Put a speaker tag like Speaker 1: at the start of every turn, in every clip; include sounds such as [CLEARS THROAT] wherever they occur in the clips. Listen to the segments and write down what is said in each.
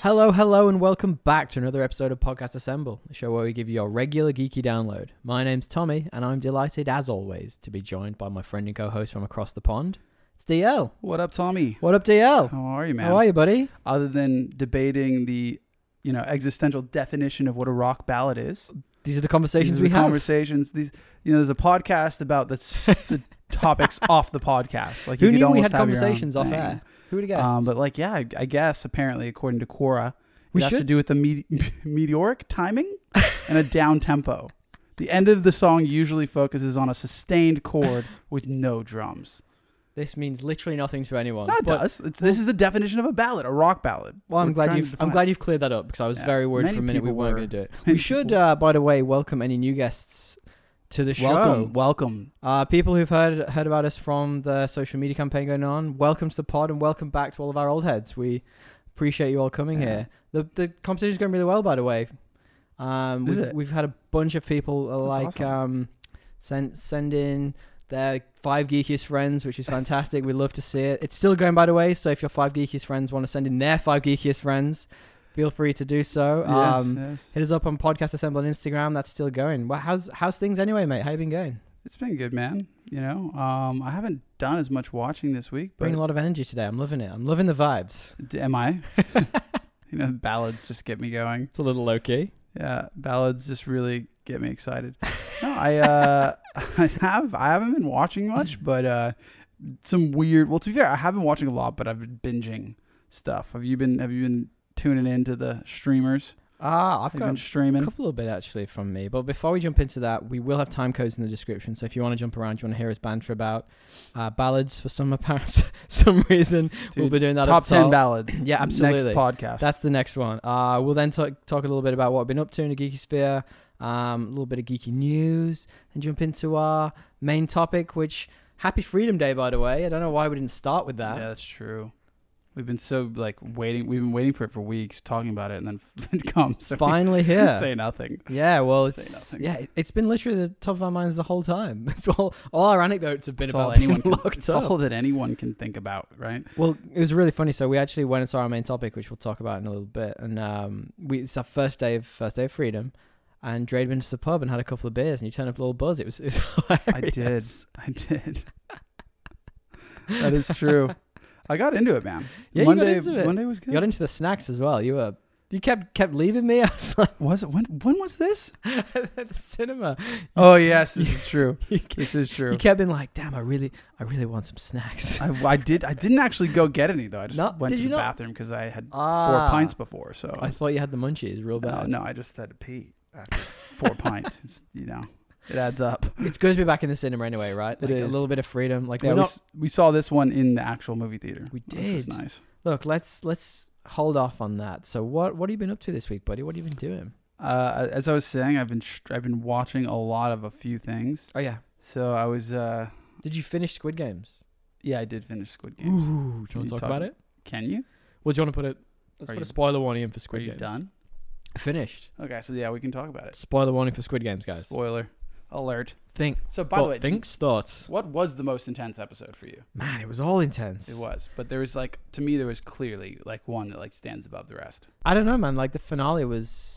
Speaker 1: Hello, hello, and welcome back to another episode of Podcast Assemble, a show where we give you your regular geeky download. My name's Tommy, and I'm delighted, as always, to be joined by my friend and co host from across the pond. It's DL.
Speaker 2: What up, Tommy?
Speaker 1: What up, DL?
Speaker 2: How are you, man?
Speaker 1: Oh, How are you, buddy?
Speaker 2: Other than debating the, you know, existential definition of what a rock ballad is,
Speaker 1: These are the conversations
Speaker 2: these are
Speaker 1: we
Speaker 2: the
Speaker 1: have.
Speaker 2: conversations. These, you know, there's a podcast about
Speaker 1: [LAUGHS]
Speaker 2: the s- the topics off the podcast. Like
Speaker 1: Who
Speaker 2: you
Speaker 1: knew
Speaker 2: could
Speaker 1: we
Speaker 2: almost
Speaker 1: had
Speaker 2: have your own
Speaker 1: conversations off
Speaker 2: thing.
Speaker 1: air? Who would have guessed?
Speaker 2: Um, but like, yeah, I, I guess apparently according to Quora,
Speaker 1: We
Speaker 2: it has to
Speaker 1: should-
Speaker 2: do with the me- [LAUGHS] meteoric timing and a down tempo. The end of the song usually focuses on a sustained chord with no drums.
Speaker 1: this means literally nothing to anyone.
Speaker 2: No, it
Speaker 1: but-
Speaker 2: does. It's, this is the definition of a ballad, a rock ballad.
Speaker 1: Well, I'm
Speaker 2: We're
Speaker 1: glad
Speaker 2: trying to
Speaker 1: you've I'm
Speaker 2: define it.
Speaker 1: glad you've cleared that up because I was
Speaker 2: Yeah.
Speaker 1: very worried
Speaker 2: Many
Speaker 1: for a minute we
Speaker 2: people
Speaker 1: weren't
Speaker 2: were.
Speaker 1: going to do
Speaker 2: [LAUGHS]
Speaker 1: it. We
Speaker 2: Many
Speaker 1: should,
Speaker 2: people.
Speaker 1: uh, by the way, welcome any new guests to the show.
Speaker 2: Welcome, welcome.
Speaker 1: Uh, people who've heard heard about us from the social media campaign going on, welcome to the pod and welcome back to all of our old heads. We appreciate you all coming
Speaker 2: Yeah.
Speaker 1: here. The the competition's going really well, by the way. Um,
Speaker 2: Is
Speaker 1: we've,
Speaker 2: it?
Speaker 1: we've had a bunch of people uh, like
Speaker 2: That's awesome.
Speaker 1: um, send send in their five geekiest friends, which is fantastic. we love to see it. It's still going, by the way. So if your five geekiest friends want to send in their five geekiest friends, feel free to do so. um,
Speaker 2: yes, yes.
Speaker 1: Hit us up on Podcast Assemble on Instagram. That's still going. Well, how's how's things anyway, mate? How you been going?
Speaker 2: It's been good, man. You know, um, I haven't done as much watching this week, but
Speaker 1: Bringing a lot of energy today. I'm loving it. I'm loving the vibes.
Speaker 2: d-
Speaker 1: [LAUGHS]
Speaker 2: am I? [LAUGHS] you know, ballads just get me going.
Speaker 1: It's a little low [LAUGHS] key.
Speaker 2: Yeah, ballads just really get me excited. No, I uh, [LAUGHS] I have I haven't been watching much, but uh, some weird. Well, to be fair, I have been watching a lot, but I've been binging stuff. Have you been Have you been tuning into the streamers?
Speaker 1: [LAUGHS] Ah, I've
Speaker 2: Have you been
Speaker 1: got a [LAUGHS]
Speaker 2: streaming?
Speaker 1: couple of bit actually from me. But before we jump into that, we will have time codes in the description. So if you want to jump around, you want to hear us banter about uh, ballads for some apparent [LAUGHS] some reason, we'll
Speaker 2: Dude,
Speaker 1: be doing that.
Speaker 2: Top
Speaker 1: up
Speaker 2: ten
Speaker 1: top.
Speaker 2: ballads.
Speaker 1: [CLEARS THROAT] Yeah, absolutely.
Speaker 2: Next podcast.
Speaker 1: That's the next one. Uh, we'll then talk, talk a little bit about what I've been up to in the geeky sphere, um, a little bit of geeky news, and jump into our main topic, which Happy Freedom Day, by the way. I don't know why we didn't start with that. [LAUGHS]
Speaker 2: Yeah, that's true. We've been so like waiting. We've been waiting for it for weeks, talking about it, and then [LAUGHS] it comes. So we
Speaker 1: Finally here.
Speaker 2: say nothing.
Speaker 1: Yeah, well,
Speaker 2: Say
Speaker 1: it's
Speaker 2: nothing.
Speaker 1: yeah, it- it's been literally the top of our minds the whole time. [LAUGHS] It's all all our anecdotes have been
Speaker 2: It's all
Speaker 1: about [LAUGHS] being
Speaker 2: anyone. Can,
Speaker 1: locked
Speaker 2: it's
Speaker 1: up.
Speaker 2: all that anyone can think about,
Speaker 1: [LAUGHS]
Speaker 2: right?
Speaker 1: Well, it was really funny. So we actually went and saw our main topic, which we'll talk about in a little bit. And um, we it's our first day of first day of freedom, and Dre had been to the pub and had a couple of beers, and you turned up a little buzz. It was, [LAUGHS] it was
Speaker 2: I did.
Speaker 1: [LAUGHS]
Speaker 2: I did. that is true. I got into it, man.
Speaker 1: Yeah, you got
Speaker 2: Monday.
Speaker 1: into it.
Speaker 2: Monday was good.
Speaker 1: You got into the snacks as well. You were you kept kept leaving me. [LAUGHS] I was like
Speaker 2: was it when? When was this?
Speaker 1: at the cinema.
Speaker 2: Oh yes, this is true.
Speaker 1: [LAUGHS] You,
Speaker 2: This is
Speaker 1: you
Speaker 2: true.
Speaker 1: kept being like, "Damn, I really, I really want some [LAUGHS] snacks."
Speaker 2: I, I did. I didn't actually go get any though. I just
Speaker 1: No,
Speaker 2: went
Speaker 1: did
Speaker 2: to
Speaker 1: you
Speaker 2: the
Speaker 1: not?
Speaker 2: bathroom because I had
Speaker 1: Ah.
Speaker 2: four pints before. So
Speaker 1: I thought you had the munchies real
Speaker 2: No,
Speaker 1: bad.
Speaker 2: Uh, no, I just had to pee after four [LAUGHS] pints.
Speaker 1: [LAUGHS]
Speaker 2: It's, you know, it adds up.
Speaker 1: It's good to be back in the cinema anyway, right?
Speaker 2: It
Speaker 1: Like a
Speaker 2: is.
Speaker 1: little bit of freedom. Like
Speaker 2: Yeah,
Speaker 1: we're
Speaker 2: we,
Speaker 1: not.
Speaker 2: s we saw this one in the actual movie theater.
Speaker 1: We
Speaker 2: Which was
Speaker 1: did.
Speaker 2: nice.
Speaker 1: Look, let's let's hold off on that. So what what have you been up to this week, buddy? What have you been doing?
Speaker 2: Uh, as I was saying, I've been str- I've been watching a lot of a few things.
Speaker 1: Oh yeah,
Speaker 2: So I was uh,
Speaker 1: did you finish Squid Games?
Speaker 2: yeah, I did finish Squid
Speaker 1: Ooh, do
Speaker 2: Games.
Speaker 1: you
Speaker 2: Can
Speaker 1: want
Speaker 2: you
Speaker 1: to talk
Speaker 2: talk-
Speaker 1: about it?
Speaker 2: Can you?
Speaker 1: Well, do you want to put it? Let's
Speaker 2: Are
Speaker 1: put
Speaker 2: you-
Speaker 1: a spoiler warning in for
Speaker 2: Are
Speaker 1: Squid
Speaker 2: you
Speaker 1: Games.
Speaker 2: done?
Speaker 1: Finished.
Speaker 2: Okay, so yeah, we can talk about it.
Speaker 1: Spoiler warning for Squid Games, guys.
Speaker 2: Spoiler alert.
Speaker 1: Think.
Speaker 2: So by
Speaker 1: thought-
Speaker 2: the way,
Speaker 1: thinks thoughts.
Speaker 2: what was the most intense episode for you?
Speaker 1: Man, it was all intense.
Speaker 2: It was, but there was like to me there was clearly like one that like stands above the rest.
Speaker 1: I don't know, man. Like the finale was.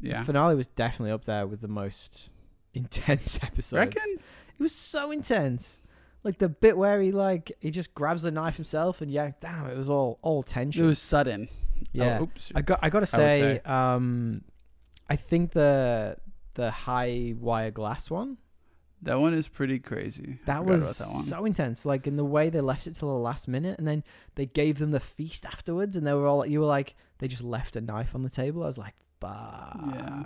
Speaker 2: Yeah,
Speaker 1: The finale was definitely up there with the most intense [LAUGHS] episodes.
Speaker 2: reckon
Speaker 1: It was so intense. Like the bit where he like he just grabs the knife himself and yeah, damn, it was all all
Speaker 2: it
Speaker 1: tension.
Speaker 2: was sudden.
Speaker 1: yeah.
Speaker 2: Oh, oops.
Speaker 1: I got I gotta
Speaker 2: I would
Speaker 1: say, um I think the the high wire glass one
Speaker 2: That one is pretty crazy. I
Speaker 1: that
Speaker 2: forgot
Speaker 1: was
Speaker 2: about that one.
Speaker 1: so intense. Like in the way they left it till the last minute, and then they gave them the feast afterwards, and they were all you were like they just left a knife on the table. I was like, fuck.
Speaker 2: yeah.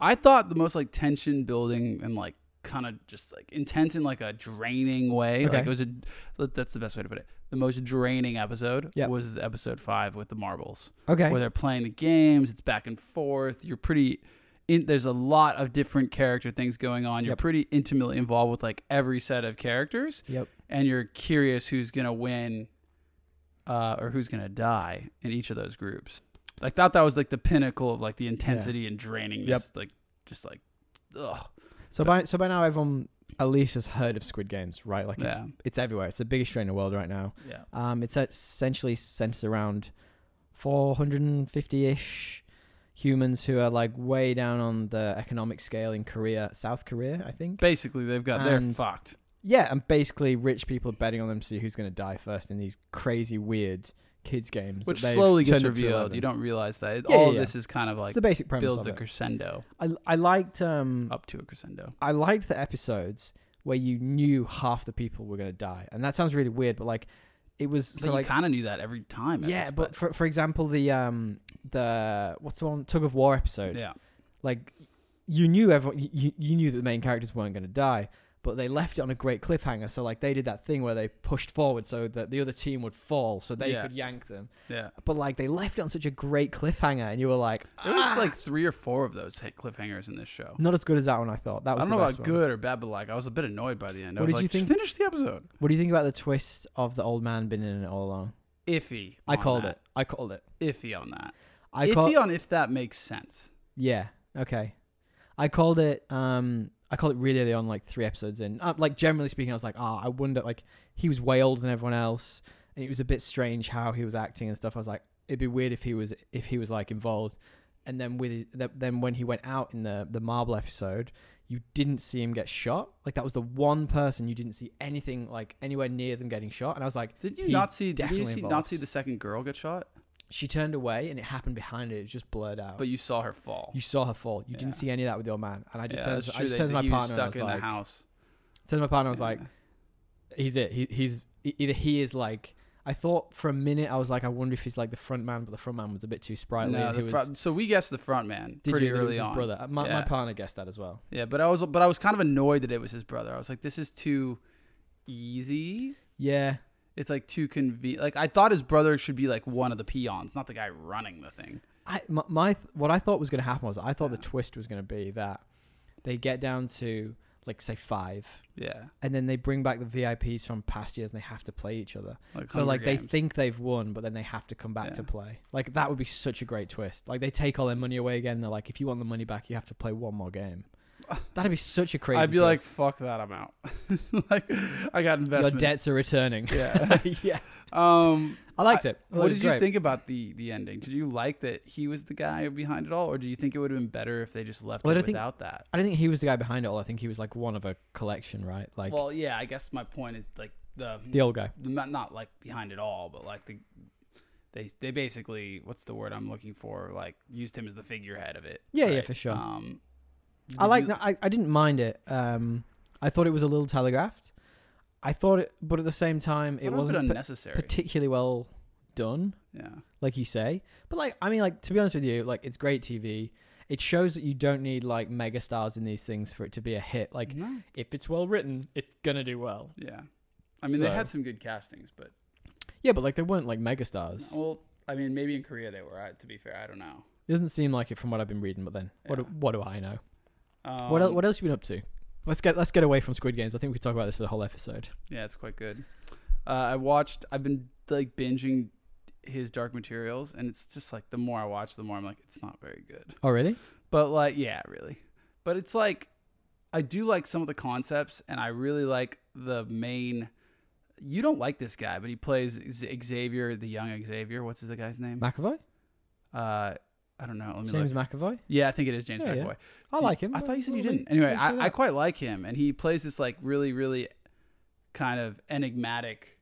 Speaker 2: I thought the most like tension building and like kind of just like intense in like a draining way.
Speaker 1: Okay.
Speaker 2: Like it was a that- that's the best way to put it. The most draining episode
Speaker 1: Yep.
Speaker 2: was episode five with the marbles,
Speaker 1: Okay.
Speaker 2: where they're playing the games. It's back and forth. You're pretty. In, there's a lot of different character things going on. You're
Speaker 1: Yep.
Speaker 2: pretty intimately involved with like every set of characters,
Speaker 1: Yep.
Speaker 2: and you're curious who's gonna win, uh, or who's gonna die in each of those groups. I thought that was like the pinnacle of like the intensity and drainingness.
Speaker 1: Yep.
Speaker 2: Like just like, ugh.
Speaker 1: So by so by now everyone at least has heard of Squid Games, right? Like it's
Speaker 2: Yeah.
Speaker 1: it's everywhere. It's the biggest trend in the world right now.
Speaker 2: Yeah.
Speaker 1: Um, it's essentially centered around 450-ish humans who are like way down on the economic scale in Korea, South Korea, I think.
Speaker 2: Basically, they've got they're
Speaker 1: And-
Speaker 2: fucked.
Speaker 1: Yeah, and basically rich people are betting on them to see who's going to die first in these crazy weird kids games.
Speaker 2: Which
Speaker 1: that they've
Speaker 2: slowly gets
Speaker 1: turned up to
Speaker 2: revealed.
Speaker 1: 11.
Speaker 2: You don't realize that. It-
Speaker 1: Yeah,
Speaker 2: All
Speaker 1: yeah,
Speaker 2: of this is kind of
Speaker 1: It's
Speaker 2: like
Speaker 1: the basic premise
Speaker 2: builds
Speaker 1: of
Speaker 2: a
Speaker 1: it.
Speaker 2: crescendo
Speaker 1: I, I liked um
Speaker 2: up to a crescendo.
Speaker 1: I liked the episodes where you knew half the people were going to die, and that sounds really weird, but like it was
Speaker 2: So,
Speaker 1: so like
Speaker 2: you kind of knew that every time. at
Speaker 1: yeah,
Speaker 2: this
Speaker 1: but for for example the um the what's the one tug of war episode
Speaker 2: point. yeah,
Speaker 1: like you knew everyone you, you knew that the main characters weren't going to die but they left it on a great cliffhanger so like they did that thing where they pushed forward so that the other team would fall so they
Speaker 2: Yeah.
Speaker 1: could yank them
Speaker 2: yeah.
Speaker 1: but like they left it on such a great cliffhanger and you were like
Speaker 2: There was
Speaker 1: "Ah!"
Speaker 2: like three or four of those hit cliffhangers in this show.
Speaker 1: not as good as that one i thought that
Speaker 2: I
Speaker 1: was
Speaker 2: don't
Speaker 1: the
Speaker 2: know
Speaker 1: best
Speaker 2: about
Speaker 1: one.
Speaker 2: good or bad, but like I was a bit annoyed by the end. I
Speaker 1: What
Speaker 2: was
Speaker 1: did
Speaker 2: like,
Speaker 1: you
Speaker 2: "Just
Speaker 1: think-
Speaker 2: finish the episode.
Speaker 1: what do you think about the twist of the old man being in it all along
Speaker 2: Iffy.
Speaker 1: i
Speaker 2: on
Speaker 1: called
Speaker 2: that.
Speaker 1: it i called it
Speaker 2: Iffy on that.
Speaker 1: i
Speaker 2: iffy
Speaker 1: called
Speaker 2: on if that makes sense.
Speaker 1: yeah okay i called it um I called it really early on, like three episodes in. Uh, like generally speaking, I was like, ah, I wonder. Like he was way older than everyone else, and it was a bit strange how he was acting and stuff. I was like, it'd be weird if he was if he was like involved. And then with his, th- then when he went out in the the marble episode, you didn't see him get shot. Like that was the one person you didn't see anything like anywhere near them getting shot. And I was like,
Speaker 2: Did you
Speaker 1: He's
Speaker 2: not see? Did you
Speaker 1: definitely
Speaker 2: see, not
Speaker 1: involved.
Speaker 2: see the second girl get shot?
Speaker 1: she turned away, and it happened behind her. It was just blurred out.
Speaker 2: But you saw her fall.
Speaker 1: Oh. you saw her fall. You
Speaker 2: Yeah.
Speaker 1: didn't see any of that with your man. And I just
Speaker 2: Yeah,
Speaker 1: turned,
Speaker 2: that's
Speaker 1: I
Speaker 2: true.
Speaker 1: just
Speaker 2: They-
Speaker 1: turned to my
Speaker 2: he was
Speaker 1: partner. and I
Speaker 2: stuck
Speaker 1: was
Speaker 2: in
Speaker 1: like,
Speaker 2: the house.
Speaker 1: turned to my partner. I was like,
Speaker 2: Yeah.
Speaker 1: he's it. He, he's e- either he is like. I thought for a minute I was like, I wonder if he's like the front man, but the front man was a bit too sprightly.
Speaker 2: No,
Speaker 1: and
Speaker 2: the
Speaker 1: he was,
Speaker 2: front- so we guessed the front man
Speaker 1: did
Speaker 2: pretty
Speaker 1: you? that it was
Speaker 2: early
Speaker 1: his
Speaker 2: on.
Speaker 1: brother. Uh, My, my
Speaker 2: Yeah.
Speaker 1: partner guessed that as well.
Speaker 2: Yeah, but I was but I was kind of annoyed that it was his brother. I was like, this is too easy.
Speaker 1: Yeah,
Speaker 2: It's like too convenient. Like I thought his brother should be like one of the peons, not the guy running the thing.
Speaker 1: I my, my th- what I thought was going to happen was I thought the
Speaker 2: Yeah.
Speaker 1: twist was going to be that they get down to like say five,
Speaker 2: Yeah,
Speaker 1: and then they bring back the VIPs from past years and they have to play each other.
Speaker 2: like
Speaker 1: So
Speaker 2: Hunger
Speaker 1: like they
Speaker 2: Games.
Speaker 1: think they've won, but then they have to come back
Speaker 2: Yeah.
Speaker 1: to play. Like that would be such a great twist. Like they take all their money away again. And they're like, if you want the money back, you have to play one more
Speaker 2: [SIGHS]
Speaker 1: game. That'd be such a crazy.
Speaker 2: I'd be
Speaker 1: twist.
Speaker 2: like, fuck that, I'm out. [LAUGHS] like I got investments.
Speaker 1: your debts are returning.
Speaker 2: Yeah.
Speaker 1: [LAUGHS] yeah,
Speaker 2: um,
Speaker 1: I liked it. I thought it
Speaker 2: what
Speaker 1: was
Speaker 2: did you
Speaker 1: great.
Speaker 2: think about the the ending? Did you like that he was the guy behind it all, or do you think it would have been better if they just left
Speaker 1: Well, I
Speaker 2: it
Speaker 1: don't think-
Speaker 2: without that?
Speaker 1: I don't think he was the guy behind it all. I think he was like one of a collection, right? Like
Speaker 2: well, yeah, I guess my point is like the,
Speaker 1: the old guy.
Speaker 2: not not like behind it all, but like the they they basically what's the word I'm looking for? Like used him as the figurehead of it.
Speaker 1: Yeah, yeah, for sure.
Speaker 2: Um,
Speaker 1: I
Speaker 2: did
Speaker 1: like.
Speaker 2: you-
Speaker 1: that I I didn't mind it. Um, I thought it was a little telegraphed. I thought it, but at the same time,
Speaker 2: I
Speaker 1: it
Speaker 2: thought was a bit
Speaker 1: wasn't pa-
Speaker 2: unnecessary.
Speaker 1: particularly well done.
Speaker 2: yeah,
Speaker 1: like you say. But like, I mean, like to be honest with you, like it's great TV. It shows that you don't need like mega stars in these things for it to be a hit. Like
Speaker 2: No.
Speaker 1: if it's well written, it's gonna do well.
Speaker 2: yeah. I mean, they
Speaker 1: So-
Speaker 2: had some good castings, but
Speaker 1: Yeah, but like they weren't like mega stars.
Speaker 2: well, I mean, maybe in Korea they were. I, to be fair, I don't know.
Speaker 1: it doesn't seem like it from what I've been reading. But then, what do,
Speaker 2: Yeah.
Speaker 1: what do I know?
Speaker 2: Um,
Speaker 1: what el- what else you been up to? Let's get let's get away from Squid Games. I think we could talk about this for the whole episode.
Speaker 2: Um, Yeah, it's quite good. Uh, I watched. I've been like binging his Dark Materials, and it's just like the more I watch, the more I'm like, it's not very good.
Speaker 1: Oh really?
Speaker 2: But like, yeah, really. But it's like, I do like some of the concepts, and I really like the main. You don't like this guy, but he plays Z- Xavier, the young Xavier. What's his the guy's name?
Speaker 1: McAvoy,
Speaker 2: Uh, I don't know. Let Mm. me look.
Speaker 1: James McAvoy.
Speaker 2: Yeah, I think it is James
Speaker 1: Yeah, yeah.
Speaker 2: McAvoy.
Speaker 1: I
Speaker 2: Do-
Speaker 1: like him.
Speaker 2: I thought you said you
Speaker 1: Well,
Speaker 2: didn't. Anyway,
Speaker 1: you say
Speaker 2: I, I
Speaker 1: that.
Speaker 2: quite like him, and he plays this like really, really kind of enigmatic,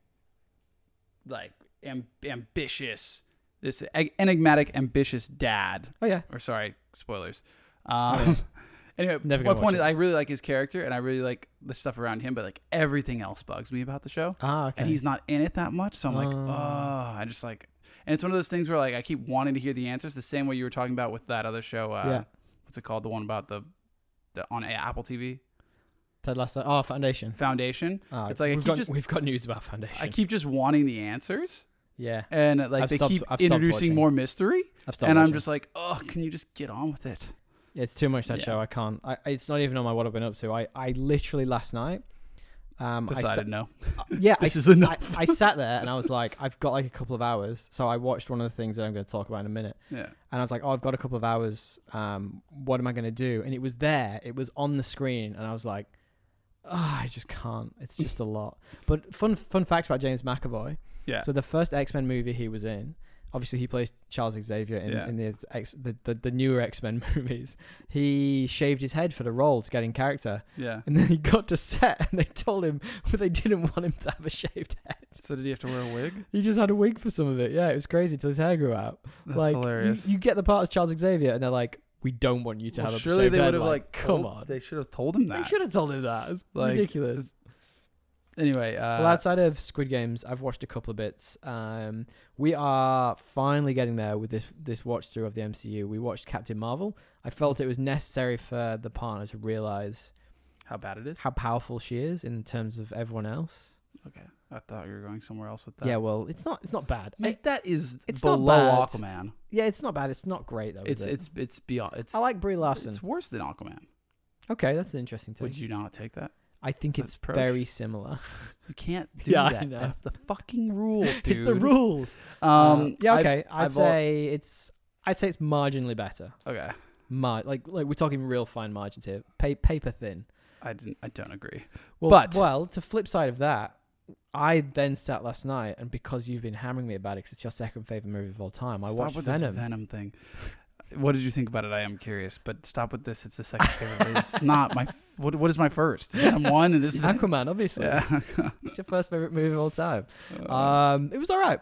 Speaker 2: like am- ambitious, this e- enigmatic, ambitious dad.
Speaker 1: Oh yeah,
Speaker 2: Or sorry,
Speaker 1: [LAUGHS]
Speaker 2: spoilers. Um, anyway,
Speaker 1: Never
Speaker 2: my
Speaker 1: gonna watch
Speaker 2: point
Speaker 1: it.
Speaker 2: is, I really like his character, and I really like the stuff around him, but like everything else bugs me about the show
Speaker 1: ah okay.
Speaker 2: and he's not in it that much. So I'm like,
Speaker 1: Oh.
Speaker 2: oh, I just like, and it's one of those things where like I keep wanting to hear the answers. The same way you were talking about with that other show. Uh,
Speaker 1: Yeah.
Speaker 2: What's it called? The one about the, the on A- Apple TV
Speaker 1: Ted Lasso. Oh Foundation.
Speaker 2: Foundation.
Speaker 1: Ah,
Speaker 2: It's like I
Speaker 1: we've
Speaker 2: keep
Speaker 1: got,
Speaker 2: just-
Speaker 1: we've got news about Foundation.
Speaker 2: I keep just wanting the answers,
Speaker 1: yeah,
Speaker 2: and like
Speaker 1: I've
Speaker 2: they
Speaker 1: stopped-
Speaker 2: keep
Speaker 1: I've stopped
Speaker 2: introducing
Speaker 1: watching.
Speaker 2: more mystery,
Speaker 1: I've stopped
Speaker 2: and I'm
Speaker 1: watching.
Speaker 2: just like, oh, can you just get on with it?
Speaker 1: Yeah, it's too much that
Speaker 2: Yeah.
Speaker 1: show. I can't. I, it's not even on my what I've been up to. I, I literally last night. Um, I
Speaker 2: Decided no.
Speaker 1: sat, yeah, I,
Speaker 2: This is enough.
Speaker 1: I, I sat there and I was like, I've got like a couple of hours, so I watched one of the things that I'm going to talk about in a minute,
Speaker 2: yeah.
Speaker 1: and I was like, oh, I've got a couple of hours. Um, what am I going to do? And it was there. It was on the screen, and I was like, oh, I just can't.
Speaker 2: [LAUGHS]
Speaker 1: It's just a lot. But fun fun fact about James McAvoy.
Speaker 2: Yeah.
Speaker 1: So the first X Men movie he was in obviously he plays Charles Xavier in,
Speaker 2: Yeah.
Speaker 1: in the, X, the, the the newer X Men [LAUGHS] movies. He shaved his head for the role to get in character,
Speaker 2: Yeah.
Speaker 1: and then he got to set, and they told him [LAUGHS] they didn't want him to have a shaved head.
Speaker 2: So did he have to wear a wig?
Speaker 1: He just had a wig for some of it. Yeah, it was crazy till his hair grew out.
Speaker 2: That's
Speaker 1: like you-
Speaker 2: hilarious.
Speaker 1: You, get the part as Charles Xavier, and they're like, "We don't want you to
Speaker 2: Well,
Speaker 1: have a
Speaker 2: surely
Speaker 1: shaved
Speaker 2: they
Speaker 1: head."
Speaker 2: would have like,
Speaker 1: come
Speaker 2: told-
Speaker 1: on.
Speaker 2: They should have told him
Speaker 1: They
Speaker 2: that.
Speaker 1: should have told him that. It's
Speaker 2: Like,
Speaker 1: ridiculous.
Speaker 2: Anyway, uh,
Speaker 1: well, outside of Squid Games, I've watched a couple of bits. Um, we are finally getting there with this this watch through of the MCU. We watched Captain Marvel. I felt it was necessary for the partner to realize
Speaker 2: how bad
Speaker 1: [LAUGHS]
Speaker 2: it is.
Speaker 1: how powerful she is in terms of everyone else.
Speaker 2: Okay, I thought you were going somewhere else with that.
Speaker 1: Yeah, well, it's not it's not bad. I-
Speaker 2: Mate, that is
Speaker 1: it's not
Speaker 2: below
Speaker 1: bad.
Speaker 2: Aquaman.
Speaker 1: yeah, it's not bad. It's not great though.
Speaker 2: It's
Speaker 1: is it?
Speaker 2: it's it's beyond. It's
Speaker 1: I like Brie Larson.
Speaker 2: It's worse than Aquaman.
Speaker 1: Okay, that's an interesting take.
Speaker 2: Would you not take that?
Speaker 1: I think it's
Speaker 2: approach?
Speaker 1: very similar.
Speaker 2: You can't do
Speaker 1: Yeah, I
Speaker 2: that.
Speaker 1: know.
Speaker 2: That's the fucking rule, dude.
Speaker 1: [LAUGHS] it's the rules.
Speaker 2: Um,
Speaker 1: Uh, yeah,
Speaker 2: I've-
Speaker 1: okay. i would
Speaker 2: I've al-
Speaker 1: say it's I'd say it's marginally better.
Speaker 2: okay.
Speaker 1: Mar- like like we're talking real fine margins here, pa- paper thin.
Speaker 2: I didn't. I don't agree.
Speaker 1: Well,
Speaker 2: But-
Speaker 1: well, to flip side of that, I then sat last night, and because you've been hammering me about it, 'cause it's your second favorite movie of all time, I
Speaker 2: Stop
Speaker 1: watched
Speaker 2: with
Speaker 1: Venom.
Speaker 2: This Venom thing. What did you think about it? I am curious, but stop with this. It's the second favorite.
Speaker 1: [LAUGHS]
Speaker 2: movie. It's not my. What What is my first? Venom one and this. is Venom-
Speaker 1: Aquaman, obviously,
Speaker 2: [LAUGHS] Yeah.
Speaker 1: it's your first favorite movie of all time.
Speaker 2: Uh,
Speaker 1: Um, it was all right.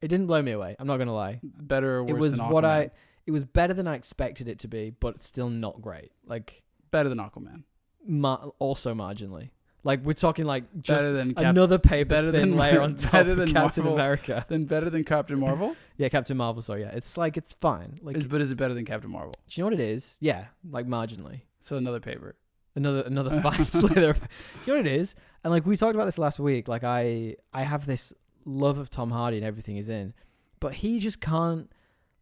Speaker 1: It didn't blow me away. I'm not gonna lie.
Speaker 2: better. Or worse
Speaker 1: it was
Speaker 2: than
Speaker 1: what
Speaker 2: Aquaman?
Speaker 1: I. It was better than I expected it to be, but still not great. Like
Speaker 2: better than Aquaman.
Speaker 1: mar- also marginally. Like we're talking like just
Speaker 2: Better than Cap-
Speaker 1: another paper
Speaker 2: better
Speaker 1: thin
Speaker 2: than [LAUGHS]
Speaker 1: layer
Speaker 2: Mar-
Speaker 1: on top
Speaker 2: better
Speaker 1: of
Speaker 2: than
Speaker 1: Captain
Speaker 2: Marvel.
Speaker 1: America.
Speaker 2: than better than
Speaker 1: [LAUGHS]
Speaker 2: Captain Marvel.
Speaker 1: Yeah, Captain Marvel. Sorry, yeah, it's like it's fine. Like,
Speaker 2: is,
Speaker 1: do
Speaker 2: but is it better than Captain Marvel?
Speaker 1: you know what it is? Yeah, like marginally.
Speaker 2: So another paper.
Speaker 1: Another another fine slither. of- Do you know what it is? And like we talked about this last week. Like I I have this love of Tom Hardy and everything he's in, but he just can't.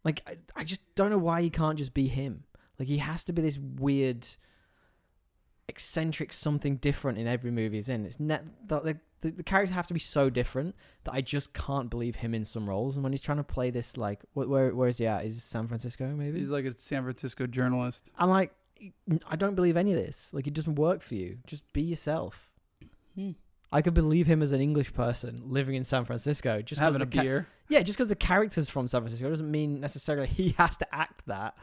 Speaker 1: Like I, I just don't know why he can't just be him. Like he has to be this weird, eccentric something different in every movie he's in. It's net the, the, the, the characters have to be so different that I just can't believe him in some roles. And when he's trying to play this, like wh- where where is he at? Is it San Francisco maybe?
Speaker 2: He's like a San Francisco journalist.
Speaker 1: I'm like, I don't believe any of this. Like, it doesn't work for you. Just be yourself.
Speaker 2: Hmm.
Speaker 1: I could believe him as an English person living in San Francisco. Just
Speaker 2: Just
Speaker 1: 'cause
Speaker 2: having a
Speaker 1: the ca-
Speaker 2: beer.
Speaker 1: yeah, just because the character's from San Francisco doesn't mean necessarily [LAUGHS] he has to act that.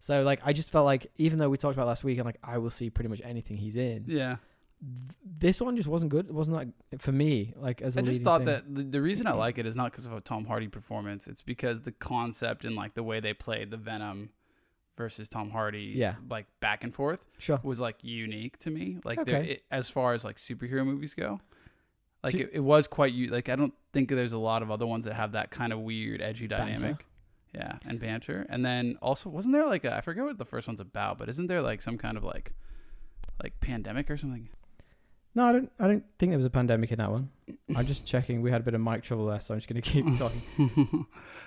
Speaker 1: So, like, I just felt like, even though we talked about last week, and like, I will see pretty much anything he's in.
Speaker 2: Yeah.
Speaker 1: Th- this one just wasn't good. It wasn't like for me. Like, as a
Speaker 2: I just
Speaker 1: leading
Speaker 2: thought
Speaker 1: thing.
Speaker 2: that the,
Speaker 1: [CLEARS THROAT]
Speaker 2: the reason I like it is not because of a Tom Hardy performance. It's because the concept and like the way they played the Venom versus Tom Hardy,
Speaker 1: Yeah.
Speaker 2: like back and forth,
Speaker 1: sure.
Speaker 2: was like unique to me. Like
Speaker 1: Okay.
Speaker 2: there, it, as far as like superhero movies go, like
Speaker 1: So-
Speaker 2: it, it was quite you. Like I don't think there's a lot of other ones that have that kind of weird, edgy
Speaker 1: Banter.
Speaker 2: dynamic. Yeah, and banter. And then also, wasn't there like a, I forget what the first one's about, but isn't there like some kind of like like pandemic or something?
Speaker 1: No, I don't. I don't think there was a pandemic in that one. I'm just checking. We had a bit of mic trouble there, so I'm just gonna [LAUGHS]
Speaker 2: [LAUGHS]
Speaker 1: keep talking.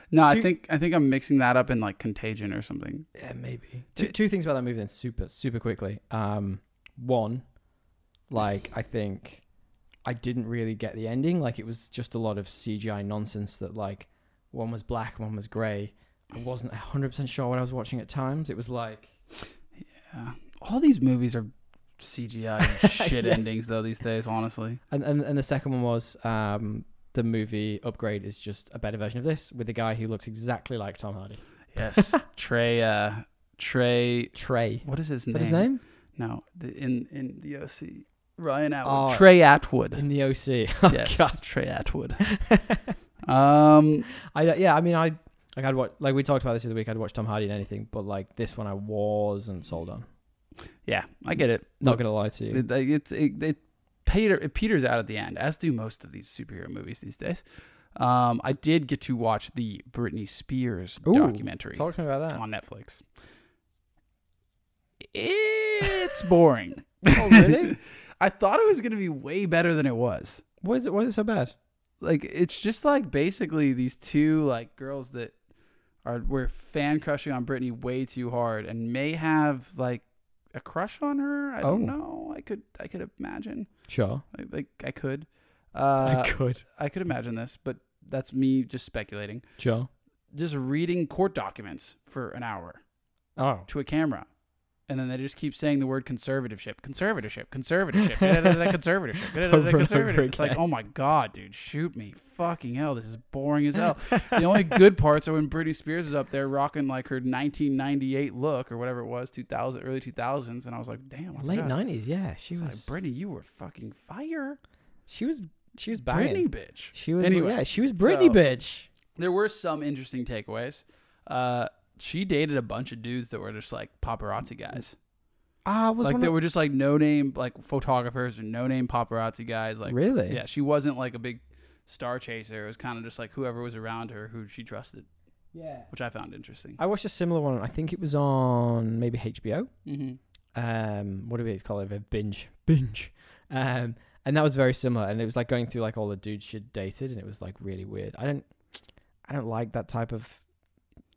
Speaker 2: no, I
Speaker 1: Do-
Speaker 2: think I think I'm mixing that up in like Contagion or something.
Speaker 1: Yeah, maybe. Two,
Speaker 2: It-
Speaker 1: two things about that movie then, super, super quickly. Um, one, like I think I didn't really get the ending. Like it was just a lot of CGI nonsense that like one was black, one was grey. I wasn't hundred percent sure what I was watching at times. It was like
Speaker 2: Yeah, all these movies are CGI and
Speaker 1: [LAUGHS]
Speaker 2: shit
Speaker 1: Yeah.
Speaker 2: endings though these days. Honestly,
Speaker 1: And and, and the second one was um, the movie Upgrade is just a better version of this with the guy who looks exactly like Tom Hardy. [LAUGHS]
Speaker 2: yes, Trey, uh, Trey,
Speaker 1: Trey.
Speaker 2: what is his
Speaker 1: Is
Speaker 2: name?
Speaker 1: that his name?
Speaker 2: No, the, in in the OC, Ryan Atwood,
Speaker 1: Oh.
Speaker 2: Trey Atwood.
Speaker 1: In the OC. [LAUGHS] Oh,
Speaker 2: yes,
Speaker 1: God.
Speaker 2: Trey Atwood. um,
Speaker 1: I yeah, I mean, I like I'd watch like we talked about this the other week. I'd watch Tom Hardy and anything, but like this one, I wasn't sold on.
Speaker 2: yeah, I get it.
Speaker 1: Not gonna lie to you.
Speaker 2: It, like, it's it, it, Peter, it peters out at the end, as do most of these superhero movies these days. Um, I did get to watch the Britney Spears
Speaker 1: Ooh,
Speaker 2: documentary
Speaker 1: Talk to me about that.
Speaker 2: on Netflix.
Speaker 1: [LAUGHS]
Speaker 2: It's boring.
Speaker 1: oh really?
Speaker 2: [LAUGHS] I thought it was going to be way better than it was.
Speaker 1: Why is it? Why is it so bad?
Speaker 2: like it's just like basically these two like girls that are were fan crushing on Britney way too hard and may have like a crush on her. I don't
Speaker 1: Oh.
Speaker 2: know. I could I could imagine.
Speaker 1: Sure,
Speaker 2: Like, like I could. Uh,
Speaker 1: I could.
Speaker 2: I could imagine this, but that's me just speculating.
Speaker 1: Sure. [LAUGHS]
Speaker 2: Just reading court documents for an hour
Speaker 1: Oh,
Speaker 2: to a camera and then they just keep saying the word conservativeship, conservatorship, conservatorship, da- da- da- da- conservatorship, da- da- da-
Speaker 1: [LAUGHS] Over and over
Speaker 2: conservatorship. It's like,
Speaker 1: again.
Speaker 2: oh my god, dude, shoot me, fucking hell, this is boring
Speaker 1: [LAUGHS]
Speaker 2: as hell. The only good parts are when Britney Spears is up there rocking like her 1998 look or whatever it was, 2000, early 2000s, and I was like, damn, I
Speaker 1: Late
Speaker 2: forgot.
Speaker 1: nineties, yeah. She
Speaker 2: Oh It's
Speaker 1: was
Speaker 2: like, Britney, you were fucking fire,
Speaker 1: She was she was banging.
Speaker 2: Britney, bitch.
Speaker 1: She was
Speaker 2: Anyway,
Speaker 1: yeah. She was Britney,
Speaker 2: so-
Speaker 1: bitch.
Speaker 2: there were some interesting takeaways. Uh, she dated a bunch of dudes that were just like paparazzi guys.
Speaker 1: Ah, was
Speaker 2: Like
Speaker 1: one
Speaker 2: they
Speaker 1: of,
Speaker 2: were just like no name like photographers or no name paparazzi guys. Like
Speaker 1: really?
Speaker 2: yeah, she wasn't like a big star chaser. It was kind of just like whoever was around her who she trusted,
Speaker 1: Yeah.
Speaker 2: which I found interesting.
Speaker 1: I watched a similar one. I think it was on maybe HBO.
Speaker 2: Mm-hmm.
Speaker 1: Um, what do we call it? A binge, binge. Um, and that was very similar. And it was like going through like all the dudes she dated, and it was like really weird. I don't, I don't like that type of.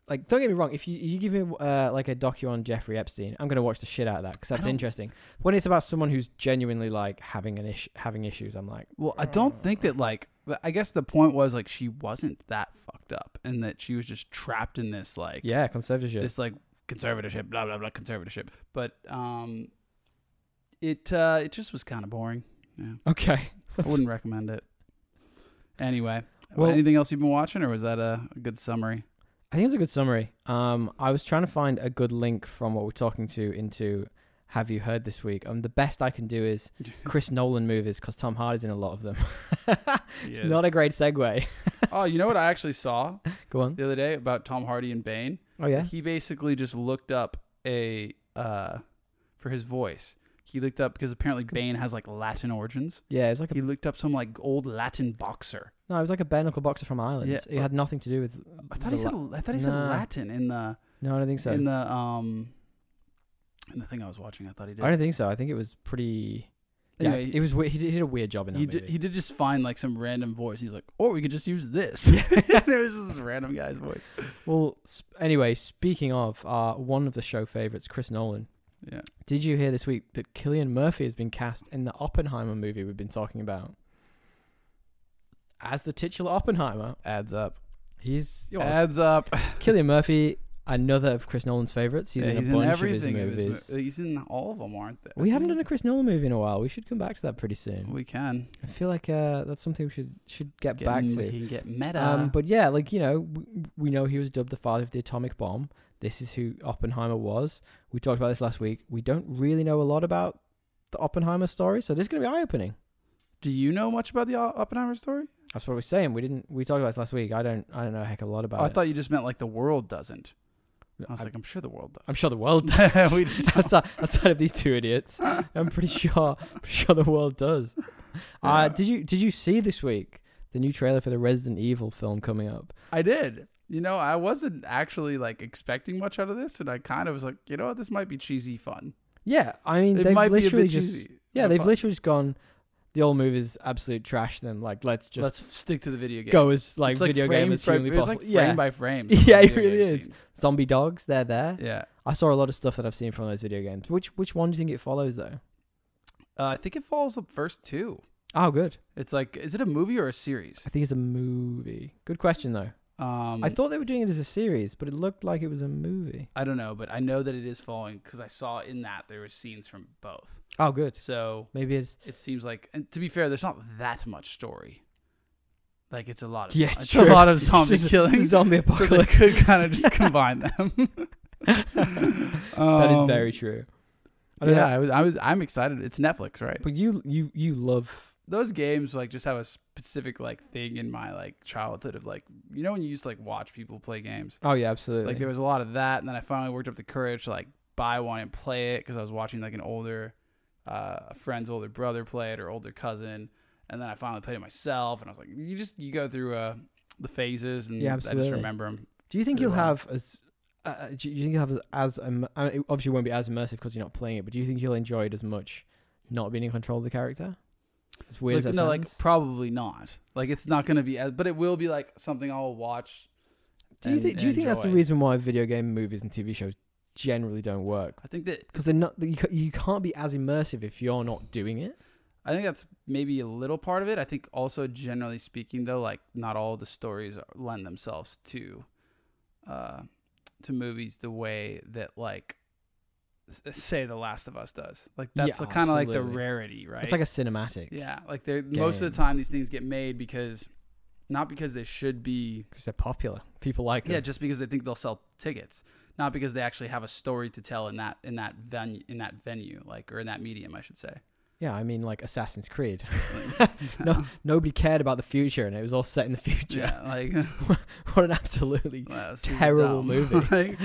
Speaker 1: Like, don't get me wrong. If you you give me uh, like a docu on Jeffrey Epstein, I'm gonna watch the shit out of that because
Speaker 2: I
Speaker 1: that's
Speaker 2: don't-
Speaker 1: interesting. When it's about someone who's genuinely like having an issue, having issues, I'm like,
Speaker 2: Well, I don't think that like but I guess the point was like she wasn't that fucked up and that she was just trapped in this like
Speaker 1: yeah, conservatorship.
Speaker 2: this like conservatorship, blah blah blah conservatorship. But um, it uh, it just was kind of boring. Yeah,
Speaker 1: [LAUGHS] okay.
Speaker 2: I wouldn't recommend it. Anyway,
Speaker 1: Well-
Speaker 2: anything else you've been watching, or was that a, a good summary?
Speaker 1: I think it's a good summary. Um, I was trying to find a good link from what we're talking to into Have You Heard This Week. Um, the best I can do
Speaker 2: [LAUGHS]
Speaker 1: is Chris Nolan movies because Tom Hardy's in a lot of them. [LAUGHS] it's not a great segue. [LAUGHS]
Speaker 2: oh, you know what I actually saw
Speaker 1: Go on.
Speaker 2: the other day about Tom Hardy and Bane?
Speaker 1: Oh, yeah.
Speaker 2: He basically just looked up a uh for his voice. He looked up because apparently Bane has like Latin origins.
Speaker 1: Yeah, it was like a,
Speaker 2: He looked up some like old Latin boxer.
Speaker 1: no, it was like a bare knuckle boxer from Ireland.
Speaker 2: Yeah.
Speaker 1: It had nothing to do with.
Speaker 2: I thought he
Speaker 1: the
Speaker 2: said
Speaker 1: La-
Speaker 2: I thought he said
Speaker 1: Nah.
Speaker 2: Latin in the
Speaker 1: No, I don't think so.
Speaker 2: in the um in the thing I was watching. I thought he did.
Speaker 1: I don't think so. I think it was pretty. Yeah,
Speaker 2: Anyway,
Speaker 1: it was. we- He did, he did a weird job in that
Speaker 2: he
Speaker 1: movie.
Speaker 2: did, he did just find like some random voice. He's like, or we could just use this. [LAUGHS] and it was just this random guy's voice.
Speaker 1: well, sp- anyway, speaking of uh, one of the show favorites, Chris Nolan.
Speaker 2: Yeah.
Speaker 1: Did you hear this week that Killian Murphy has been cast in the Oppenheimer movie we've been talking about? As the titular Oppenheimer,
Speaker 2: Adds up.
Speaker 1: he's well,
Speaker 2: Adds up.
Speaker 1: Killian Murphy, another of Chris Nolan's favorites. He's
Speaker 2: [LAUGHS] Yeah,
Speaker 1: in a bunch of his
Speaker 2: everything
Speaker 1: movies.
Speaker 2: mo- he's in all of them, aren't they?
Speaker 1: we haven't done a Chris Nolan movie in a while. We should come back to that pretty soon.
Speaker 2: We can
Speaker 1: I feel like uh, that's something we should should get
Speaker 2: It's
Speaker 1: back
Speaker 2: getting-
Speaker 1: to.
Speaker 2: He can get meta.
Speaker 1: Um, but yeah, like you know, we, we know he was dubbed the father of the atomic bomb. This is who Oppenheimer was. We talked about this last week. We don't really know a lot about the Oppenheimer story, so this is going to be eye opening.
Speaker 2: Do you know much about the O- Oppenheimer story?
Speaker 1: That's what we're saying. We didn't. We talked about this last week. I don't. I don't know a heck of a lot about
Speaker 2: Oh, I
Speaker 1: it.
Speaker 2: thought you just meant like the world doesn't. I was
Speaker 1: I-
Speaker 2: like, I'm sure the world
Speaker 1: I'm sure the world. [LAUGHS]
Speaker 2: [LAUGHS] does. we just
Speaker 1: outside, outside of these two
Speaker 2: [LAUGHS]
Speaker 1: idiots, I'm pretty sure. Pretty sure the world does.
Speaker 2: Yeah.
Speaker 1: Uh, did you Did you see this week the new trailer for the Resident Evil film coming up?
Speaker 2: I did. You know, I wasn't actually like expecting much out of this, and I kind of was like, you know what, this might be cheesy fun.
Speaker 1: Yeah, I mean,
Speaker 2: It
Speaker 1: they've
Speaker 2: might be a
Speaker 1: literally
Speaker 2: bit
Speaker 1: just.
Speaker 2: cheesy.
Speaker 1: Yeah,
Speaker 2: but
Speaker 1: they've
Speaker 2: fun.
Speaker 1: literally just gone. The old movie's absolute trash. Then, like, let's just
Speaker 2: let's stick to the video game.
Speaker 1: go as like
Speaker 2: It's
Speaker 1: video game
Speaker 2: frame
Speaker 1: as
Speaker 2: by-
Speaker 1: humanly
Speaker 2: it was
Speaker 1: possible.
Speaker 2: like
Speaker 1: yeah,
Speaker 2: frame
Speaker 1: [LAUGHS]
Speaker 2: by frame.
Speaker 1: Yeah, it
Speaker 2: video game
Speaker 1: really is.
Speaker 2: scenes.
Speaker 1: zombie dogs. They're there.
Speaker 2: Yeah,
Speaker 1: I saw a lot of stuff that I've seen from those video games. Which which one do you think it follows though?
Speaker 2: uh, I think it follows the first two.
Speaker 1: Oh, good.
Speaker 2: It's like, is it a movie or a series?
Speaker 1: I think it's a movie. Good question though.
Speaker 2: Um,
Speaker 1: I thought they were doing it as a series, but it looked like it was a movie.
Speaker 2: I don't know, but I know that it is following because I saw in that there were scenes from both.
Speaker 1: Oh, good.
Speaker 2: So
Speaker 1: Maybe it's
Speaker 2: it seems like, and to be fair, there's not that much story. Like it's a lot of
Speaker 1: Yeah,
Speaker 2: it's
Speaker 1: true.
Speaker 2: a lot
Speaker 1: [LAUGHS]
Speaker 2: of
Speaker 1: It's
Speaker 2: zombie
Speaker 1: just a-
Speaker 2: killing.
Speaker 1: it's a zombie
Speaker 2: [LAUGHS] so they
Speaker 1: apocalypse.
Speaker 2: could kind
Speaker 1: [LAUGHS]
Speaker 2: of just combine them.
Speaker 1: that is
Speaker 2: Um,
Speaker 1: very true. I don't
Speaker 2: Yeah,
Speaker 1: know.
Speaker 2: I was, I was, I'm excited. It's Netflix, right?
Speaker 1: But you you you love
Speaker 2: Those games like just have a specific like thing in my like childhood of like you know when you used to like watch people play games.
Speaker 1: Oh yeah, absolutely.
Speaker 2: Like there was a lot of that, and then I finally worked up the courage to like buy one and play it because I was watching like an older, uh, a friend's older brother play it or older cousin, and then I finally played it myself, and I was like, you just you go through uh the phases, and
Speaker 1: Yeah,
Speaker 2: I
Speaker 1: absolutely.
Speaker 2: just remember them.
Speaker 1: Do you think
Speaker 2: Really
Speaker 1: you'll
Speaker 2: well.
Speaker 1: have as uh, do you think you'll have as, as um, I mean, it obviously won't be as immersive because you're not playing it, but do you think you'll enjoy it as much not being in control of the character? As weird
Speaker 2: Like,
Speaker 1: as that
Speaker 2: no,
Speaker 1: sounds.
Speaker 2: like probably not. Like it's not gonna be as, but it will be like something I'll watch.
Speaker 1: do you
Speaker 2: and-
Speaker 1: think do
Speaker 2: and
Speaker 1: you think that's the
Speaker 2: enjoy.
Speaker 1: reason why video game movies and TV shows generally don't work?
Speaker 2: I think that
Speaker 1: Because they're not you ca- you can't be as immersive if you're not doing it.
Speaker 2: I think that's maybe a little part of it. I think also generally speaking though, like not all the stories lend themselves to uh to movies the way that like s- say The Last of Us does. Like that's
Speaker 1: Yeah,
Speaker 2: kind of like the
Speaker 1: absolutely.
Speaker 2: rarity, right?
Speaker 1: It's like a cinematic.
Speaker 2: yeah, like they most of the
Speaker 1: game.
Speaker 2: time these things get made because not because they should be
Speaker 1: Because they're popular. People like them.
Speaker 2: yeah, just because they think they'll sell tickets, not because they actually have a story to tell in that in that venue in that venue like or in that medium, I should say.
Speaker 1: Yeah, I mean, like Assassin's [LAUGHS] Creed. no, nobody cared about the future, and it was all set in the future.
Speaker 2: Yeah,
Speaker 1: [LAUGHS]
Speaker 2: like [LAUGHS]
Speaker 1: what an [LAUGHS] absolutely
Speaker 2: that was super
Speaker 1: terrible
Speaker 2: dumb.
Speaker 1: movie.
Speaker 2: [LAUGHS] Like,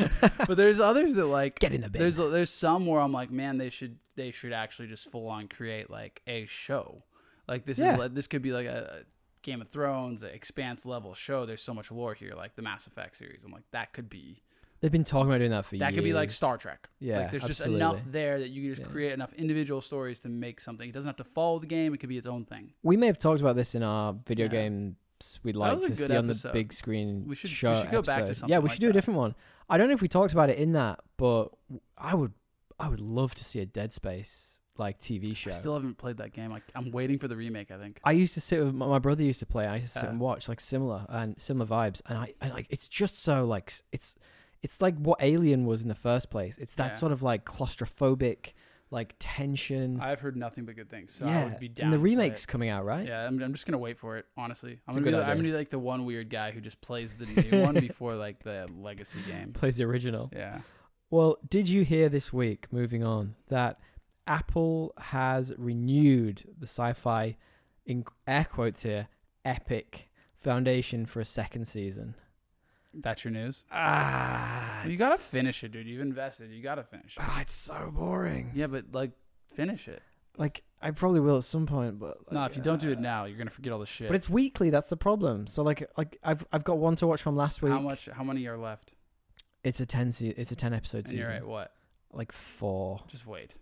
Speaker 2: but there's others that like
Speaker 1: Get in the bin.
Speaker 2: there's there's some where I'm like, man, they should they should actually just full on create like a show. Like this
Speaker 1: Yeah.
Speaker 2: is like, this could be like a, a Game of Thrones, a Expanse level show. There's so much lore here, like the Mass Effect series. I'm like, that could be
Speaker 1: They've been talking about doing that for years.
Speaker 2: that could be like Star Trek.
Speaker 1: Yeah,
Speaker 2: like there's just
Speaker 1: absolutely.
Speaker 2: enough there that you can just
Speaker 1: Yeah.
Speaker 2: create enough individual stories to make something. It doesn't have to follow the game. It could be its own thing.
Speaker 1: We may have talked about this in our video
Speaker 2: Yeah.
Speaker 1: games we'd
Speaker 2: That
Speaker 1: like
Speaker 2: was a
Speaker 1: to
Speaker 2: good
Speaker 1: see on the
Speaker 2: episode.
Speaker 1: big screen.
Speaker 2: We should- we
Speaker 1: show
Speaker 2: should go back to
Speaker 1: episode. Yeah,
Speaker 2: something
Speaker 1: we
Speaker 2: like
Speaker 1: should do a
Speaker 2: that.
Speaker 1: different one. I don't know if we talked about it in that, but I would, I would love to see a Dead Space like TV show.
Speaker 2: I still haven't played that game. Like I'm waiting for the remake. I think.
Speaker 1: I used to sit with my, my brother used to play. I used to sit
Speaker 2: Yeah.
Speaker 1: and watch like similar and similar vibes, and I and like it's just so like s- it's it's like what Alien was in the first place. It's that
Speaker 2: Yeah.
Speaker 1: sort of like claustrophobic like tension.
Speaker 2: I've heard nothing but good things. So I
Speaker 1: Mm. yeah,
Speaker 2: would be down.
Speaker 1: and the
Speaker 2: to play it.
Speaker 1: remake's coming out, right?
Speaker 2: Yeah, I'm, I'm just gonna wait for it. Honestly, I'm
Speaker 1: It's a
Speaker 2: gonna, be,
Speaker 1: good
Speaker 2: like- I'm
Speaker 1: idea.
Speaker 2: gonna be like the one weird guy who just plays
Speaker 1: [LAUGHS]
Speaker 2: the new one before like the legacy game.
Speaker 1: Plays the original.
Speaker 2: Yeah,
Speaker 1: Well, did you hear this week? Moving on, that Apple has renewed the sci-fi, in air quotes here, epic foundation for a second season.
Speaker 2: that's your news.
Speaker 1: Ah,
Speaker 2: You gotta finish it, dude. You've invested. You gotta
Speaker 1: [SIGHS]
Speaker 2: finish. it.
Speaker 1: Ah, it's so boring.
Speaker 2: Yeah, but like finish it.
Speaker 1: Like I probably will at some point, but
Speaker 2: No,
Speaker 1: like,
Speaker 2: if you don't do it
Speaker 1: uh,
Speaker 2: now, you're gonna forget all the shit.
Speaker 1: But it's weekly. That's the problem. So like, like I've I've got one to watch from last week.
Speaker 2: how much? How many are left?
Speaker 1: It's a ten. Se- it's a ten episode
Speaker 2: And
Speaker 1: season.
Speaker 2: you're at what?
Speaker 1: Like four.
Speaker 2: Just wait.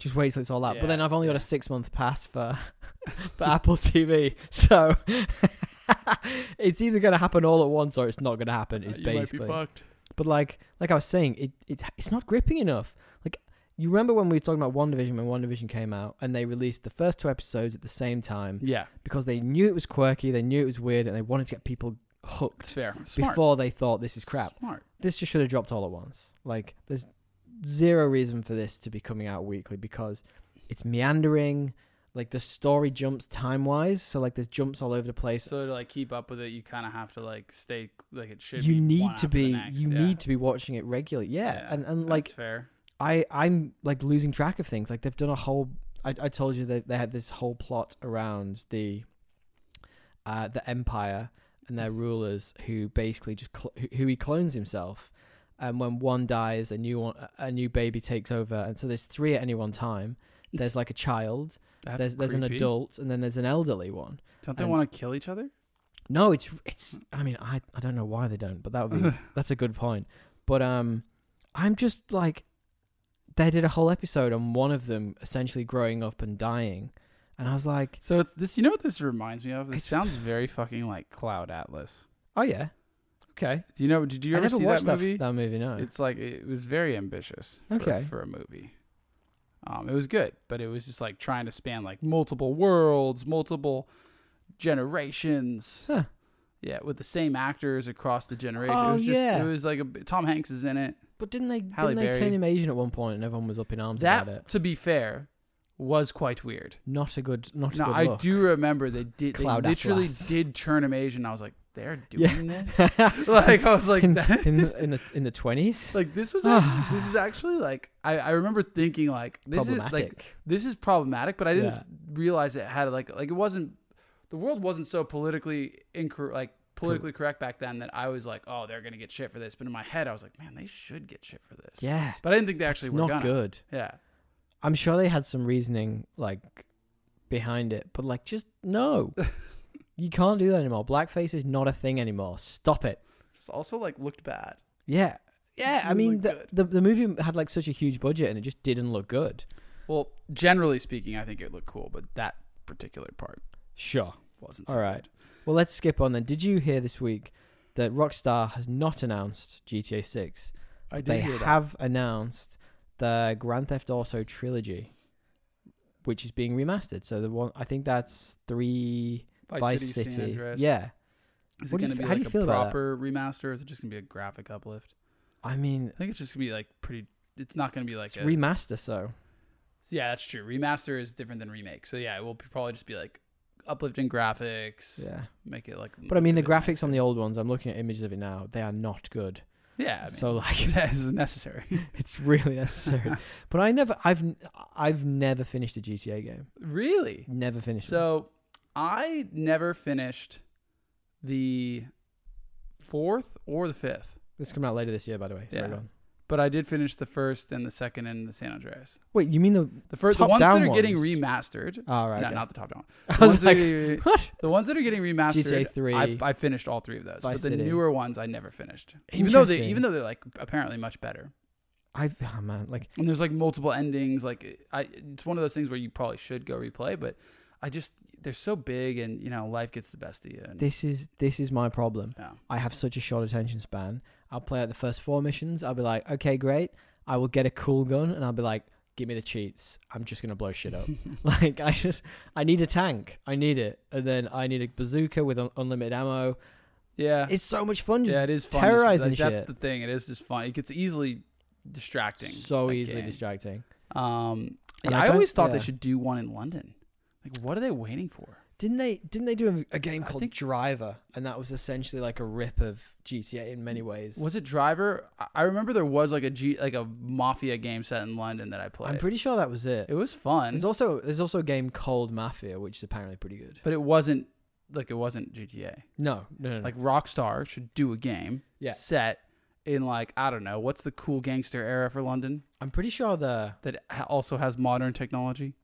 Speaker 1: Just wait till it's all out. but
Speaker 2: Yeah,
Speaker 1: then I've only got
Speaker 2: yeah.
Speaker 1: a six month pass for [LAUGHS] for Apple TV. So [LAUGHS] it's either gonna happen all at once or it's not gonna happen. Is
Speaker 2: Uh, you
Speaker 1: basically.
Speaker 2: might be fucked.
Speaker 1: But like like I was saying, it, it it's not gripping enough. Like you remember when we were talking about One Division when One Division came out and they released the first two episodes at the same time
Speaker 2: Yeah,
Speaker 1: because they knew it was quirky, they knew it was weird, and they wanted to get people
Speaker 2: it's
Speaker 1: hooked
Speaker 2: fair. Smart.
Speaker 1: before they thought this is crap.
Speaker 2: Smart.
Speaker 1: This just should have dropped all at once. Like there's zero reason for this to be coming out weekly because it's meandering. Like the story jumps time wise, so like there's jumps all over the place.
Speaker 2: So to like keep up with it, you kind of have to like stay like it should.
Speaker 1: you
Speaker 2: be
Speaker 1: need
Speaker 2: one
Speaker 1: to
Speaker 2: after the
Speaker 1: be
Speaker 2: next.
Speaker 1: you
Speaker 2: Yeah.
Speaker 1: need to be watching it regularly. Yeah,
Speaker 2: Yeah,
Speaker 1: and and
Speaker 2: That's
Speaker 1: like
Speaker 2: fair.
Speaker 1: I I'm like losing track of things. Like they've done a whole. I, I told you that they had this whole plot around the uh, the empire and their rulers who basically just cl- who, who he clones himself, and when one dies, a new one a new baby takes over, and so there's three at any one time. There's like a child,
Speaker 2: That's
Speaker 1: there's there's an
Speaker 2: creepy.
Speaker 1: adult, and then there's an elderly one.
Speaker 2: Don't they
Speaker 1: and-
Speaker 2: want to kill each other?
Speaker 1: No, it's it's. I mean, I I don't know why they don't, but that would
Speaker 2: [LAUGHS]
Speaker 1: be that's a good point. But um, I'm just like, they did a whole episode on one of them essentially growing up and dying, and I was like,
Speaker 2: So it's this, you know what this reminds me of? This
Speaker 1: It's-
Speaker 2: sounds very fucking like Cloud Atlas.
Speaker 1: oh yeah, okay.
Speaker 2: Do you know? Did you
Speaker 1: I
Speaker 2: ever
Speaker 1: never
Speaker 2: see
Speaker 1: watched
Speaker 2: that
Speaker 1: that
Speaker 2: movie?
Speaker 1: That, movie, no.
Speaker 2: It's like it was very ambitious. for-
Speaker 1: Okay.
Speaker 2: For, a movie, um, it was good, but it was just like trying to span like multiple worlds, multiple generations.
Speaker 1: Huh.
Speaker 2: Yeah, with the same actors across the generation.
Speaker 1: Oh,
Speaker 2: it was
Speaker 1: yeah.
Speaker 2: Just, it was like a, Tom Hanks is in it.
Speaker 1: but didn't they
Speaker 2: Halle
Speaker 1: didn't they
Speaker 2: Berry.
Speaker 1: turn him Asian at one point and everyone was up in arms about
Speaker 2: That,
Speaker 1: it?
Speaker 2: to be fair, was quite weird.
Speaker 1: Not a good, not a
Speaker 2: Now
Speaker 1: good
Speaker 2: I
Speaker 1: look.
Speaker 2: do remember they did. They
Speaker 1: Cloud
Speaker 2: literally
Speaker 1: Atlas.
Speaker 2: did turn him Asian. I was like, they're
Speaker 1: Yeah.
Speaker 2: doing this.
Speaker 1: [LAUGHS]
Speaker 2: [LAUGHS] like I was like,
Speaker 1: in,
Speaker 2: that,
Speaker 1: in the in the in the twenties,
Speaker 2: like this
Speaker 1: [SIGHS]
Speaker 2: was
Speaker 1: Ah.
Speaker 2: act- this is actually like I, I remember thinking like this is
Speaker 1: problematic.
Speaker 2: like this is problematic, but I didn't
Speaker 1: Yeah.
Speaker 2: realize it had like like it wasn't the world wasn't so politically incor- like politically correct back then that I was like, oh, they're gonna get shit for this. But in my head, I was like, man, they should get shit for this.
Speaker 1: yeah,
Speaker 2: But I didn't think they
Speaker 1: actually,
Speaker 2: actually
Speaker 1: it's
Speaker 2: were
Speaker 1: not
Speaker 2: gonna.
Speaker 1: good.
Speaker 2: Yeah,
Speaker 1: I'm sure they had some reasoning like behind it, but like just no.
Speaker 2: [LAUGHS]
Speaker 1: you can't do that anymore. Blackface is not a thing anymore. Stop it.
Speaker 2: it's also like looked bad.
Speaker 1: Yeah. Yeah, I
Speaker 2: Doesn't
Speaker 1: mean
Speaker 2: look
Speaker 1: the, the the movie had like such a huge budget and it just didn't look good.
Speaker 2: Well, generally speaking, I think it looked cool, but that particular part
Speaker 1: Sure.
Speaker 2: wasn't.
Speaker 1: All right. Well, let's skip on then. Did you hear this week that Rockstar has not announced GTA 6?
Speaker 2: I did
Speaker 1: They
Speaker 2: hear that.
Speaker 1: have announced the Grand Theft Auto trilogy which is being remastered. So the one I think that's 3 Vice City.
Speaker 2: San Andreas.
Speaker 1: Yeah.
Speaker 2: Is
Speaker 1: What
Speaker 2: it
Speaker 1: do you
Speaker 2: going to
Speaker 1: f-
Speaker 2: be
Speaker 1: how do
Speaker 2: like
Speaker 1: you
Speaker 2: a
Speaker 1: feel about that?
Speaker 2: proper remaster? Or is it just going to be a graphic uplift?
Speaker 1: I mean,
Speaker 2: I think it's just going to be like pretty it's not going to be
Speaker 1: it's
Speaker 2: like a
Speaker 1: remaster, so
Speaker 2: yeah, that's true. Remaster is different than remake. So yeah, it will probably just be like uplifting graphics.
Speaker 1: yeah.
Speaker 2: Make it like.
Speaker 1: But I mean, the
Speaker 2: look a bit
Speaker 1: graphics on the old ones, I'm looking at images of it now. They are not good. [LAUGHS]
Speaker 2: nicer. Yeah. I mean,
Speaker 1: so like,
Speaker 2: [LAUGHS] that is necessary. [LAUGHS]
Speaker 1: it's really necessary. but I never, I've, I've never finished a GTA game.
Speaker 2: really.
Speaker 1: Never finished. it.
Speaker 2: So I never finished the fourth or the fifth,
Speaker 1: This is coming out later this year, by the way. Sorry,
Speaker 2: Yeah.
Speaker 1: go on.
Speaker 2: but I did finish the first and the second and the San Andreas.
Speaker 1: Wait, you mean the?
Speaker 2: The first, the ones that
Speaker 1: Top-down
Speaker 2: are getting
Speaker 1: ones.
Speaker 2: remastered.
Speaker 1: All right.
Speaker 2: No,
Speaker 1: okay.
Speaker 2: not the top down.
Speaker 1: [LAUGHS] I was
Speaker 2: ones
Speaker 1: like,
Speaker 2: that-
Speaker 1: [LAUGHS] what?
Speaker 2: The ones that are getting remastered,
Speaker 1: GTA three.
Speaker 2: I, I finished all three of those,
Speaker 1: Vice
Speaker 2: but the
Speaker 1: City.
Speaker 2: newer ones I never finished. Even though they,
Speaker 1: Interesting.
Speaker 2: even though they're like apparently much better,
Speaker 1: I've, oh man, like
Speaker 2: and there's like multiple endings. Like I, it's one of those things where you probably should go replay, but I just they're so big, and you know life gets the best of you. And,
Speaker 1: this is this is my problem.
Speaker 2: yeah.
Speaker 1: I have such a short attention span. I'll play out the first four missions. I'll be like, okay, great. I will get a cool gun, and I'll be like, give me the cheats. I'm just gonna blow shit
Speaker 2: [LAUGHS]
Speaker 1: up. like I just, I need a tank. I need it, and then I need a bazooka with un- unlimited ammo.
Speaker 2: yeah,
Speaker 1: It's so much fun. Just
Speaker 2: yeah, it is fun.
Speaker 1: terrorizing
Speaker 2: Like, that's
Speaker 1: shit.
Speaker 2: the thing. It is just fun. It gets easily distracting.
Speaker 1: so
Speaker 2: that
Speaker 1: easily
Speaker 2: game.
Speaker 1: distracting.
Speaker 2: Um,
Speaker 1: And
Speaker 2: yeah,
Speaker 1: I
Speaker 2: I,
Speaker 1: don't-
Speaker 2: always thought
Speaker 1: yeah.
Speaker 2: they should do one in London. Like, what are they waiting for?
Speaker 1: Didn't they? Didn't they do a, a game
Speaker 2: I
Speaker 1: called
Speaker 2: think-
Speaker 1: Driver, and that was essentially like a rip of GTA in many ways.
Speaker 2: Was it Driver? I- I remember there was like a G, like a mafia game set in London that I played.
Speaker 1: I'm pretty sure that was it.
Speaker 2: it was fun,
Speaker 1: There's also there's also a game called Mafia, which is apparently pretty good.
Speaker 2: but it wasn't like it wasn't GTA.
Speaker 1: No, no, no, no.
Speaker 2: Like Rockstar should do a game
Speaker 1: Mm. Yeah.
Speaker 2: set in like I don't know what's the cool gangster era for London
Speaker 1: I'm pretty sure the
Speaker 2: that ha- also has modern technology.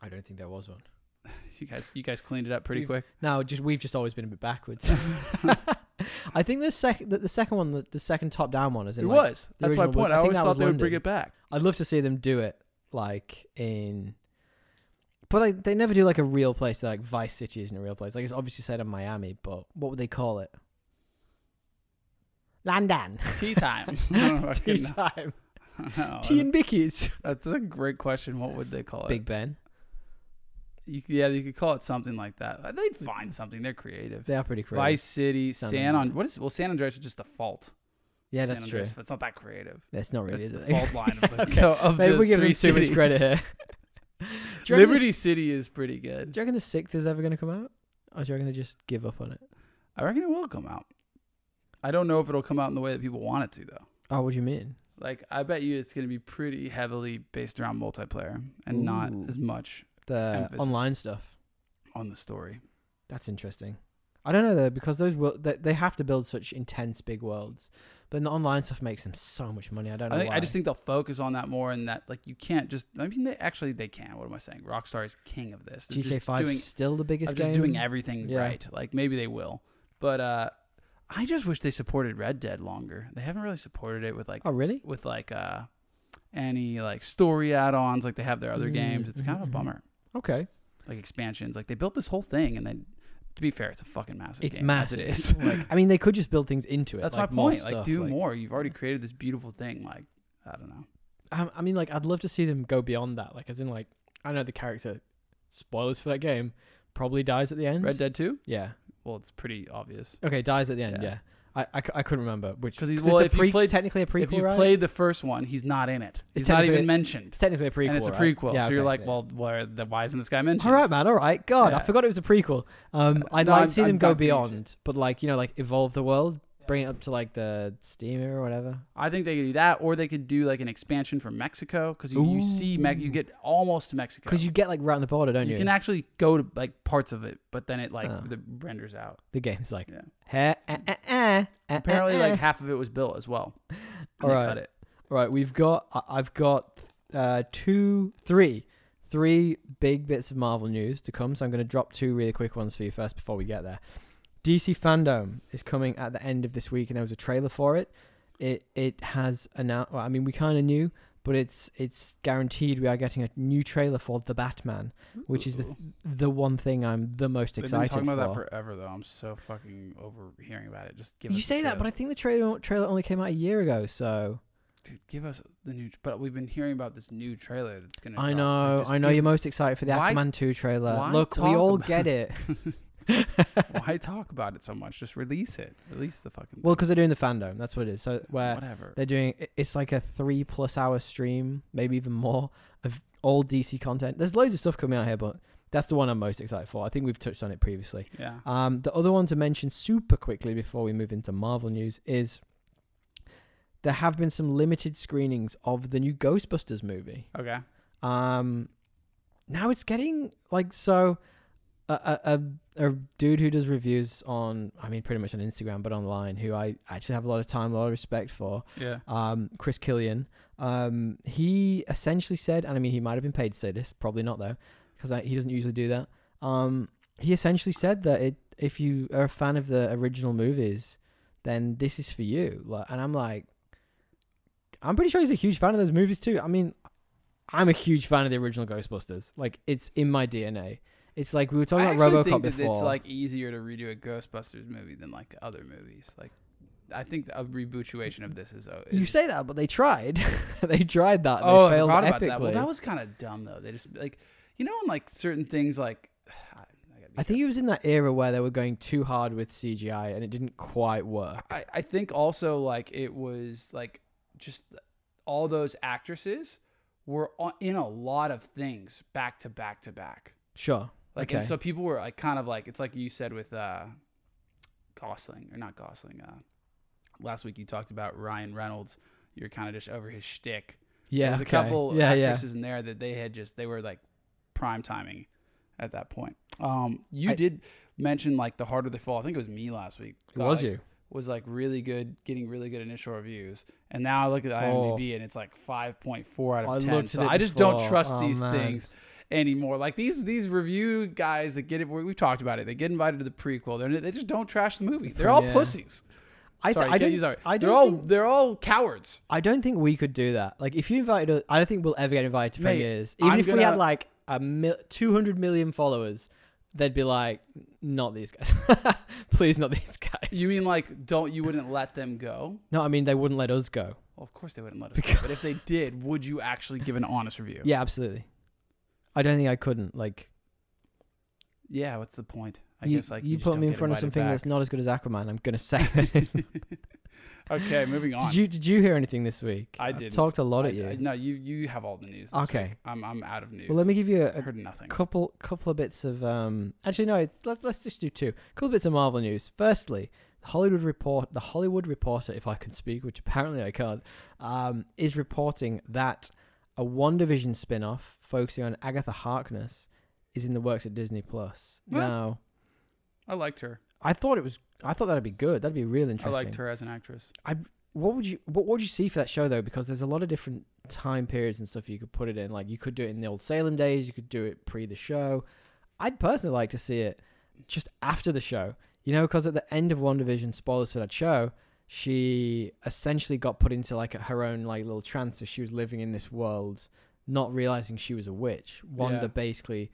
Speaker 1: I don't think there was one.
Speaker 2: You guys, you guys cleaned it up pretty
Speaker 1: We've-
Speaker 2: quick.
Speaker 1: No, just we've just always been a bit
Speaker 2: [LAUGHS]
Speaker 1: backwards. [LAUGHS] I think the second the, the second one, the, the second top down one, is in.
Speaker 2: It
Speaker 1: like,
Speaker 2: was.
Speaker 1: the
Speaker 2: That's my
Speaker 1: original was-
Speaker 2: point.
Speaker 1: I
Speaker 2: I
Speaker 1: think
Speaker 2: always
Speaker 1: that was
Speaker 2: thought they would bring
Speaker 1: London.
Speaker 2: it back.
Speaker 1: [LAUGHS] I'd love to see them do it like in. But like, they never do like a real place. Like Vice City isn't a real place. Like it's obviously set in Miami, but what would they call it?
Speaker 2: [LAUGHS]
Speaker 1: London. [LAUGHS]
Speaker 2: Tea time. I don't know if I
Speaker 1: Tea
Speaker 2: [LAUGHS] can-
Speaker 1: time.
Speaker 2: I don't know.
Speaker 1: Tea and Bickies.
Speaker 2: That's a great question. What would they call it?
Speaker 1: Big Ben.
Speaker 2: You, yeah, you could call it something like that. They'd find something. They're creative.
Speaker 1: They are pretty creative.
Speaker 2: Vice City,
Speaker 1: San
Speaker 2: San
Speaker 1: Andreas.
Speaker 2: on what is well San Andreas is just the fault.
Speaker 1: Yeah,
Speaker 2: San
Speaker 1: that's true.
Speaker 2: Andreas, It's not that creative.
Speaker 1: That's not really
Speaker 2: It's
Speaker 1: is [LAUGHS] it?
Speaker 2: the fault line of the,
Speaker 1: Okay.
Speaker 2: so [LAUGHS] of
Speaker 1: Maybe
Speaker 2: the
Speaker 1: we give
Speaker 2: three
Speaker 1: them too much
Speaker 2: cities.
Speaker 1: credit
Speaker 2: [LAUGHS]
Speaker 1: here. Do you reckon
Speaker 2: Liberty
Speaker 1: this-
Speaker 2: City is pretty good.
Speaker 1: do you reckon the sixth is ever going to come out? Or do you reckon they just give up on it?
Speaker 2: I reckon it will come out. I don't know if it'll come out in the way that people want it to though.
Speaker 1: Oh, what do you mean?
Speaker 2: Like I bet you it's going to be pretty heavily based around multiplayer and not
Speaker 1: Ooh.
Speaker 2: as much
Speaker 1: The
Speaker 2: Emphasis.
Speaker 1: online stuff.
Speaker 2: on the story.
Speaker 1: That's interesting. I don't know though because those will they, they have to build such intense big worlds, but the online stuff makes them so much money. I don't know.
Speaker 2: I think
Speaker 1: why.
Speaker 2: I just think they'll focus on that more and that like you can't just I mean they actually they can. What am I saying? Rockstar is king of this. They're
Speaker 1: GTA
Speaker 2: just
Speaker 1: Five
Speaker 2: doing
Speaker 1: is still the biggest
Speaker 2: of just
Speaker 1: game.
Speaker 2: doing everything
Speaker 1: Yeah.
Speaker 2: right. Like maybe they will, but uh, I just wish they supported Red Dead longer. They haven't really supported it with like
Speaker 1: oh really?
Speaker 2: with like uh, any like story add-ons like they have their other
Speaker 1: Mm,
Speaker 2: games. It's kind of
Speaker 1: mhm,
Speaker 2: a
Speaker 1: mhm.
Speaker 2: bummer.
Speaker 1: Okay.
Speaker 2: Like expansions, like they built this whole thing, and then to be fair, it's a fucking massive.
Speaker 1: It's
Speaker 2: game, as
Speaker 1: massive.
Speaker 2: It
Speaker 1: [LAUGHS]
Speaker 2: [LAUGHS] is.
Speaker 1: I mean, they could just build things into it.
Speaker 2: That's
Speaker 1: like
Speaker 2: my
Speaker 1: more
Speaker 2: point. Like
Speaker 1: stuff,
Speaker 2: do
Speaker 1: like-
Speaker 2: more. You've already created this beautiful thing. Like I don't know.
Speaker 1: um, I, I mean, like, I'd love to see them go beyond that. Like, as in, like, I know the character, spoilers for that game, probably dies at the end.
Speaker 2: Red Dead Two.
Speaker 1: Yeah.
Speaker 2: Well, it's pretty obvious.
Speaker 1: Okay, dies at the end. Yeah.
Speaker 2: Yeah.
Speaker 1: I, I, cou- I couldn't remember which
Speaker 2: 'Cause he's-
Speaker 1: it's
Speaker 2: well,
Speaker 1: a
Speaker 2: if you
Speaker 1: pre-
Speaker 2: played-
Speaker 1: technically a prequel,
Speaker 2: if you
Speaker 1: right?
Speaker 2: played the first one, he's not in it.
Speaker 1: It's
Speaker 2: He's not
Speaker 1: technically-
Speaker 2: even mentioned.
Speaker 1: it's technically a prequel,
Speaker 2: and it's a
Speaker 1: right?
Speaker 2: prequel.
Speaker 1: Yeah,
Speaker 2: so you're
Speaker 1: okay,
Speaker 2: like,
Speaker 1: yeah.
Speaker 2: well, where the why isn't this guy mentioned?
Speaker 1: all right, man, all right. God, I
Speaker 2: Yeah.
Speaker 1: forgot it was a prequel. Um,
Speaker 2: Yeah.
Speaker 1: I'd
Speaker 2: No,
Speaker 1: like
Speaker 2: I'm-
Speaker 1: to see
Speaker 2: I'm
Speaker 1: them go
Speaker 2: done teaching.
Speaker 1: beyond, but like, you know, like evolve the world, bring it up to like the Steam era or whatever.
Speaker 2: I think they could do that, or they could do like an expansion for Mexico because you, you see, Me- you
Speaker 1: Ooh.
Speaker 2: get almost to Mexico
Speaker 1: Because you get like right on the border, don't you?
Speaker 2: you can actually go to like parts of it, but then it like
Speaker 1: Oh.
Speaker 2: the renders out.
Speaker 1: the game's like,
Speaker 2: Yeah.
Speaker 1: "Heh, eh, eh, eh, eh,
Speaker 2: Apparently,
Speaker 1: eh, eh."
Speaker 2: like half of it was built
Speaker 1: [LAUGHS]
Speaker 2: as well. And
Speaker 1: All
Speaker 2: they
Speaker 1: right.
Speaker 2: cut it.
Speaker 1: Right, we've got. I- I've got uh, two, three, three big bits of Marvel news to come. So I'm going to drop two really quick ones for you first before we get there. DC Fandom is coming at the end of this week, and there was a trailer for it. It it has announced. Well, I mean, we kind of knew, but it's it's guaranteed we are getting a new trailer for the Batman, which is the th-
Speaker 2: Ooh.
Speaker 1: the one thing I'm the most
Speaker 2: They've
Speaker 1: excited
Speaker 2: been talking about
Speaker 1: for.
Speaker 2: that forever, though. I'm so fucking over hearing about it. Just give
Speaker 1: you
Speaker 2: us
Speaker 1: say that, but I think the trailer trailer only came out a year ago, so
Speaker 2: dude, give us the new. But we've been hearing about this new trailer that's gonna.
Speaker 1: I
Speaker 2: drop.
Speaker 1: know,
Speaker 2: Just
Speaker 1: I know
Speaker 2: give-
Speaker 1: you're most excited for the
Speaker 2: Why-
Speaker 1: Aquaman 2 trailer.
Speaker 2: why
Speaker 1: Look, we
Speaker 2: [LAUGHS] talk
Speaker 1: all
Speaker 2: about-
Speaker 1: get it.
Speaker 2: [LAUGHS] Why talk about it so much? Just release it. Release the fucking.
Speaker 1: Well, because they're doing the fandom. That's what it is. So where
Speaker 2: whatever.
Speaker 1: they're doing i- it's like a three plus hour stream, maybe even more of all DC content. There's loads of stuff coming out here, but that's the one I'm most excited for. I think we've touched on it previously.
Speaker 2: yeah.
Speaker 1: Um, the other one to mention super quickly before we move into Marvel news is there have been some limited screenings of the new Ghostbusters movie.
Speaker 2: Okay.
Speaker 1: Um, now it's getting like so. A, a, a a dude who does reviews on, I mean, pretty much on Instagram, but online, who I actually have a lot of time, a lot of respect for,
Speaker 2: Yeah.
Speaker 1: um, Chris Killian. Um, he essentially said, and I mean, he might have been paid to say this, probably not though, because he doesn't usually do that. Um, he essentially said that it, if you are a fan of the original movies, then this is for you. Like, and I'm like, I'm pretty sure he's a huge fan of those movies too. I mean, I'm a huge fan of the original Ghostbusters. Like, it's in my DNA. It's like we were talking
Speaker 2: I
Speaker 1: about
Speaker 2: actually
Speaker 1: RoboCop
Speaker 2: think that
Speaker 1: before.
Speaker 2: it's like easier to redo a Ghostbusters movie than like other movies. Like, I think a rebootuation of this is. uh, is
Speaker 1: you say that, but they tried. [LAUGHS] they tried that. and
Speaker 2: oh,
Speaker 1: they failed
Speaker 2: I forgot
Speaker 1: epically.
Speaker 2: about that. Well, that was kind of dumb though. They just like, you know, in like certain things, like. [SIGHS] I, I gotta be
Speaker 1: I think it was in that era where they were going too hard with CGI and it didn't quite work.
Speaker 2: I, I think also like it was like just all those actresses were on, in a lot of things back to back to back.
Speaker 1: Sure.
Speaker 2: Like
Speaker 1: okay.
Speaker 2: and so people were like kind of like it's like you said with uh Gosling or not Gosling. Uh, last week you talked about Ryan Reynolds. You're kind of just over his shtick.
Speaker 1: yeah.
Speaker 2: There's
Speaker 1: okay.
Speaker 2: a couple
Speaker 1: Yeah. Yeah.
Speaker 2: actresses in there that they had just they were like prime timing at that point. Um, you
Speaker 1: I-
Speaker 2: did mention like the harder they fall. I think it was me last week.
Speaker 1: It was
Speaker 2: Like,
Speaker 1: you.
Speaker 2: was like really good, getting really good initial reviews. And now I look at IMDb and it's like 5.4 out of
Speaker 1: Oh. I
Speaker 2: 10.
Speaker 1: looked
Speaker 2: so
Speaker 1: at it
Speaker 2: I just don't
Speaker 1: before.
Speaker 2: trust
Speaker 1: Oh,
Speaker 2: these
Speaker 1: man.
Speaker 2: things anymore. Like these these review guys that get it, we- we've talked about it. They get invited to the prequel. They're, they just don't trash the movie. They're all
Speaker 1: Yeah.
Speaker 2: pussies.
Speaker 1: I, th-
Speaker 2: Sorry,
Speaker 1: I
Speaker 2: I
Speaker 1: don't.
Speaker 2: use that.
Speaker 1: I
Speaker 2: they're
Speaker 1: don't
Speaker 2: all
Speaker 1: think-
Speaker 2: they're all cowards.
Speaker 1: I don't think we could do that. Like, if you invited, us, I don't think we'll ever get invited to
Speaker 2: Mate,
Speaker 1: premieres. Even
Speaker 2: I'm
Speaker 1: if we had
Speaker 2: gonna-
Speaker 1: like a mil- two hundred million followers, they'd be like, "Not these guys, [LAUGHS] please, not these guys."
Speaker 2: You mean like don't you wouldn't let them go?
Speaker 1: no? I mean, they wouldn't let us go.
Speaker 2: Well, of course they wouldn't let us go. But if they did, would you actually give an honest review?
Speaker 1: Yeah, absolutely. I don't think I couldn't. Like,
Speaker 2: Yeah, what's the point? I
Speaker 1: you,
Speaker 2: guess like
Speaker 1: you,
Speaker 2: you, just
Speaker 1: put
Speaker 2: don't
Speaker 1: me in
Speaker 2: get
Speaker 1: front of
Speaker 2: invited
Speaker 1: something
Speaker 2: back.
Speaker 1: that's not as good as Aquaman. I'm gonna
Speaker 2: [LAUGHS]
Speaker 1: say that it's
Speaker 2: Okay, moving on.
Speaker 1: [LAUGHS] Did you did you hear anything this week?
Speaker 2: I
Speaker 1: I've
Speaker 2: didn't.
Speaker 1: talked a lot
Speaker 2: I-
Speaker 1: at you.
Speaker 2: I- no, you you have all the news. This
Speaker 1: Okay.
Speaker 2: Week. I'm I'm out of news.
Speaker 1: well, let me give you
Speaker 2: I
Speaker 1: a, a
Speaker 2: heard nothing.
Speaker 1: couple couple of bits of um. Actually, no. It's, let, let's just do two. couple bits of Marvel news. Firstly, the Hollywood report. The Hollywood Reporter, if I can speak, which apparently I can't, um, is reporting that a One Division spin-off focusing on Agatha Harkness is in the works at Disney Plus.
Speaker 2: Huh.
Speaker 1: Now,
Speaker 2: I liked her.
Speaker 1: I thought it was. I thought that'd be good. That'd be real
Speaker 2: I
Speaker 1: interesting.
Speaker 2: liked her as an actress.
Speaker 1: what would you what would you see for that show though? Because there's a lot of different time periods and stuff you could put it in. Like you could do it in the old Salem days, you could do it pre the show. I'd personally like to see it just after the show, you know, because at the end of One Division, spoilers for that show, she essentially got put into like her own like little trance. So she was living in this world, not realizing she was a witch. Wanda
Speaker 2: Yeah.
Speaker 1: basically,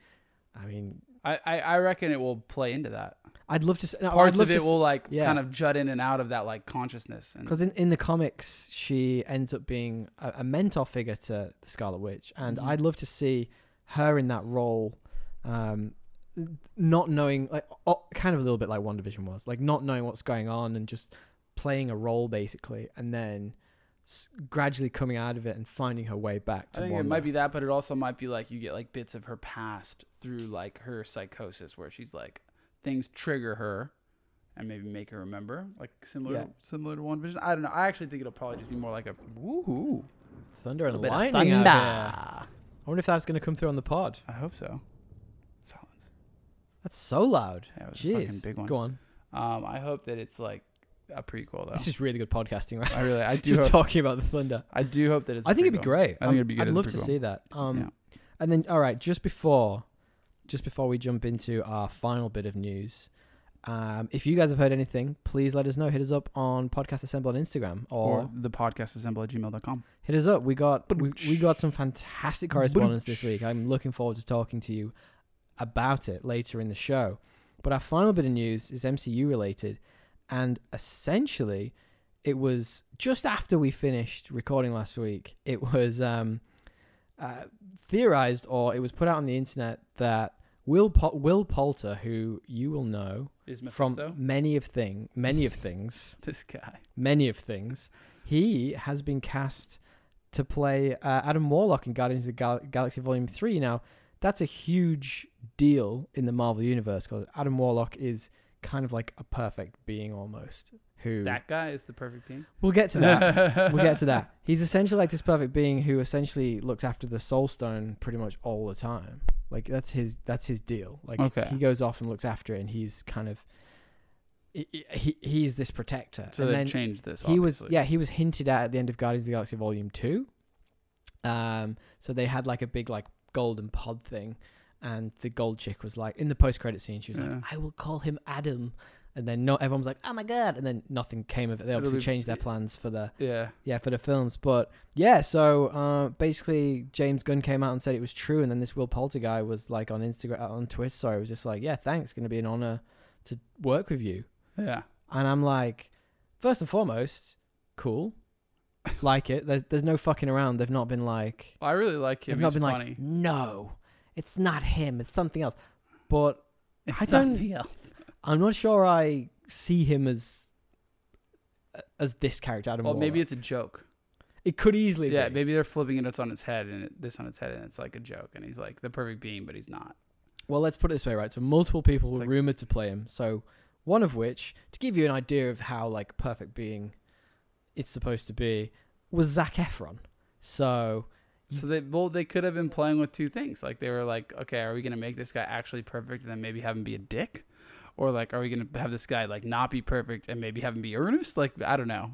Speaker 1: I mean,
Speaker 2: I, I, I reckon it will play into that.
Speaker 1: I'd love to. s- No,
Speaker 2: Parts
Speaker 1: I'd love
Speaker 2: of it
Speaker 1: to s-
Speaker 2: will like
Speaker 1: yeah.
Speaker 2: kind of jut in and out of that like consciousness. And
Speaker 1: Because in, in the comics, she ends up being a, a mentor figure to the Scarlet Witch, and
Speaker 2: Mhm.
Speaker 1: I'd love to see her in that role, um, not knowing, like, o kind of a little bit like One Division was, like not knowing what's going on and just playing a role basically, and then s- gradually coming out of it and finding her way back
Speaker 2: I
Speaker 1: to.
Speaker 2: think it
Speaker 1: Wanda.
Speaker 2: might be that, but it also might be like you get like bits of her past through like her psychosis, where she's like things trigger her, and maybe make her remember, like similar
Speaker 1: Yeah.
Speaker 2: similar to One Vision. I don't know. I actually think it'll probably just be more like a woohoo,
Speaker 1: thunder and
Speaker 2: little bit of
Speaker 1: lightning. out here.
Speaker 2: thunder.
Speaker 1: I wonder if that's going to come through on the pod.
Speaker 2: I hope so. Silence.
Speaker 1: That's so loud.
Speaker 2: That was a fucking
Speaker 1: Jeez,
Speaker 2: big one.
Speaker 1: go on.
Speaker 2: Um, I hope that it's like a prequel
Speaker 1: This [LAUGHS]
Speaker 2: though.
Speaker 1: is really good podcasting,
Speaker 2: [LAUGHS]
Speaker 1: right?
Speaker 2: I
Speaker 1: [LAUGHS]
Speaker 2: really, I do,
Speaker 1: Just
Speaker 2: hope,
Speaker 1: talking about the thunder.
Speaker 2: I do hope that it's.
Speaker 1: I think it'd be great.
Speaker 2: I think
Speaker 1: Um,
Speaker 2: it'd be good
Speaker 1: I'd
Speaker 2: as a
Speaker 1: love to
Speaker 2: prequel.
Speaker 1: see that. Um,
Speaker 2: Yeah.
Speaker 1: and then all right, just before, just before we jump into our final bit of news, um, if you guys have heard anything, please let us know. Hit us up on Podcast Assemble on Instagram, or,
Speaker 2: Or the podcast assemble at gmail.com.
Speaker 1: hit us up. We got we, we got some fantastic correspondence this week. I'm looking forward to talking to you about it later in the show. But our final bit of news is MCU related, and essentially, it was just after we finished recording last week. It was um, uh, theorized, or it was put out on the internet that Will Pol- Will Poulter, who you will know
Speaker 2: Is
Speaker 1: from many of thing many of things
Speaker 2: [LAUGHS] this guy?
Speaker 1: many of things, he has been cast to play uh, Adam Warlock in Guardians of the Gal- Galaxy Volume Three. Now that's a huge deal in the Marvel universe because Adam Warlock is kind of like a perfect being almost. Who
Speaker 2: That guy is the perfect team.
Speaker 1: we'll get to that
Speaker 2: [LAUGHS]
Speaker 1: we'll get to that. He's essentially like this perfect being who essentially looks after the soul stone pretty much all the time. Like that's his that's his deal. Like
Speaker 2: Okay.
Speaker 1: he goes off and looks after it, and he's kind of he, he he's this protector.
Speaker 2: So
Speaker 1: and
Speaker 2: they
Speaker 1: then
Speaker 2: changed this.
Speaker 1: he was
Speaker 2: obviously.
Speaker 1: yeah he was hinted at at the end of Guardians of the Galaxy Volume Two. Um, so they had like a big like golden pod thing, and the gold chick was like in the post credit scene. She was
Speaker 2: Yeah.
Speaker 1: like, "I will call him Adam," and then not everyone was like, "Oh my god!" And then nothing came of it. They
Speaker 2: It'll
Speaker 1: obviously
Speaker 2: be-
Speaker 1: changed their plans for the
Speaker 2: Yeah.
Speaker 1: yeah, for the films. But yeah, so uh, basically, James Gunn came out and said it was true, and then this Will Poulter guy was like on Instagram, on Twitter, sorry, was just like, "Yeah, thanks, going to be an honor to work with you."
Speaker 2: Yeah.
Speaker 1: And I'm like, first and foremost, cool, like it. There's there's no fucking around. They've not been like,
Speaker 2: I really like him.
Speaker 1: they've not
Speaker 2: He's
Speaker 1: been
Speaker 2: funny.
Speaker 1: like, no, it's not him, it's something else. But
Speaker 2: [LAUGHS]
Speaker 1: I
Speaker 2: It's not
Speaker 1: don't-
Speaker 2: real.
Speaker 1: I'm not sure I see him as as this character. Adam
Speaker 2: Well, maybe
Speaker 1: Warlock.
Speaker 2: it's a joke.
Speaker 1: it could easily
Speaker 2: Yeah,
Speaker 1: be.
Speaker 2: maybe they're flipping it it's on its head and it, this on its head and it's like a joke and he's like the perfect being, but he's not.
Speaker 1: Well, let's put it this way, right? So multiple people
Speaker 2: It's
Speaker 1: were
Speaker 2: like-
Speaker 1: rumored to play him. So one of which, to give you an idea of how like perfect being it's supposed to be, was Zach Efron. So
Speaker 2: So they well they could have been playing with two things. Like they were like, okay, are we gonna make this guy actually perfect and then maybe have him be a dick, or like are we gonna have this guy like not be perfect and maybe have him be earnest? Like I don't know.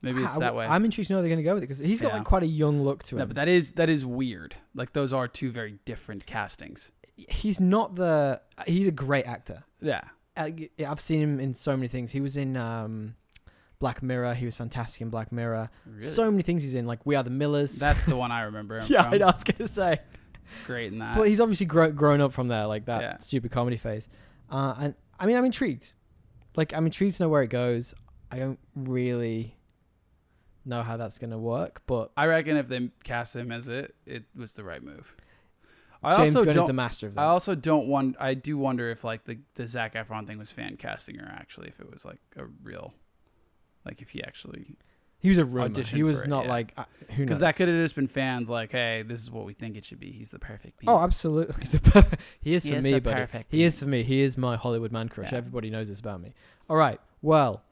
Speaker 2: Maybe it's
Speaker 1: I-
Speaker 2: that way.
Speaker 1: I'm intrigued to know how they're going to go with it because he's got
Speaker 2: Yeah.
Speaker 1: like quite a young look to
Speaker 2: no,
Speaker 1: him.
Speaker 2: but that is that is weird. Like those are two very different castings.
Speaker 1: he's not the. He's a great actor.
Speaker 2: Yeah.
Speaker 1: I- I've seen him in so many things. He was in um, Black Mirror. He was fantastic in Black Mirror. So many things he's in, like We Are the Millers.
Speaker 2: [LAUGHS] that's the one I remember. Him
Speaker 1: [LAUGHS] yeah,
Speaker 2: from.
Speaker 1: I know, I was going to say.
Speaker 2: It's great in that.
Speaker 1: But he's obviously grow, grown up from there, like that
Speaker 2: Yeah.
Speaker 1: stupid comedy phase. Uh, and I mean, I'm intrigued. Like, I'm intrigued to know where it goes. I don't really know how that's going to work, but
Speaker 2: I reckon if they cast him as it, it was the right move. I
Speaker 1: James
Speaker 2: also
Speaker 1: Gunn is
Speaker 2: don't.
Speaker 1: the master of that.
Speaker 2: I also don't want. I do wonder if like the the Zac Efron thing was fan casting or actually if it was like a real, like if he actually
Speaker 1: he was a rumor.
Speaker 2: auditioned
Speaker 1: He was
Speaker 2: for it,
Speaker 1: not
Speaker 2: yeah.
Speaker 1: like uh, who knows.
Speaker 2: because that could have just been fans like, hey, this is what we think it should be. He's the perfect. Being.
Speaker 1: Oh, absolutely. [LAUGHS] He's a perfect. He is
Speaker 2: He
Speaker 1: for
Speaker 2: is
Speaker 1: me,
Speaker 2: the
Speaker 1: buddy.
Speaker 2: perfect
Speaker 1: He is for me. He is my Hollywood man crush.
Speaker 2: Yeah.
Speaker 1: Everybody knows this about me. All right. Well,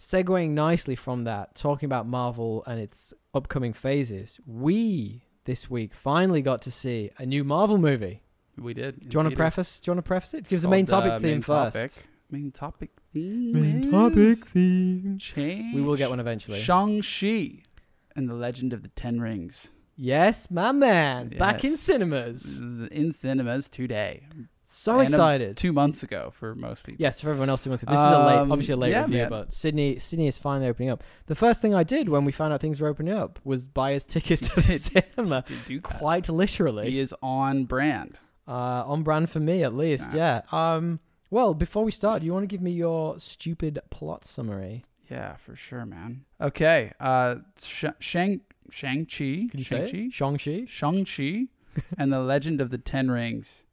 Speaker 1: segueing nicely from that, talking about Marvel and its upcoming phases, we this week finally got to see a new Marvel movie.
Speaker 2: we did.
Speaker 1: Do you want to preface? Do you want to preface it? Give us the main topic theme first.
Speaker 2: Main uh, topic theme.
Speaker 1: Main topic
Speaker 2: is
Speaker 1: theme.
Speaker 2: Change.
Speaker 1: We will get one eventually.
Speaker 2: Shang Chi, and the Legend of the Ten Rings
Speaker 1: yes, my man. Back in
Speaker 2: Yes. This
Speaker 1: cinemas.
Speaker 2: is in cinemas today.
Speaker 1: So
Speaker 2: And a-
Speaker 1: excited.
Speaker 2: Two months ago for most people.
Speaker 1: Yes, for everyone else who wants it. This is a late,
Speaker 2: Um,
Speaker 1: obviously a late
Speaker 2: yeah,
Speaker 1: review,
Speaker 2: man.
Speaker 1: but Sydney, Sydney is finally opening up. The first thing I did when we found out things were opening up was buy us tickets to the cinema,
Speaker 2: To do that.
Speaker 1: quite literally,
Speaker 2: He is on brand.
Speaker 1: uh, on brand for me at least. Yeah.
Speaker 2: Yeah.
Speaker 1: Um. Well, before we start, do you want to give me your stupid plot summary?
Speaker 2: Yeah, for sure, man. Okay, uh, Sh- Shang Shang Chi,
Speaker 1: Could you
Speaker 2: Shang
Speaker 1: say
Speaker 2: Chi,
Speaker 1: it? Shang-Chi?
Speaker 2: Shang Chi, [LAUGHS] and the Legend of the Ten Rings.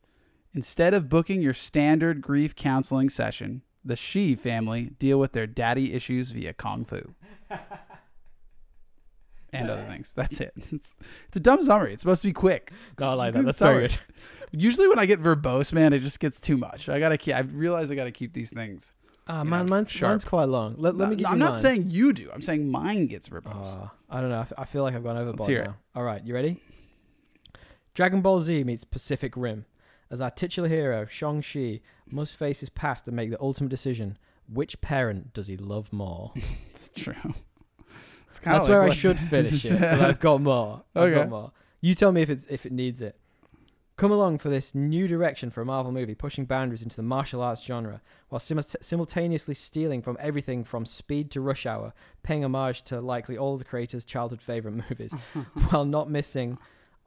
Speaker 2: Instead of booking your standard grief counseling session, the Shi family deal with their daddy issues via kung fu [LAUGHS] and other things. That's it. [LAUGHS] It's, it's a dumb summary. It's supposed to be quick.
Speaker 1: No, I like
Speaker 2: Good
Speaker 1: that. That's very
Speaker 2: summary. [LAUGHS]
Speaker 1: good.
Speaker 2: Usually, when I get verbose, man, it just gets too much. I gotta. Keep, I realize I gotta keep these things.
Speaker 1: Uh,
Speaker 2: You
Speaker 1: man,
Speaker 2: know,
Speaker 1: mine's,
Speaker 2: sharp.
Speaker 1: mine's quite long. Let, let
Speaker 2: No,
Speaker 1: me give
Speaker 2: I'm
Speaker 1: you
Speaker 2: not
Speaker 1: mine.
Speaker 2: saying you do. I'm saying mine gets verbose.
Speaker 1: Uh, I don't know. I, f- I feel like I've gone overboard
Speaker 2: hear it.
Speaker 1: now. All right, you ready? Dragon Ball Z meets Pacific Rim. As our titular hero, Shang-Chi, must face his past and make the ultimate decision. Which parent does he love more?
Speaker 2: It's true. It's kinda
Speaker 1: That's
Speaker 2: like
Speaker 1: where I
Speaker 2: what- [LAUGHS]
Speaker 1: should finish it. but I've got more. I've
Speaker 2: Okay.
Speaker 1: got more. You tell me if it's if it needs it. Come along for this new direction for a Marvel movie, pushing boundaries into the martial arts genre, while sim- simultaneously stealing from everything from Speed to Rush Hour, paying homage to likely all of the creator's childhood favorite
Speaker 2: [LAUGHS]
Speaker 1: movies, while not missing.